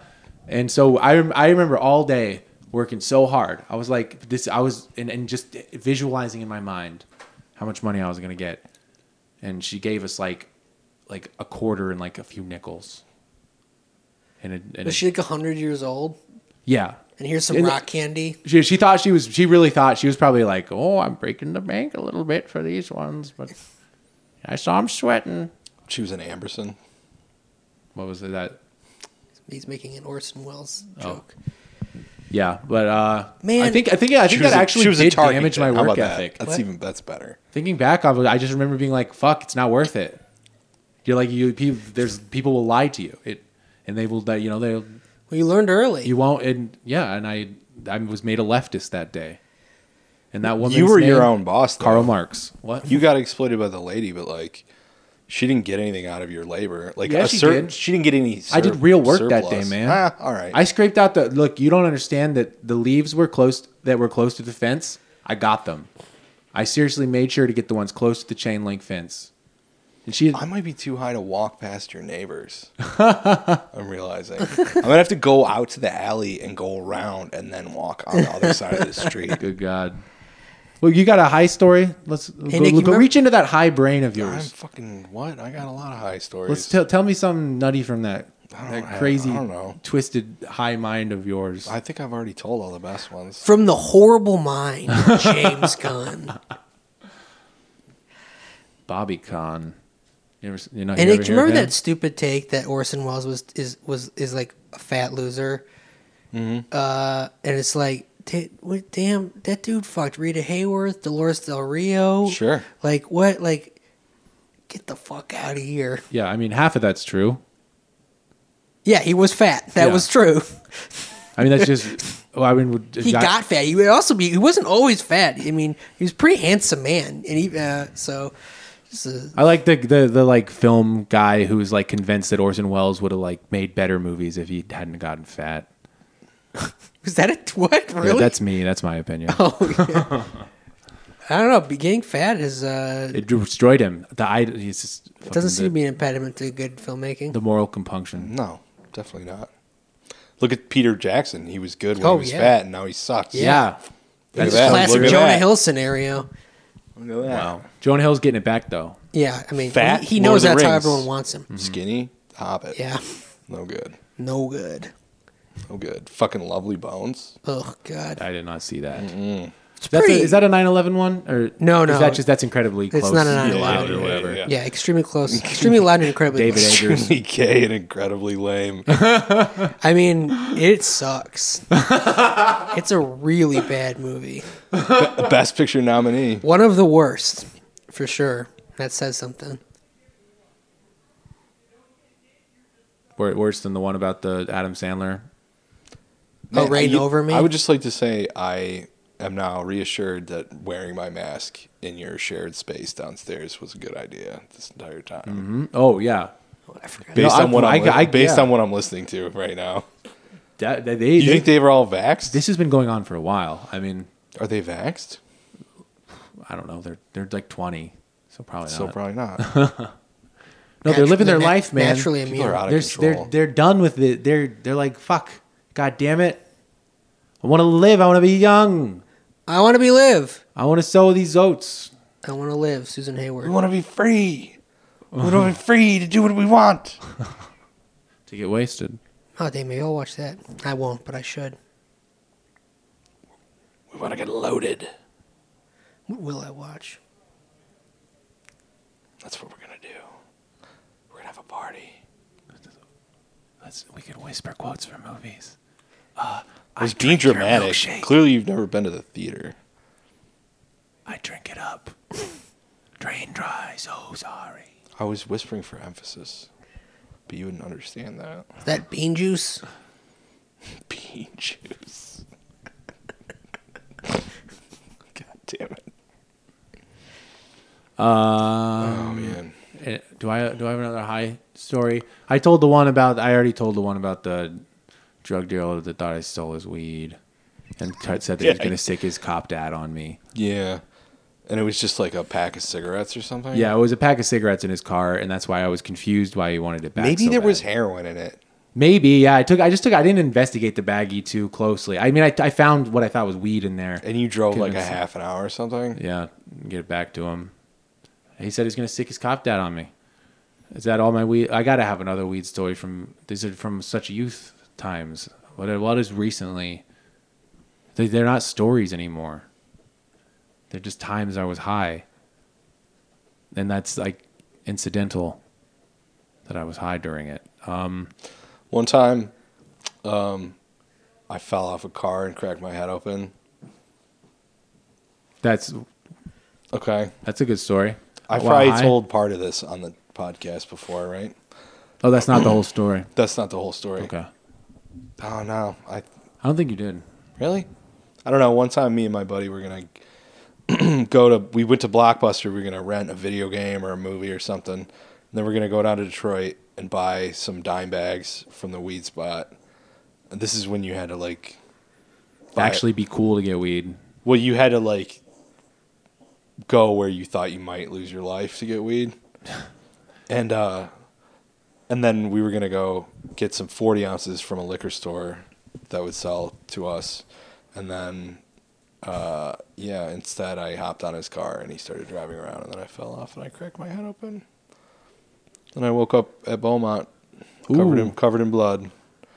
Speaker 1: and so I rem- I remember all day working so hard. I was like, this, I was, and, and just visualizing in my mind how much money I was going to get. And she gave us like, like a quarter and like a few nickels. And, it, and
Speaker 2: Was she like hundred years old?
Speaker 1: yeah.
Speaker 2: And here's some
Speaker 1: And-
Speaker 2: rock candy.
Speaker 1: She, she thought she was, she really thought she was probably like, oh, I'm breaking the bank a little bit for these ones, but I saw him sweating.
Speaker 3: She was an Amberson.
Speaker 1: What was it that?
Speaker 2: He's making an Orson Welles
Speaker 1: Oh.
Speaker 2: joke.
Speaker 1: Yeah, but uh,
Speaker 2: Man.
Speaker 1: I think I think I think
Speaker 2: She was
Speaker 1: that
Speaker 2: a-
Speaker 1: actually
Speaker 2: she was a
Speaker 1: did
Speaker 2: target
Speaker 1: damage my
Speaker 2: then. How
Speaker 1: work
Speaker 2: about that?
Speaker 1: ethic.
Speaker 2: That's What? even-
Speaker 3: that's better.
Speaker 1: Thinking back on it, I just remember being like, "Fuck, it's not worth it." You're like you. People, there's people will lie to you. It and they will. That you know they. Well,
Speaker 2: you learned early.
Speaker 1: You won't. And yeah, and I I was made a leftist that day. And that woman.
Speaker 3: you were your own boss, though.
Speaker 1: Karl Marx. What?
Speaker 3: You got exploited by the lady, but like, she didn't get anything out of your labor. Like,
Speaker 1: Yeah,
Speaker 3: a
Speaker 1: she
Speaker 3: sur-
Speaker 1: did.
Speaker 3: She didn't get any.
Speaker 1: I did
Speaker 3: sur-
Speaker 1: real work that day,
Speaker 3: surplus.
Speaker 1: man.
Speaker 3: Ah, all right.
Speaker 1: I scraped out the look. You don't understand that the leaves were close that were close to the fence. I got them. I seriously made sure to get the ones close to the chain link fence. And she.
Speaker 3: I might be too high to walk past your neighbors. I'm realizing I'm gonna have to go out to the alley and go around and then walk on the other side of the street.
Speaker 1: Good God. Well, you got a high story. Let's go,
Speaker 3: Nick, you
Speaker 1: go
Speaker 3: remember-
Speaker 1: reach into that high brain of
Speaker 3: I'm
Speaker 1: yours.
Speaker 3: fucking what? I got a lot of high stories.
Speaker 1: Let's tell tell me something nutty from that
Speaker 3: don't
Speaker 1: that
Speaker 3: have-
Speaker 1: crazy,
Speaker 3: I don't know.
Speaker 1: twisted high mind of yours.
Speaker 3: I think I've already told all the best ones.
Speaker 2: From the horrible mind, of James Gunn.
Speaker 1: Bobby Con. You ever, you know,
Speaker 2: And
Speaker 1: you
Speaker 2: Nick,
Speaker 1: ever hear
Speaker 2: do you
Speaker 1: of
Speaker 2: remember
Speaker 1: him?
Speaker 2: that stupid take that Orson Welles was is was is like a fat loser?
Speaker 1: Mm-hmm.
Speaker 2: Uh, and it's like, da- what, damn, that dude fucked Rita Hayworth, Dolores Del Rio.
Speaker 1: Sure.
Speaker 2: Like what? Like, get the fuck out of here.
Speaker 1: Yeah, I mean half of that's true.
Speaker 2: Yeah, he was fat. That
Speaker 1: Yeah.
Speaker 2: was true.
Speaker 1: I mean that's just. well, I mean would-
Speaker 2: He
Speaker 1: I-
Speaker 2: got fat. He would also be. He wasn't always fat. I mean, he was a pretty handsome man, and he uh, so. Just a,
Speaker 1: I like the, the the like film guy who's like convinced that Orson Welles would have like made better movies if he hadn't gotten fat.
Speaker 2: was that a what?
Speaker 1: Yeah,
Speaker 2: Really?
Speaker 1: that's me. That's my opinion.
Speaker 2: Oh, I don't know. be- Getting fat is uh,
Speaker 1: it destroyed him. The id- he's just
Speaker 2: it doesn't seem
Speaker 1: fucking
Speaker 2: to be an impediment to good filmmaking.
Speaker 1: the moral compunction.
Speaker 3: No, definitely not. Look at Peter Jackson. He was good when
Speaker 2: Oh,
Speaker 3: he was
Speaker 2: yeah.
Speaker 3: fat, and now he sucks.
Speaker 1: Yeah.
Speaker 3: Look at
Speaker 2: That's
Speaker 3: that.
Speaker 2: classic
Speaker 3: Look at
Speaker 2: Jonah
Speaker 3: that.
Speaker 2: Hill scenario.
Speaker 3: Look at that.
Speaker 1: Wow. Mm-hmm. Jonah Hill's getting it back though.
Speaker 2: Yeah, I mean,
Speaker 3: Fat,
Speaker 2: he, he
Speaker 3: Lord
Speaker 2: knows
Speaker 3: of the
Speaker 2: that's how
Speaker 3: Rings. Hmm.
Speaker 2: everyone wants him.
Speaker 3: Skinny, Hobbit.
Speaker 2: Yeah,
Speaker 3: No good.
Speaker 2: no good.
Speaker 3: No good. Fucking lovely bones.
Speaker 2: Oh God,
Speaker 1: I did not see that.
Speaker 2: It's
Speaker 1: That's
Speaker 2: pretty-
Speaker 1: a, is that a 9/11 one or
Speaker 2: No, no.
Speaker 1: Is that just that's incredibly
Speaker 2: It's
Speaker 1: close.
Speaker 2: not a 9/11.
Speaker 1: loud
Speaker 2: Yeah,
Speaker 1: or whatever.
Speaker 2: yeah, extremely close, extremely loud and incredibly.
Speaker 1: David
Speaker 2: close.
Speaker 1: Eggers.
Speaker 3: Extremely gay and incredibly lame.
Speaker 2: I mean, it sucks. it's a really bad movie.
Speaker 3: Best Picture nominee.
Speaker 2: One of the worst, for sure. That says something.
Speaker 1: Wor- Worse than the one about the Adam Sandler.
Speaker 2: Oh,
Speaker 3: Man,
Speaker 2: rain
Speaker 3: you-
Speaker 2: over me.
Speaker 3: I would just like to say I am now reassured that wearing my mask in your shared space downstairs was a good idea this entire time.
Speaker 1: hmm Oh yeah.
Speaker 3: Based
Speaker 1: No,
Speaker 3: on what I'm, li-
Speaker 1: I-
Speaker 3: based
Speaker 1: yeah.
Speaker 3: on what I'm listening to right now.
Speaker 1: That- that- they-
Speaker 3: you think they were all vaxxed?
Speaker 1: This has been going on for a while. I mean,
Speaker 3: are they vaxxed?
Speaker 1: I don't know. They're they're like 20, so probably
Speaker 3: So
Speaker 1: not.
Speaker 3: probably not.
Speaker 1: No, they're
Speaker 2: Natu-
Speaker 1: living their
Speaker 2: they're na-
Speaker 1: life, man.
Speaker 2: naturally People immune.
Speaker 3: are out of
Speaker 1: they're,
Speaker 3: control.
Speaker 1: They're, they're done with it. They're they're like, fuck, god damn it. I want to live. I want to be young.
Speaker 2: I want to be live.
Speaker 1: I want to sow these oats.
Speaker 2: I want to live. Susan Hayward.
Speaker 3: We want to be free. We want to be free to do what we want.
Speaker 1: To get wasted.
Speaker 2: Oh, damn, maybe I'll watch that. I won't, but I should.
Speaker 3: We want to get loaded.
Speaker 2: What will I watch?
Speaker 3: That's what we're gonna do. We're gonna have a party.
Speaker 1: Let's we could whisper quotes for movies.
Speaker 3: Uh, I was being dramatic.
Speaker 1: milkshake.
Speaker 3: Clearly, you've never been to the theater.
Speaker 1: I drink it up. Drain dry. So sorry.
Speaker 3: I was whispering for emphasis, but you wouldn't understand that.
Speaker 2: Is that bean juice?
Speaker 3: Bean juice. God damn it.
Speaker 1: Um, oh
Speaker 3: man.
Speaker 1: Do I do I have another high story? I told the one about. I already told the one about the drug dealer that thought I stole his weed, and cut- said that he was
Speaker 3: Yeah.
Speaker 1: going to stick his cop dad on me.
Speaker 3: Yeah, and it was just like a pack of cigarettes or something.
Speaker 1: Yeah, it was a pack of cigarettes in his car, and that's why I was confused why he wanted it back.
Speaker 3: Maybe
Speaker 1: so
Speaker 3: there
Speaker 1: bad.
Speaker 3: was heroin in it.
Speaker 1: Maybe, yeah. I took, I just took, I didn't investigate the baggie too closely. I mean, I, I found what I thought was weed in there.
Speaker 3: And you drove like a half an hour or something.
Speaker 1: Yeah, get it back to him. He said he's gonna stick his cop dad on me. Is that all my weed? I gotta have another weed story from. These are from such youth times. What what is recently? They, they're not stories anymore. They're just times I was high. And that's like incidental that I was high during it. Um,
Speaker 3: One time, um, I fell off a car and cracked my head open.
Speaker 1: That's
Speaker 3: okay.
Speaker 1: That's a good story.
Speaker 3: I
Speaker 1: While
Speaker 3: probably
Speaker 1: high?
Speaker 3: told part of this on the podcast before, right?
Speaker 1: Oh, that's not the whole story.
Speaker 3: That's not the whole story.
Speaker 1: Okay.
Speaker 3: Oh no, I
Speaker 1: I don't think you did.
Speaker 3: Really? I don't know. One time, me and my buddy were gonna go to. We went to Blockbuster. We were gonna rent a video game or a movie or something. And then we're gonna go down to Detroit and buy some dime bags from the weed spot. And this is when you had to like buy it.
Speaker 1: Actually, be cool to get weed.
Speaker 3: Well, you had to like go where you thought you might lose your life to get weed, and uh, and then we were gonna go get some forty ounces from a liquor store that would sell to us, and then uh, yeah, instead I hopped on his car and he started driving around, and then I fell off and I cracked my head open, and I woke up at Beaumont covered in
Speaker 1: Ooh.
Speaker 3: covered in blood.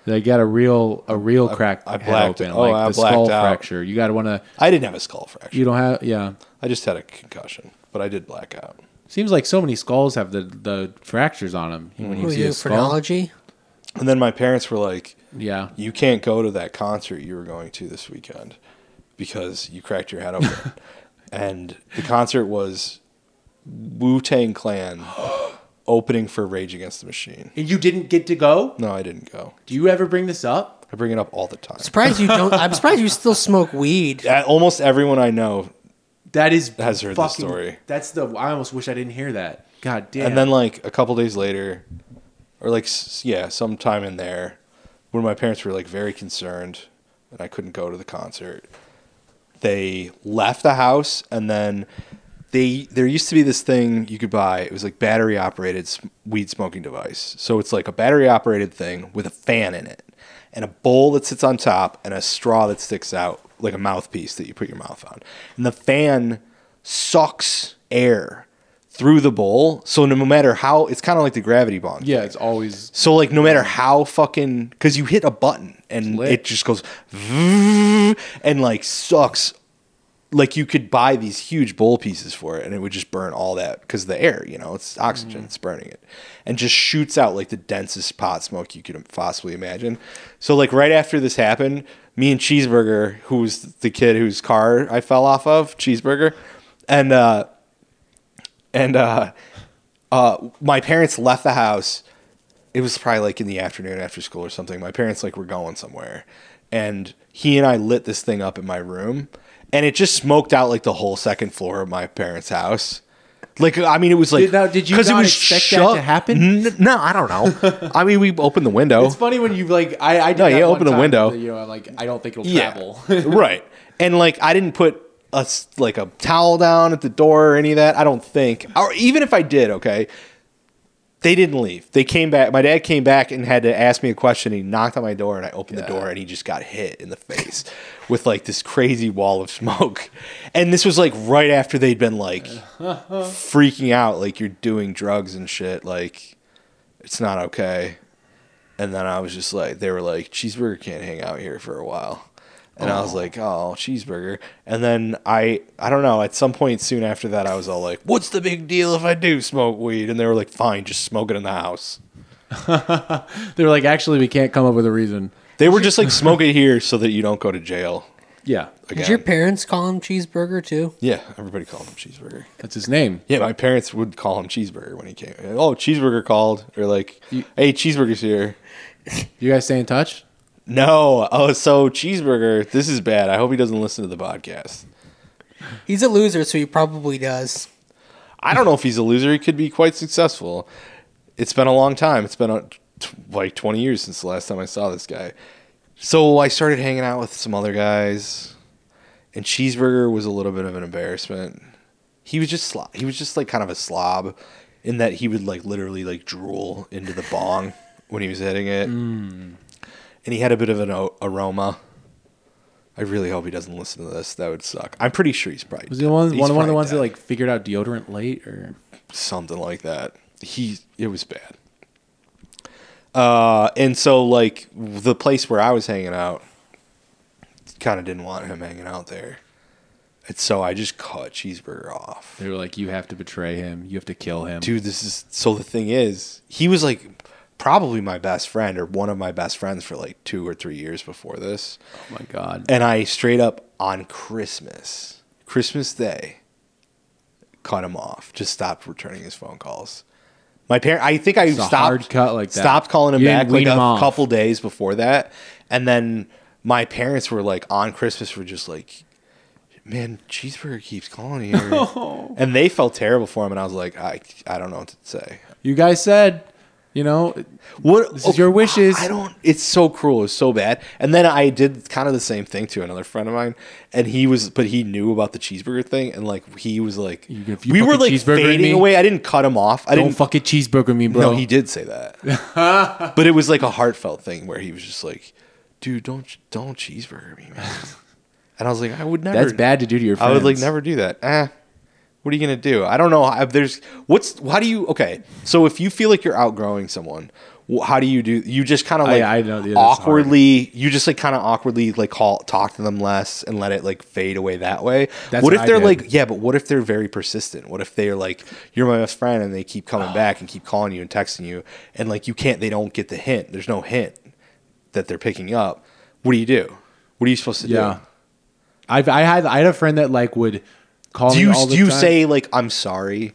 Speaker 1: They got a real a real
Speaker 3: I-
Speaker 1: crack
Speaker 3: I
Speaker 1: head
Speaker 3: blacked
Speaker 1: open,
Speaker 3: out. Oh,
Speaker 1: like
Speaker 3: I
Speaker 1: the skull
Speaker 3: blacked out.
Speaker 1: fracture. You got to want to.
Speaker 3: I didn't have a skull fracture.
Speaker 1: You don't have yeah.
Speaker 3: I just had a concussion, but I did black out.
Speaker 1: Seems like so many skulls have the the fractures on them. When you
Speaker 3: Were
Speaker 1: see
Speaker 3: you
Speaker 1: a skull,
Speaker 3: And then my parents were like,
Speaker 1: Yeah.
Speaker 3: you can't go to that concert you were going to this weekend because you cracked your head open." and the concert was Wu Tang Clan opening for Rage Against the Machine.
Speaker 1: and you didn't get to go.
Speaker 3: No, I didn't go.
Speaker 1: Do you ever bring this up?
Speaker 3: I bring it up all the time.
Speaker 2: Surprised you don't. I'm surprised you still smoke weed.
Speaker 3: Almost everyone I know
Speaker 1: that is
Speaker 3: has heard this
Speaker 1: Fucking-
Speaker 3: story.
Speaker 1: That's the. I almost wish I didn't hear that. God damn.
Speaker 3: And then like a couple days later, or like s- yeah, sometime in there, when my parents were like very concerned and I couldn't go to the concert, they left the house and then they there used to be this thing you could buy. It was like battery operated weed smoking device. So it's like a battery operated thing with a fan in it and a bowl that sits on top and a straw that sticks out like a mouthpiece that you put your mouth on. And the fan sucks air through the bowl. So no matter how, it's kind of like the gravity bong.
Speaker 1: yeah, it's always
Speaker 3: So like no matter how fucking because you hit a button and it just goes and like sucks. Like you could buy these huge bowl pieces for it and it would just burn all that because the air, you know, it's oxygen, it's burning it, and just shoots out like the densest pot smoke you could possibly imagine. So like right after this happened, me and Cheeseburger, who was the kid whose car I fell off of, Cheeseburger, and uh, and uh, uh, my parents left the house. It was probably like in the afternoon after school or something. My parents like were going somewhere, and he and I lit this thing up in my room, and it just smoked out like the whole second floor of my parents' house. Like I mean, it was like
Speaker 1: Did- now, did you not expect that to
Speaker 3: happen? no, I don't know. I mean, we opened the window.
Speaker 1: It's funny when you like. I I did
Speaker 3: No,
Speaker 1: that
Speaker 3: you
Speaker 1: one
Speaker 3: open a
Speaker 1: time,
Speaker 3: window.
Speaker 1: You know, I'm like I don't think it'll travel.
Speaker 3: right. And like I didn't put a s- like a towel down at the door or any of that. I don't think. Or even if I did, okay. They didn't leave. They came back. My dad came back and had to ask me a question. He knocked on my door and I opened the door and he just got hit in the face with like this crazy wall of smoke. And this was like right after they'd been like freaking out like you're doing drugs and shit like it's not okay and then i was just like they were like cheeseburger can't hang out here for a while and i was like oh cheeseburger and then i i don't know at some point soon after that i was all like what's the big deal if i do smoke weed and they were like fine just smoke it in the house
Speaker 1: They're like, actually, we can't come up with a reason.
Speaker 3: they were just like smoke it here so that you don't go to jail
Speaker 1: yeah
Speaker 2: Did your parents call him cheeseburger too?
Speaker 3: yeah everybody called him cheeseburger
Speaker 1: that's his name
Speaker 3: yeah my parents would call him cheeseburger when he came oh cheeseburger called or like hey cheeseburger's here
Speaker 1: you guys stay in touch
Speaker 3: No. Oh, so cheeseburger. This is bad. I hope he doesn't listen to the podcast.
Speaker 2: He's a loser, so he probably does.
Speaker 3: I don't know if he's a loser. He could be quite successful. It's been a long time. It's been uh t- like 20 years since the last time I saw this guy. So I started hanging out with some other guys, and cheeseburger was a little bit of an embarrassment. He was just slo- he was just like kind of a slob, in that he would like literally like drool into the bong when he was hitting it,
Speaker 1: Hmm.
Speaker 3: and he had a bit of an o- aroma. I really hope he doesn't listen to this. That would suck. I'm pretty sure he's probably
Speaker 1: Was he one,
Speaker 3: he's
Speaker 1: one, one of
Speaker 3: probably
Speaker 1: the ones
Speaker 3: dead.
Speaker 1: that like figured out deodorant late or
Speaker 3: something like that. He it was bad. Uh, and so like the place where I was hanging out, kind of didn't want him hanging out there, and so I just cut cheeseburger off.
Speaker 1: They were like, "You have to betray him. You have to kill him."
Speaker 3: Dude, this is so the thing is, he was like probably my best friend or one of my best friends for like two or three years before this.
Speaker 1: Oh my god.
Speaker 3: And I straight up on Christmas, Christmas Day, cut him off. Just stopped returning his phone calls. My parent, I think I
Speaker 1: It's a
Speaker 3: stopped
Speaker 1: hard cut like that.
Speaker 3: stopped calling him
Speaker 1: You didn't
Speaker 3: back like
Speaker 1: wean
Speaker 3: a
Speaker 1: him off.
Speaker 3: couple days before that, and then my parents were like on Christmas were just like, man, cheeseburger keeps calling here, and they felt terrible for him, and I was like, I I don't know what to say.
Speaker 1: You guys said, you know,
Speaker 3: what oh,
Speaker 1: this is your wishes.
Speaker 3: I don't. It's so cruel. It's so bad. And then I did kind of the same thing to another friend of mine, and he was, but he knew about the cheeseburger thing, and like he was like,
Speaker 1: you
Speaker 3: we were
Speaker 1: fucking
Speaker 3: like
Speaker 1: cheeseburger
Speaker 3: fading
Speaker 1: me-
Speaker 3: away. I didn't cut him off. I
Speaker 1: Don't
Speaker 3: didn't
Speaker 1: fucking cheeseburger me, bro.
Speaker 3: No, he did say that, but it was like a heartfelt thing where he was just like, dude, don't don't cheeseburger me, man. And I was like, I would never.
Speaker 1: That's bad to do to your
Speaker 3: I would like
Speaker 1: friends.
Speaker 3: never do that. Eh, what are you gonna do? I don't know. I- There's what's how do you okay? So if you feel like you're outgrowing someone, wh- how do you do? You just kind of
Speaker 1: I-
Speaker 3: like
Speaker 1: I know, yeah, that's hard.
Speaker 3: awkwardly. You just like kind of awkwardly like call, talk to them less and let it like fade away that way.
Speaker 1: That's
Speaker 3: what
Speaker 1: what
Speaker 3: if
Speaker 1: I
Speaker 3: they're
Speaker 1: did.
Speaker 3: like yeah? But what if they're very persistent? What if they're like you're my best friend and they keep coming back and keep calling you and texting you and like you can't? They don't get the hint. There's no hint that they're picking up. What do you do? What are you supposed to do?
Speaker 1: Yeah. I've I had I had a friend that like would call
Speaker 3: do
Speaker 1: me
Speaker 3: you
Speaker 1: all the
Speaker 3: do you
Speaker 1: time.
Speaker 3: say like I'm sorry?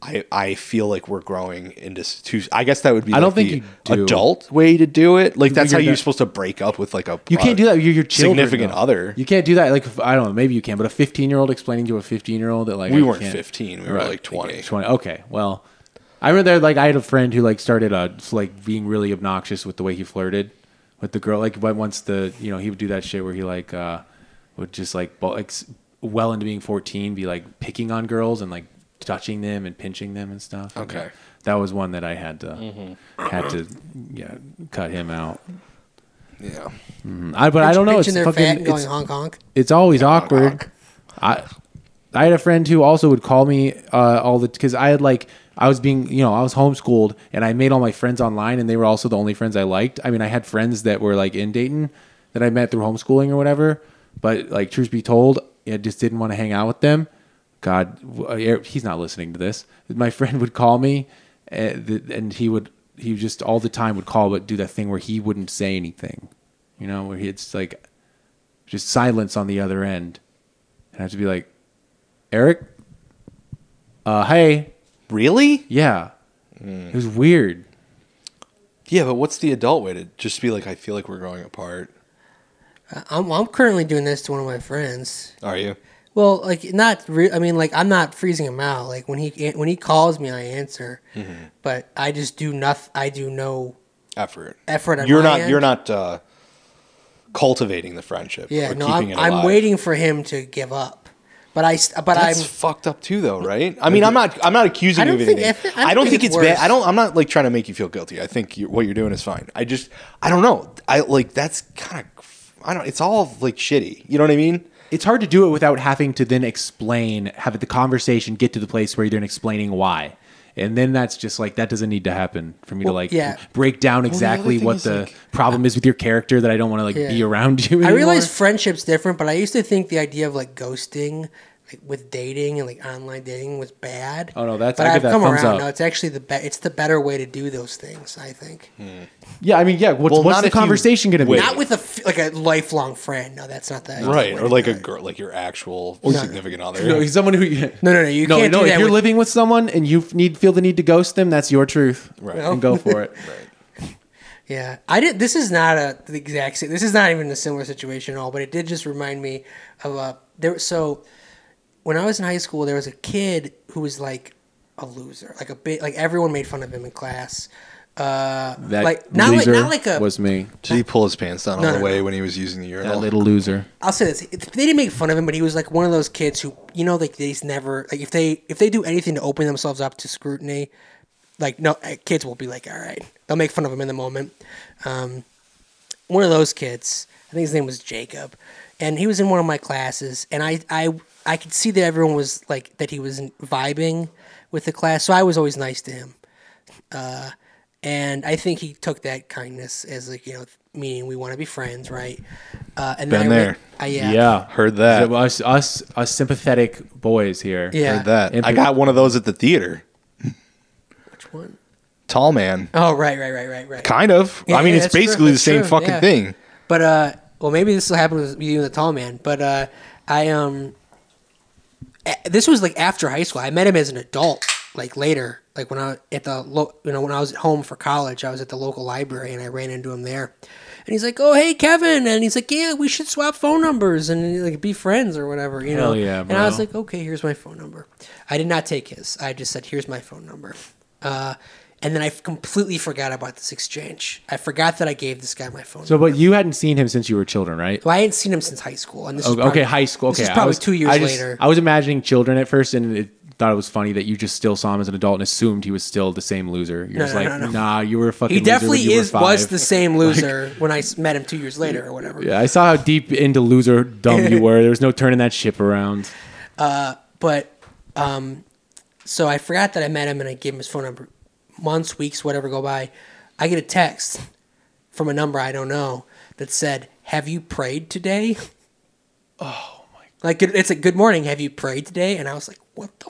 Speaker 3: I I feel like we're growing into s- too. I guess that would be.
Speaker 1: I don't
Speaker 3: like,
Speaker 1: think
Speaker 3: the
Speaker 1: you do.
Speaker 3: adult way to do it. Like that's how
Speaker 1: Figure
Speaker 3: you're
Speaker 1: that-
Speaker 3: supposed to break up with like a.
Speaker 1: You can't
Speaker 3: a
Speaker 1: do that. You're your children,
Speaker 3: significant
Speaker 1: though.
Speaker 3: other.
Speaker 1: You can't do that. Like if- I don't know, maybe you can, but a 15 year old explaining to a 15 year old that like
Speaker 3: We
Speaker 1: I
Speaker 3: weren't
Speaker 1: can't-
Speaker 3: 15, we were, like, 20.
Speaker 1: 20. Okay, well, I remember like I had a friend who like started uh like being really obnoxious with the way he flirted with the girl. Like when- once the you know he would do that shit where he like uh would just like bo- like s- well into being 14 be like picking on girls and like touching them and pinching them and stuff. And,
Speaker 3: Okay. Mm-hmm.
Speaker 1: yeah, that was one that I had to had to yeah cut him out.
Speaker 3: Yeah.
Speaker 1: Mhm. I but I don't know. It's
Speaker 2: Pinching their
Speaker 1: fucking
Speaker 2: fat and going
Speaker 1: it's,
Speaker 2: honk, honk.
Speaker 1: It's always awkward. I I had a friend who also would call me uh, all the because I had like I was being you know I was homeschooled and I made all my friends online and they were also the only friends I liked. I mean I had friends that were like in Dayton that I met through homeschooling or whatever, but like truth be told, I just didn't want to hang out with them. God, w- uh, he's not listening to this. My friend would call me, uh, th- and he would he just all the time would call, but do that thing where he wouldn't say anything, you know, where he, it's like just silence on the other end, and I have to be like, Eric, uh, hey,
Speaker 3: really?
Speaker 1: Yeah,
Speaker 3: Mm.
Speaker 1: it was weird.
Speaker 3: Yeah, but what's the adult way to just be like? I feel like we're growing apart.
Speaker 2: I'm, I'm currently doing this to one of my friends.
Speaker 3: Are you?
Speaker 2: Well, like not. Re- I mean, like I'm not freezing him out. Like when he when he calls me, I answer,
Speaker 1: Mm-hmm.
Speaker 2: but I just do nothing. I do no
Speaker 3: Effort.
Speaker 2: effort. On
Speaker 3: You're
Speaker 2: my
Speaker 3: not.
Speaker 2: end.
Speaker 3: You're not uh, cultivating the friendship.
Speaker 2: Yeah,
Speaker 3: or
Speaker 2: no,
Speaker 3: keeping
Speaker 2: I'm,
Speaker 3: it
Speaker 2: I'm
Speaker 3: alive.
Speaker 2: waiting for him to give up, but I st- but
Speaker 3: That's
Speaker 2: I'm
Speaker 3: fucked up too, though, right? I mean, I'm not. I'm not accusing
Speaker 2: I
Speaker 3: you of
Speaker 2: don't think-
Speaker 3: anything.
Speaker 2: I
Speaker 3: I,
Speaker 2: thi-
Speaker 3: don't, think, it's, bad.
Speaker 2: worse.
Speaker 3: I don't. I'm not like trying to make you feel guilty. I think you, what you're doing is fine. I just. I don't know. I like that's kind of. I don't. It's all like shitty. You know what I mean?
Speaker 1: It's hard to do it without having to then explain, have the conversation get to the place where you're then explaining why. And then that's just like that doesn't need to happen for me to
Speaker 2: Well,
Speaker 1: like
Speaker 2: yeah.
Speaker 1: break down
Speaker 2: Well, the
Speaker 1: exactly
Speaker 2: other thing
Speaker 1: what
Speaker 2: is,
Speaker 1: the
Speaker 2: like,
Speaker 1: problem is with your character that I don't want to like be
Speaker 2: Yeah.
Speaker 1: around you.
Speaker 2: I
Speaker 1: Anymore.
Speaker 2: realize friendship's different, but I used to think the idea of like ghosting, like with dating and like online dating, was bad.
Speaker 1: Oh, no, that's-
Speaker 2: but
Speaker 1: I give
Speaker 2: have
Speaker 1: that
Speaker 2: come
Speaker 1: thumbs
Speaker 2: around
Speaker 1: up.
Speaker 2: now. It's actually the be- it's the better way to do those things. I think.
Speaker 3: Hmm.
Speaker 1: Yeah, I mean, yeah. What's,
Speaker 3: Well,
Speaker 1: what's
Speaker 3: not
Speaker 1: the
Speaker 3: if you
Speaker 1: conversation going to be?
Speaker 2: Not with a f- like a lifelong friend. No, that's not that.
Speaker 3: Right, or like a girl, like your actual
Speaker 1: Or-
Speaker 3: significant other.
Speaker 1: No, someone who
Speaker 2: No, no, no. You can't do
Speaker 1: if
Speaker 2: that
Speaker 1: you're
Speaker 2: with-
Speaker 1: living with someone and you f- need feel the need to ghost them, that's your truth. Right,
Speaker 2: Well.
Speaker 1: and go for it.
Speaker 2: Yeah, I did. This is not a the exact same. This is not even a similar situation at all. But it did just remind me of a there. So when I was in high school, there was a kid who was like a loser, like a bit, like everyone made fun of him in class. Uh,
Speaker 1: That
Speaker 2: like not like
Speaker 1: loser
Speaker 2: not like a.
Speaker 1: was me.
Speaker 3: Did he pull his pants down
Speaker 2: No,
Speaker 3: all
Speaker 2: no,
Speaker 3: the way when he was using the urinal?
Speaker 1: That little loser.
Speaker 2: I'll say this: it- they didn't make fun of him, but he was like one of those kids who, you know, like they's never like if they if they do anything to open themselves up to scrutiny, like no eh, kids will be like, all right, they'll make fun of him in the moment. Um, one of those kids, I think his name was Jacob, and he was in one of my classes, and I I I could see that everyone was like that he was vibing with the class, so I was always nice to him. Uh, and I think he took that kindness as like you know meaning we want to be friends, right? Uh, and
Speaker 1: Been
Speaker 2: then I re-
Speaker 1: there.
Speaker 2: I, yeah,
Speaker 3: Heard that.
Speaker 1: So us, us, us sympathetic boys here.
Speaker 2: Yeah.
Speaker 3: Heard that. I got one of those at the theater.
Speaker 2: Which one?
Speaker 3: Tall man.
Speaker 2: Oh right, right, right, right, right.
Speaker 3: Kind of.
Speaker 2: Yeah,
Speaker 3: I mean, it's
Speaker 2: yeah, that's true,
Speaker 3: basically the
Speaker 2: that's
Speaker 3: same
Speaker 2: true,
Speaker 3: fucking
Speaker 2: yeah.
Speaker 3: thing.
Speaker 2: But uh, well, maybe this will happen with you and the tall man. But uh, I um, a- this was like after high school. I met him as an adult, like later, like when I at the lo- you know when I was at home for college, I was at the local library and I ran into him there. And he's like, "Oh, hey, Kevin," and he's like, "Yeah, we should swap phone numbers and like be friends or whatever, you
Speaker 1: Hell
Speaker 2: know."
Speaker 1: yeah,
Speaker 2: And I was
Speaker 1: bro.
Speaker 2: like, "Okay, here's my phone number." I did not take his. I just said, "Here's my phone number." Uh, and then I f- completely forgot about this exchange. I forgot that I gave this guy my phone.
Speaker 1: So, but you hadn't seen him since you were children, right?
Speaker 2: Well, I hadn't seen him since high school, and this
Speaker 1: okay,
Speaker 2: was probably,
Speaker 1: okay, high school. Okay,
Speaker 2: this was
Speaker 1: I
Speaker 2: probably
Speaker 1: was-
Speaker 2: two years
Speaker 1: I just-
Speaker 2: later.
Speaker 1: I was imagining children at first, and it, thought it was funny that you just still saw him as an adult and assumed he was still the same loser. You're
Speaker 2: No,
Speaker 1: just
Speaker 2: no,
Speaker 1: like,
Speaker 2: no, no.
Speaker 1: nah, you were a fucking.
Speaker 2: he definitely is was the
Speaker 1: same.
Speaker 2: same loser when I s- met him two years later or whatever.
Speaker 1: Yeah, I saw how deep into loser dumb you were. There was no turning that ship around.
Speaker 2: Uh, but um, so I forgot that I met him and I gave him his phone number. Months, weeks, whatever go by, I get a text from a number I don't know that said, "Have you prayed today?" Oh my! Like it, it's a good morning. Have you prayed today? And I was like, "What the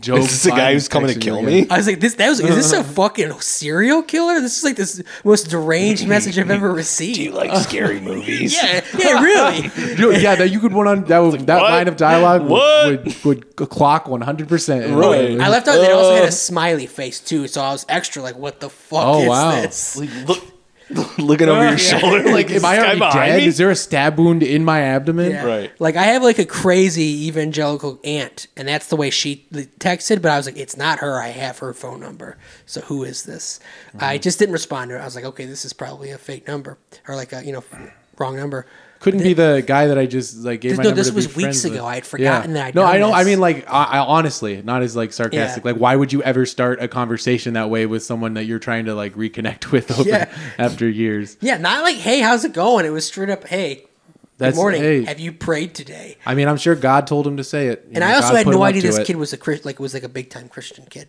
Speaker 3: Joe Is this the guy who's Biden's coming to texting kill you again. me?
Speaker 2: I was like, "This that was is this a fucking serial killer? This is like this most deranged message I've ever received." Do you
Speaker 3: like scary movies?
Speaker 2: yeah, yeah, really.
Speaker 1: Yo, yeah, that you could one on that, would that
Speaker 2: what?
Speaker 1: line of dialogue would-
Speaker 2: What?
Speaker 1: Would, would, clock one hundred percent.
Speaker 2: I left out that it also had a smiley face too, so I was extra like, "What the fuck
Speaker 1: Oh,
Speaker 2: is
Speaker 1: wow.
Speaker 2: this?"
Speaker 3: look, looking over your shoulder, like, is
Speaker 1: am I
Speaker 3: this guy
Speaker 1: already
Speaker 3: behind
Speaker 1: dead?
Speaker 3: me?
Speaker 1: Is there a stab wound in my abdomen?
Speaker 2: Yeah. Like I have like a crazy evangelical aunt, and that's the way she li- texted. But I was like, "It's not her. I have her phone number. So who is this?" I just didn't respond to it. I was like, "Okay, this is probably a fake number or like a you know wrong number."
Speaker 1: Couldn't be the guy that I just like gave
Speaker 2: This-
Speaker 1: my
Speaker 2: no,
Speaker 1: number
Speaker 2: this
Speaker 1: to
Speaker 2: was
Speaker 1: be
Speaker 2: weeks
Speaker 1: friends
Speaker 2: ago.
Speaker 1: with.
Speaker 2: I had forgotten
Speaker 1: Yeah.
Speaker 2: that I'd
Speaker 1: no, I
Speaker 2: done
Speaker 1: know. I
Speaker 2: this.
Speaker 1: mean, like, I, I honestly, not as like sarcastic.
Speaker 2: Yeah.
Speaker 1: Like, why would you ever start a conversation that way with someone that you're trying to like reconnect with over,
Speaker 2: Yeah.
Speaker 1: after years?
Speaker 2: Yeah, not like, "Hey, how's it going?" It was straight up, "Hey,
Speaker 1: That's-
Speaker 2: good morning.
Speaker 1: hey.
Speaker 2: Have you prayed today?"
Speaker 1: I mean, I'm sure God told him to say it. You
Speaker 2: and
Speaker 1: know,
Speaker 2: I also
Speaker 1: God
Speaker 2: had
Speaker 1: put
Speaker 2: no
Speaker 1: him up
Speaker 2: idea
Speaker 1: to
Speaker 2: this
Speaker 1: it.
Speaker 2: kid was a Chris, like was like a big time Christian kid.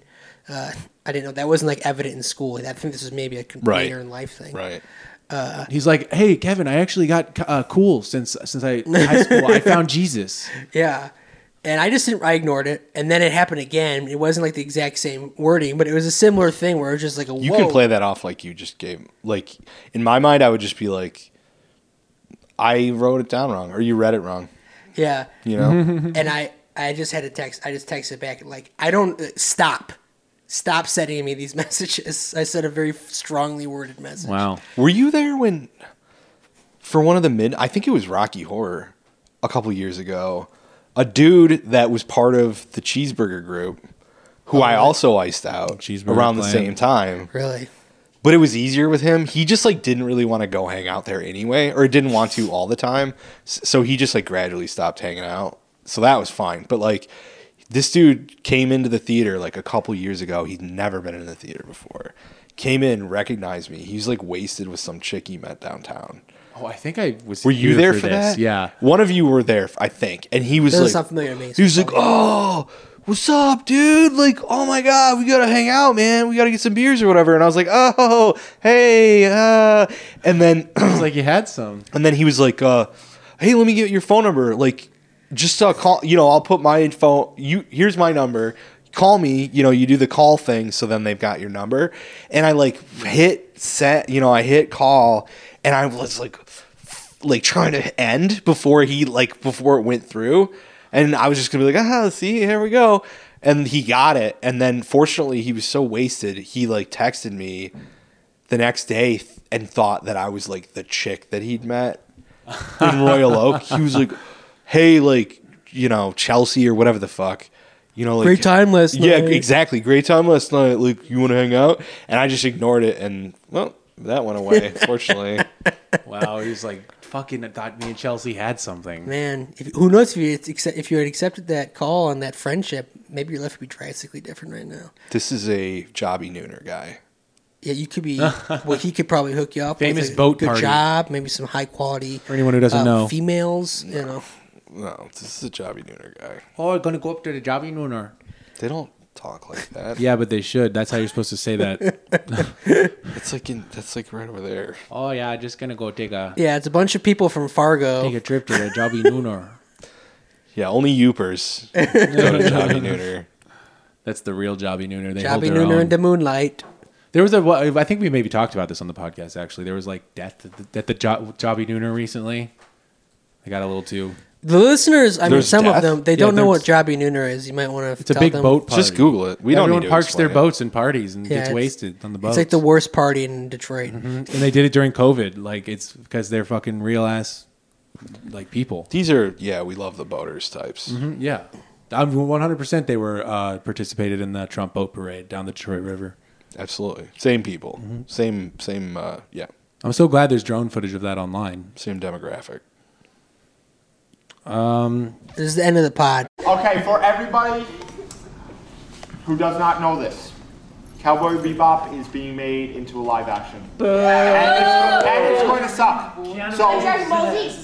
Speaker 2: Uh, I didn't know that wasn't like evident in school. I think this was maybe a com-
Speaker 1: Right.
Speaker 2: later in life thing.
Speaker 3: Right.
Speaker 2: Uh,
Speaker 1: He's like, "Hey, Kevin, I actually got uh, cool since since I high school. I found Jesus."
Speaker 2: yeah, and I just didn't. I ignored it, and then it happened again. It wasn't like the exact same wording, but it was a similar thing where it was just like a.
Speaker 3: You
Speaker 2: whoa.
Speaker 3: can play that off like you just gave. Like in my mind, I would just be like, I wrote it down wrong, or you read it wrong.
Speaker 2: Yeah.
Speaker 3: You know?
Speaker 1: Mm-hmm.
Speaker 2: and I, I just had a text. I just texted back like, I don't uh, stop, stop sending me these messages. I sent a very strongly worded message.
Speaker 1: Wow.
Speaker 3: Were you there when for one of the mid I think it was Rocky Horror a couple years ago, a dude that was part of the cheeseburger group who I also iced out around the
Speaker 1: Clan.
Speaker 3: same time.
Speaker 2: Really?
Speaker 3: But it was easier with him. He just like didn't really want to go hang out there anyway or didn't want to all the time. S- So he just like gradually stopped hanging out. So that was fine. But like this dude came into the theater like a couple years ago. He'd never been in the theater before. Came in, recognized me. He's like wasted with some chick he met downtown.
Speaker 1: Oh, I think I was.
Speaker 3: Were you
Speaker 1: here
Speaker 3: there for,
Speaker 1: this.
Speaker 3: that?
Speaker 1: Yeah.
Speaker 3: One of you were there, I think. And he was
Speaker 2: Doesn't
Speaker 3: like,
Speaker 2: sound familiar to me,
Speaker 3: He was
Speaker 2: so
Speaker 3: like, oh, what's up, dude? Like, oh my God, we got to hang out, man. We got to get some beers or whatever. And I was like, oh, hey. Uh. And then. I was
Speaker 1: like, you had some.
Speaker 3: And then he was like, uh, hey, let me get your phone number. Like, just uh, call, you know, I'll put my phone, you, here's my number. Call me, you know, you do the call thing. So then they've got your number. And I like hit set, you know, I hit call and I was like, like trying to end before he like before it went through and i was just gonna be like ah see here we go and he got it and then fortunately he was so wasted he like texted me the next day th- and thought that i was like the chick that he'd met in royal oak he was like hey like you know chelsea or whatever the fuck you know like
Speaker 2: Great time last
Speaker 3: yeah
Speaker 2: night.
Speaker 3: exactly great time last night like you want to hang out and i just ignored it and well that went away fortunately
Speaker 1: Wow, he was like, "Fucking, I thought me and Chelsea had something."
Speaker 2: Man, if, who knows if you had accept, if you had accepted that call and that friendship, Maybe your life would be drastically different right now.
Speaker 3: This is a jobby nooner guy.
Speaker 2: Yeah, you could be. well, he could probably hook you up.
Speaker 3: Famous
Speaker 2: with a
Speaker 3: boat
Speaker 2: good
Speaker 3: party.
Speaker 2: job, maybe some high quality. uh,
Speaker 1: For anyone who doesn't know.
Speaker 2: females, you know.
Speaker 3: No, this is a jobby nooner guy.
Speaker 1: Oh, I'm gonna go up to the jobby nooner.
Speaker 3: They don't talk like that.
Speaker 1: Yeah, but they should. That's how you're supposed to say that.
Speaker 3: It's like in that's like right over there.
Speaker 1: oh yeah, just gonna go take a
Speaker 2: Yeah, it's a bunch of people from Fargo.
Speaker 1: take a trip to the jobby nooner.
Speaker 3: Yeah, only youpers go to jobby nooner.
Speaker 1: That's the real jobby nooner. They hold
Speaker 2: Jobby
Speaker 1: their
Speaker 2: Nooner
Speaker 1: own.
Speaker 2: in the moonlight.
Speaker 1: There was a. I think we maybe talked about this on the podcast. Actually, there was like death at the, at the jo- Jobby Nooner recently. I got a little too.
Speaker 2: The listeners, I mean,
Speaker 1: There's
Speaker 2: some
Speaker 1: death?
Speaker 2: of them, they
Speaker 1: Yeah,
Speaker 2: don't know what
Speaker 1: there's-
Speaker 2: Jobby Nooner is. You might want to.
Speaker 1: It's a big boat party. Everyone parks their
Speaker 2: boat
Speaker 1: boats and parties and gets wasted on the Mm-hmm. boat.
Speaker 2: It's like the worst party in Detroit.
Speaker 1: and they did it during COVID. Like it's because they're fucking real ass, like people.
Speaker 3: These are yeah, we love the boaters types.
Speaker 2: Mm-hmm.
Speaker 1: Mhm, yeah, I'm 100. percent They were uh, participated in the Trump boat parade down the Detroit River.
Speaker 3: Absolutely, same people, same same. Uh, yeah,
Speaker 1: I'm so glad there's drone footage of that online.
Speaker 3: Same demographic.
Speaker 1: Um,
Speaker 2: This is the end of the pod.
Speaker 12: Okay, for everybody who does not know this, Cowboy Bebop is being made into a live action. And, it's, and it's going to suck. So,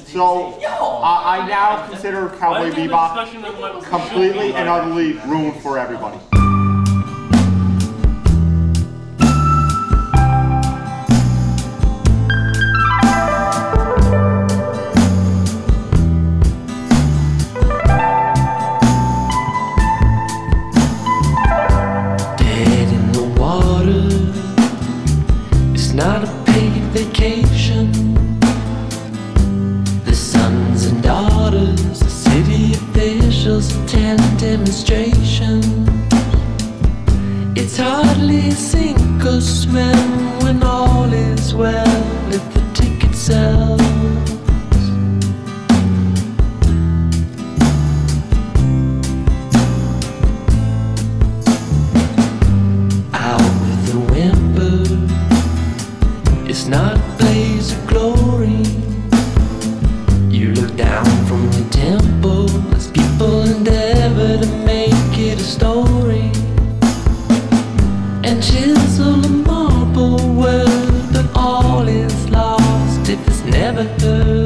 Speaker 12: so uh, I now consider Cowboy Bebop completely and utterly ruined for everybody.
Speaker 13: Dead in the water. It's not a paid vacation. The sons and daughters, the city officials attend demonstrations. It's hardly sink or swim when all is well if the ticket sells. out with a whimper. It's not a blaze of glory. You look down from the temple as people endeavor to make it a story. And chisel a marble word, but all is lost if it's never heard.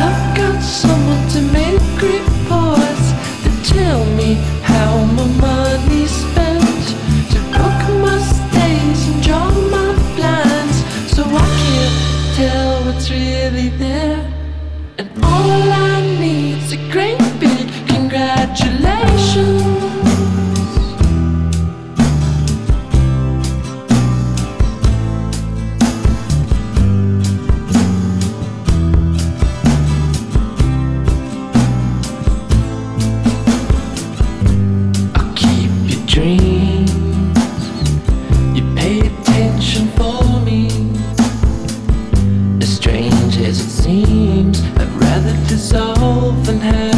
Speaker 13: I've got someone to make reports that tell me how my money's spent, to book my stays and draw my blinds, so I can't tell what's really there. And all I need's a great big congratulations. your dreams. You pay attention for me. As strange as it seems, I'd rather dissolve than have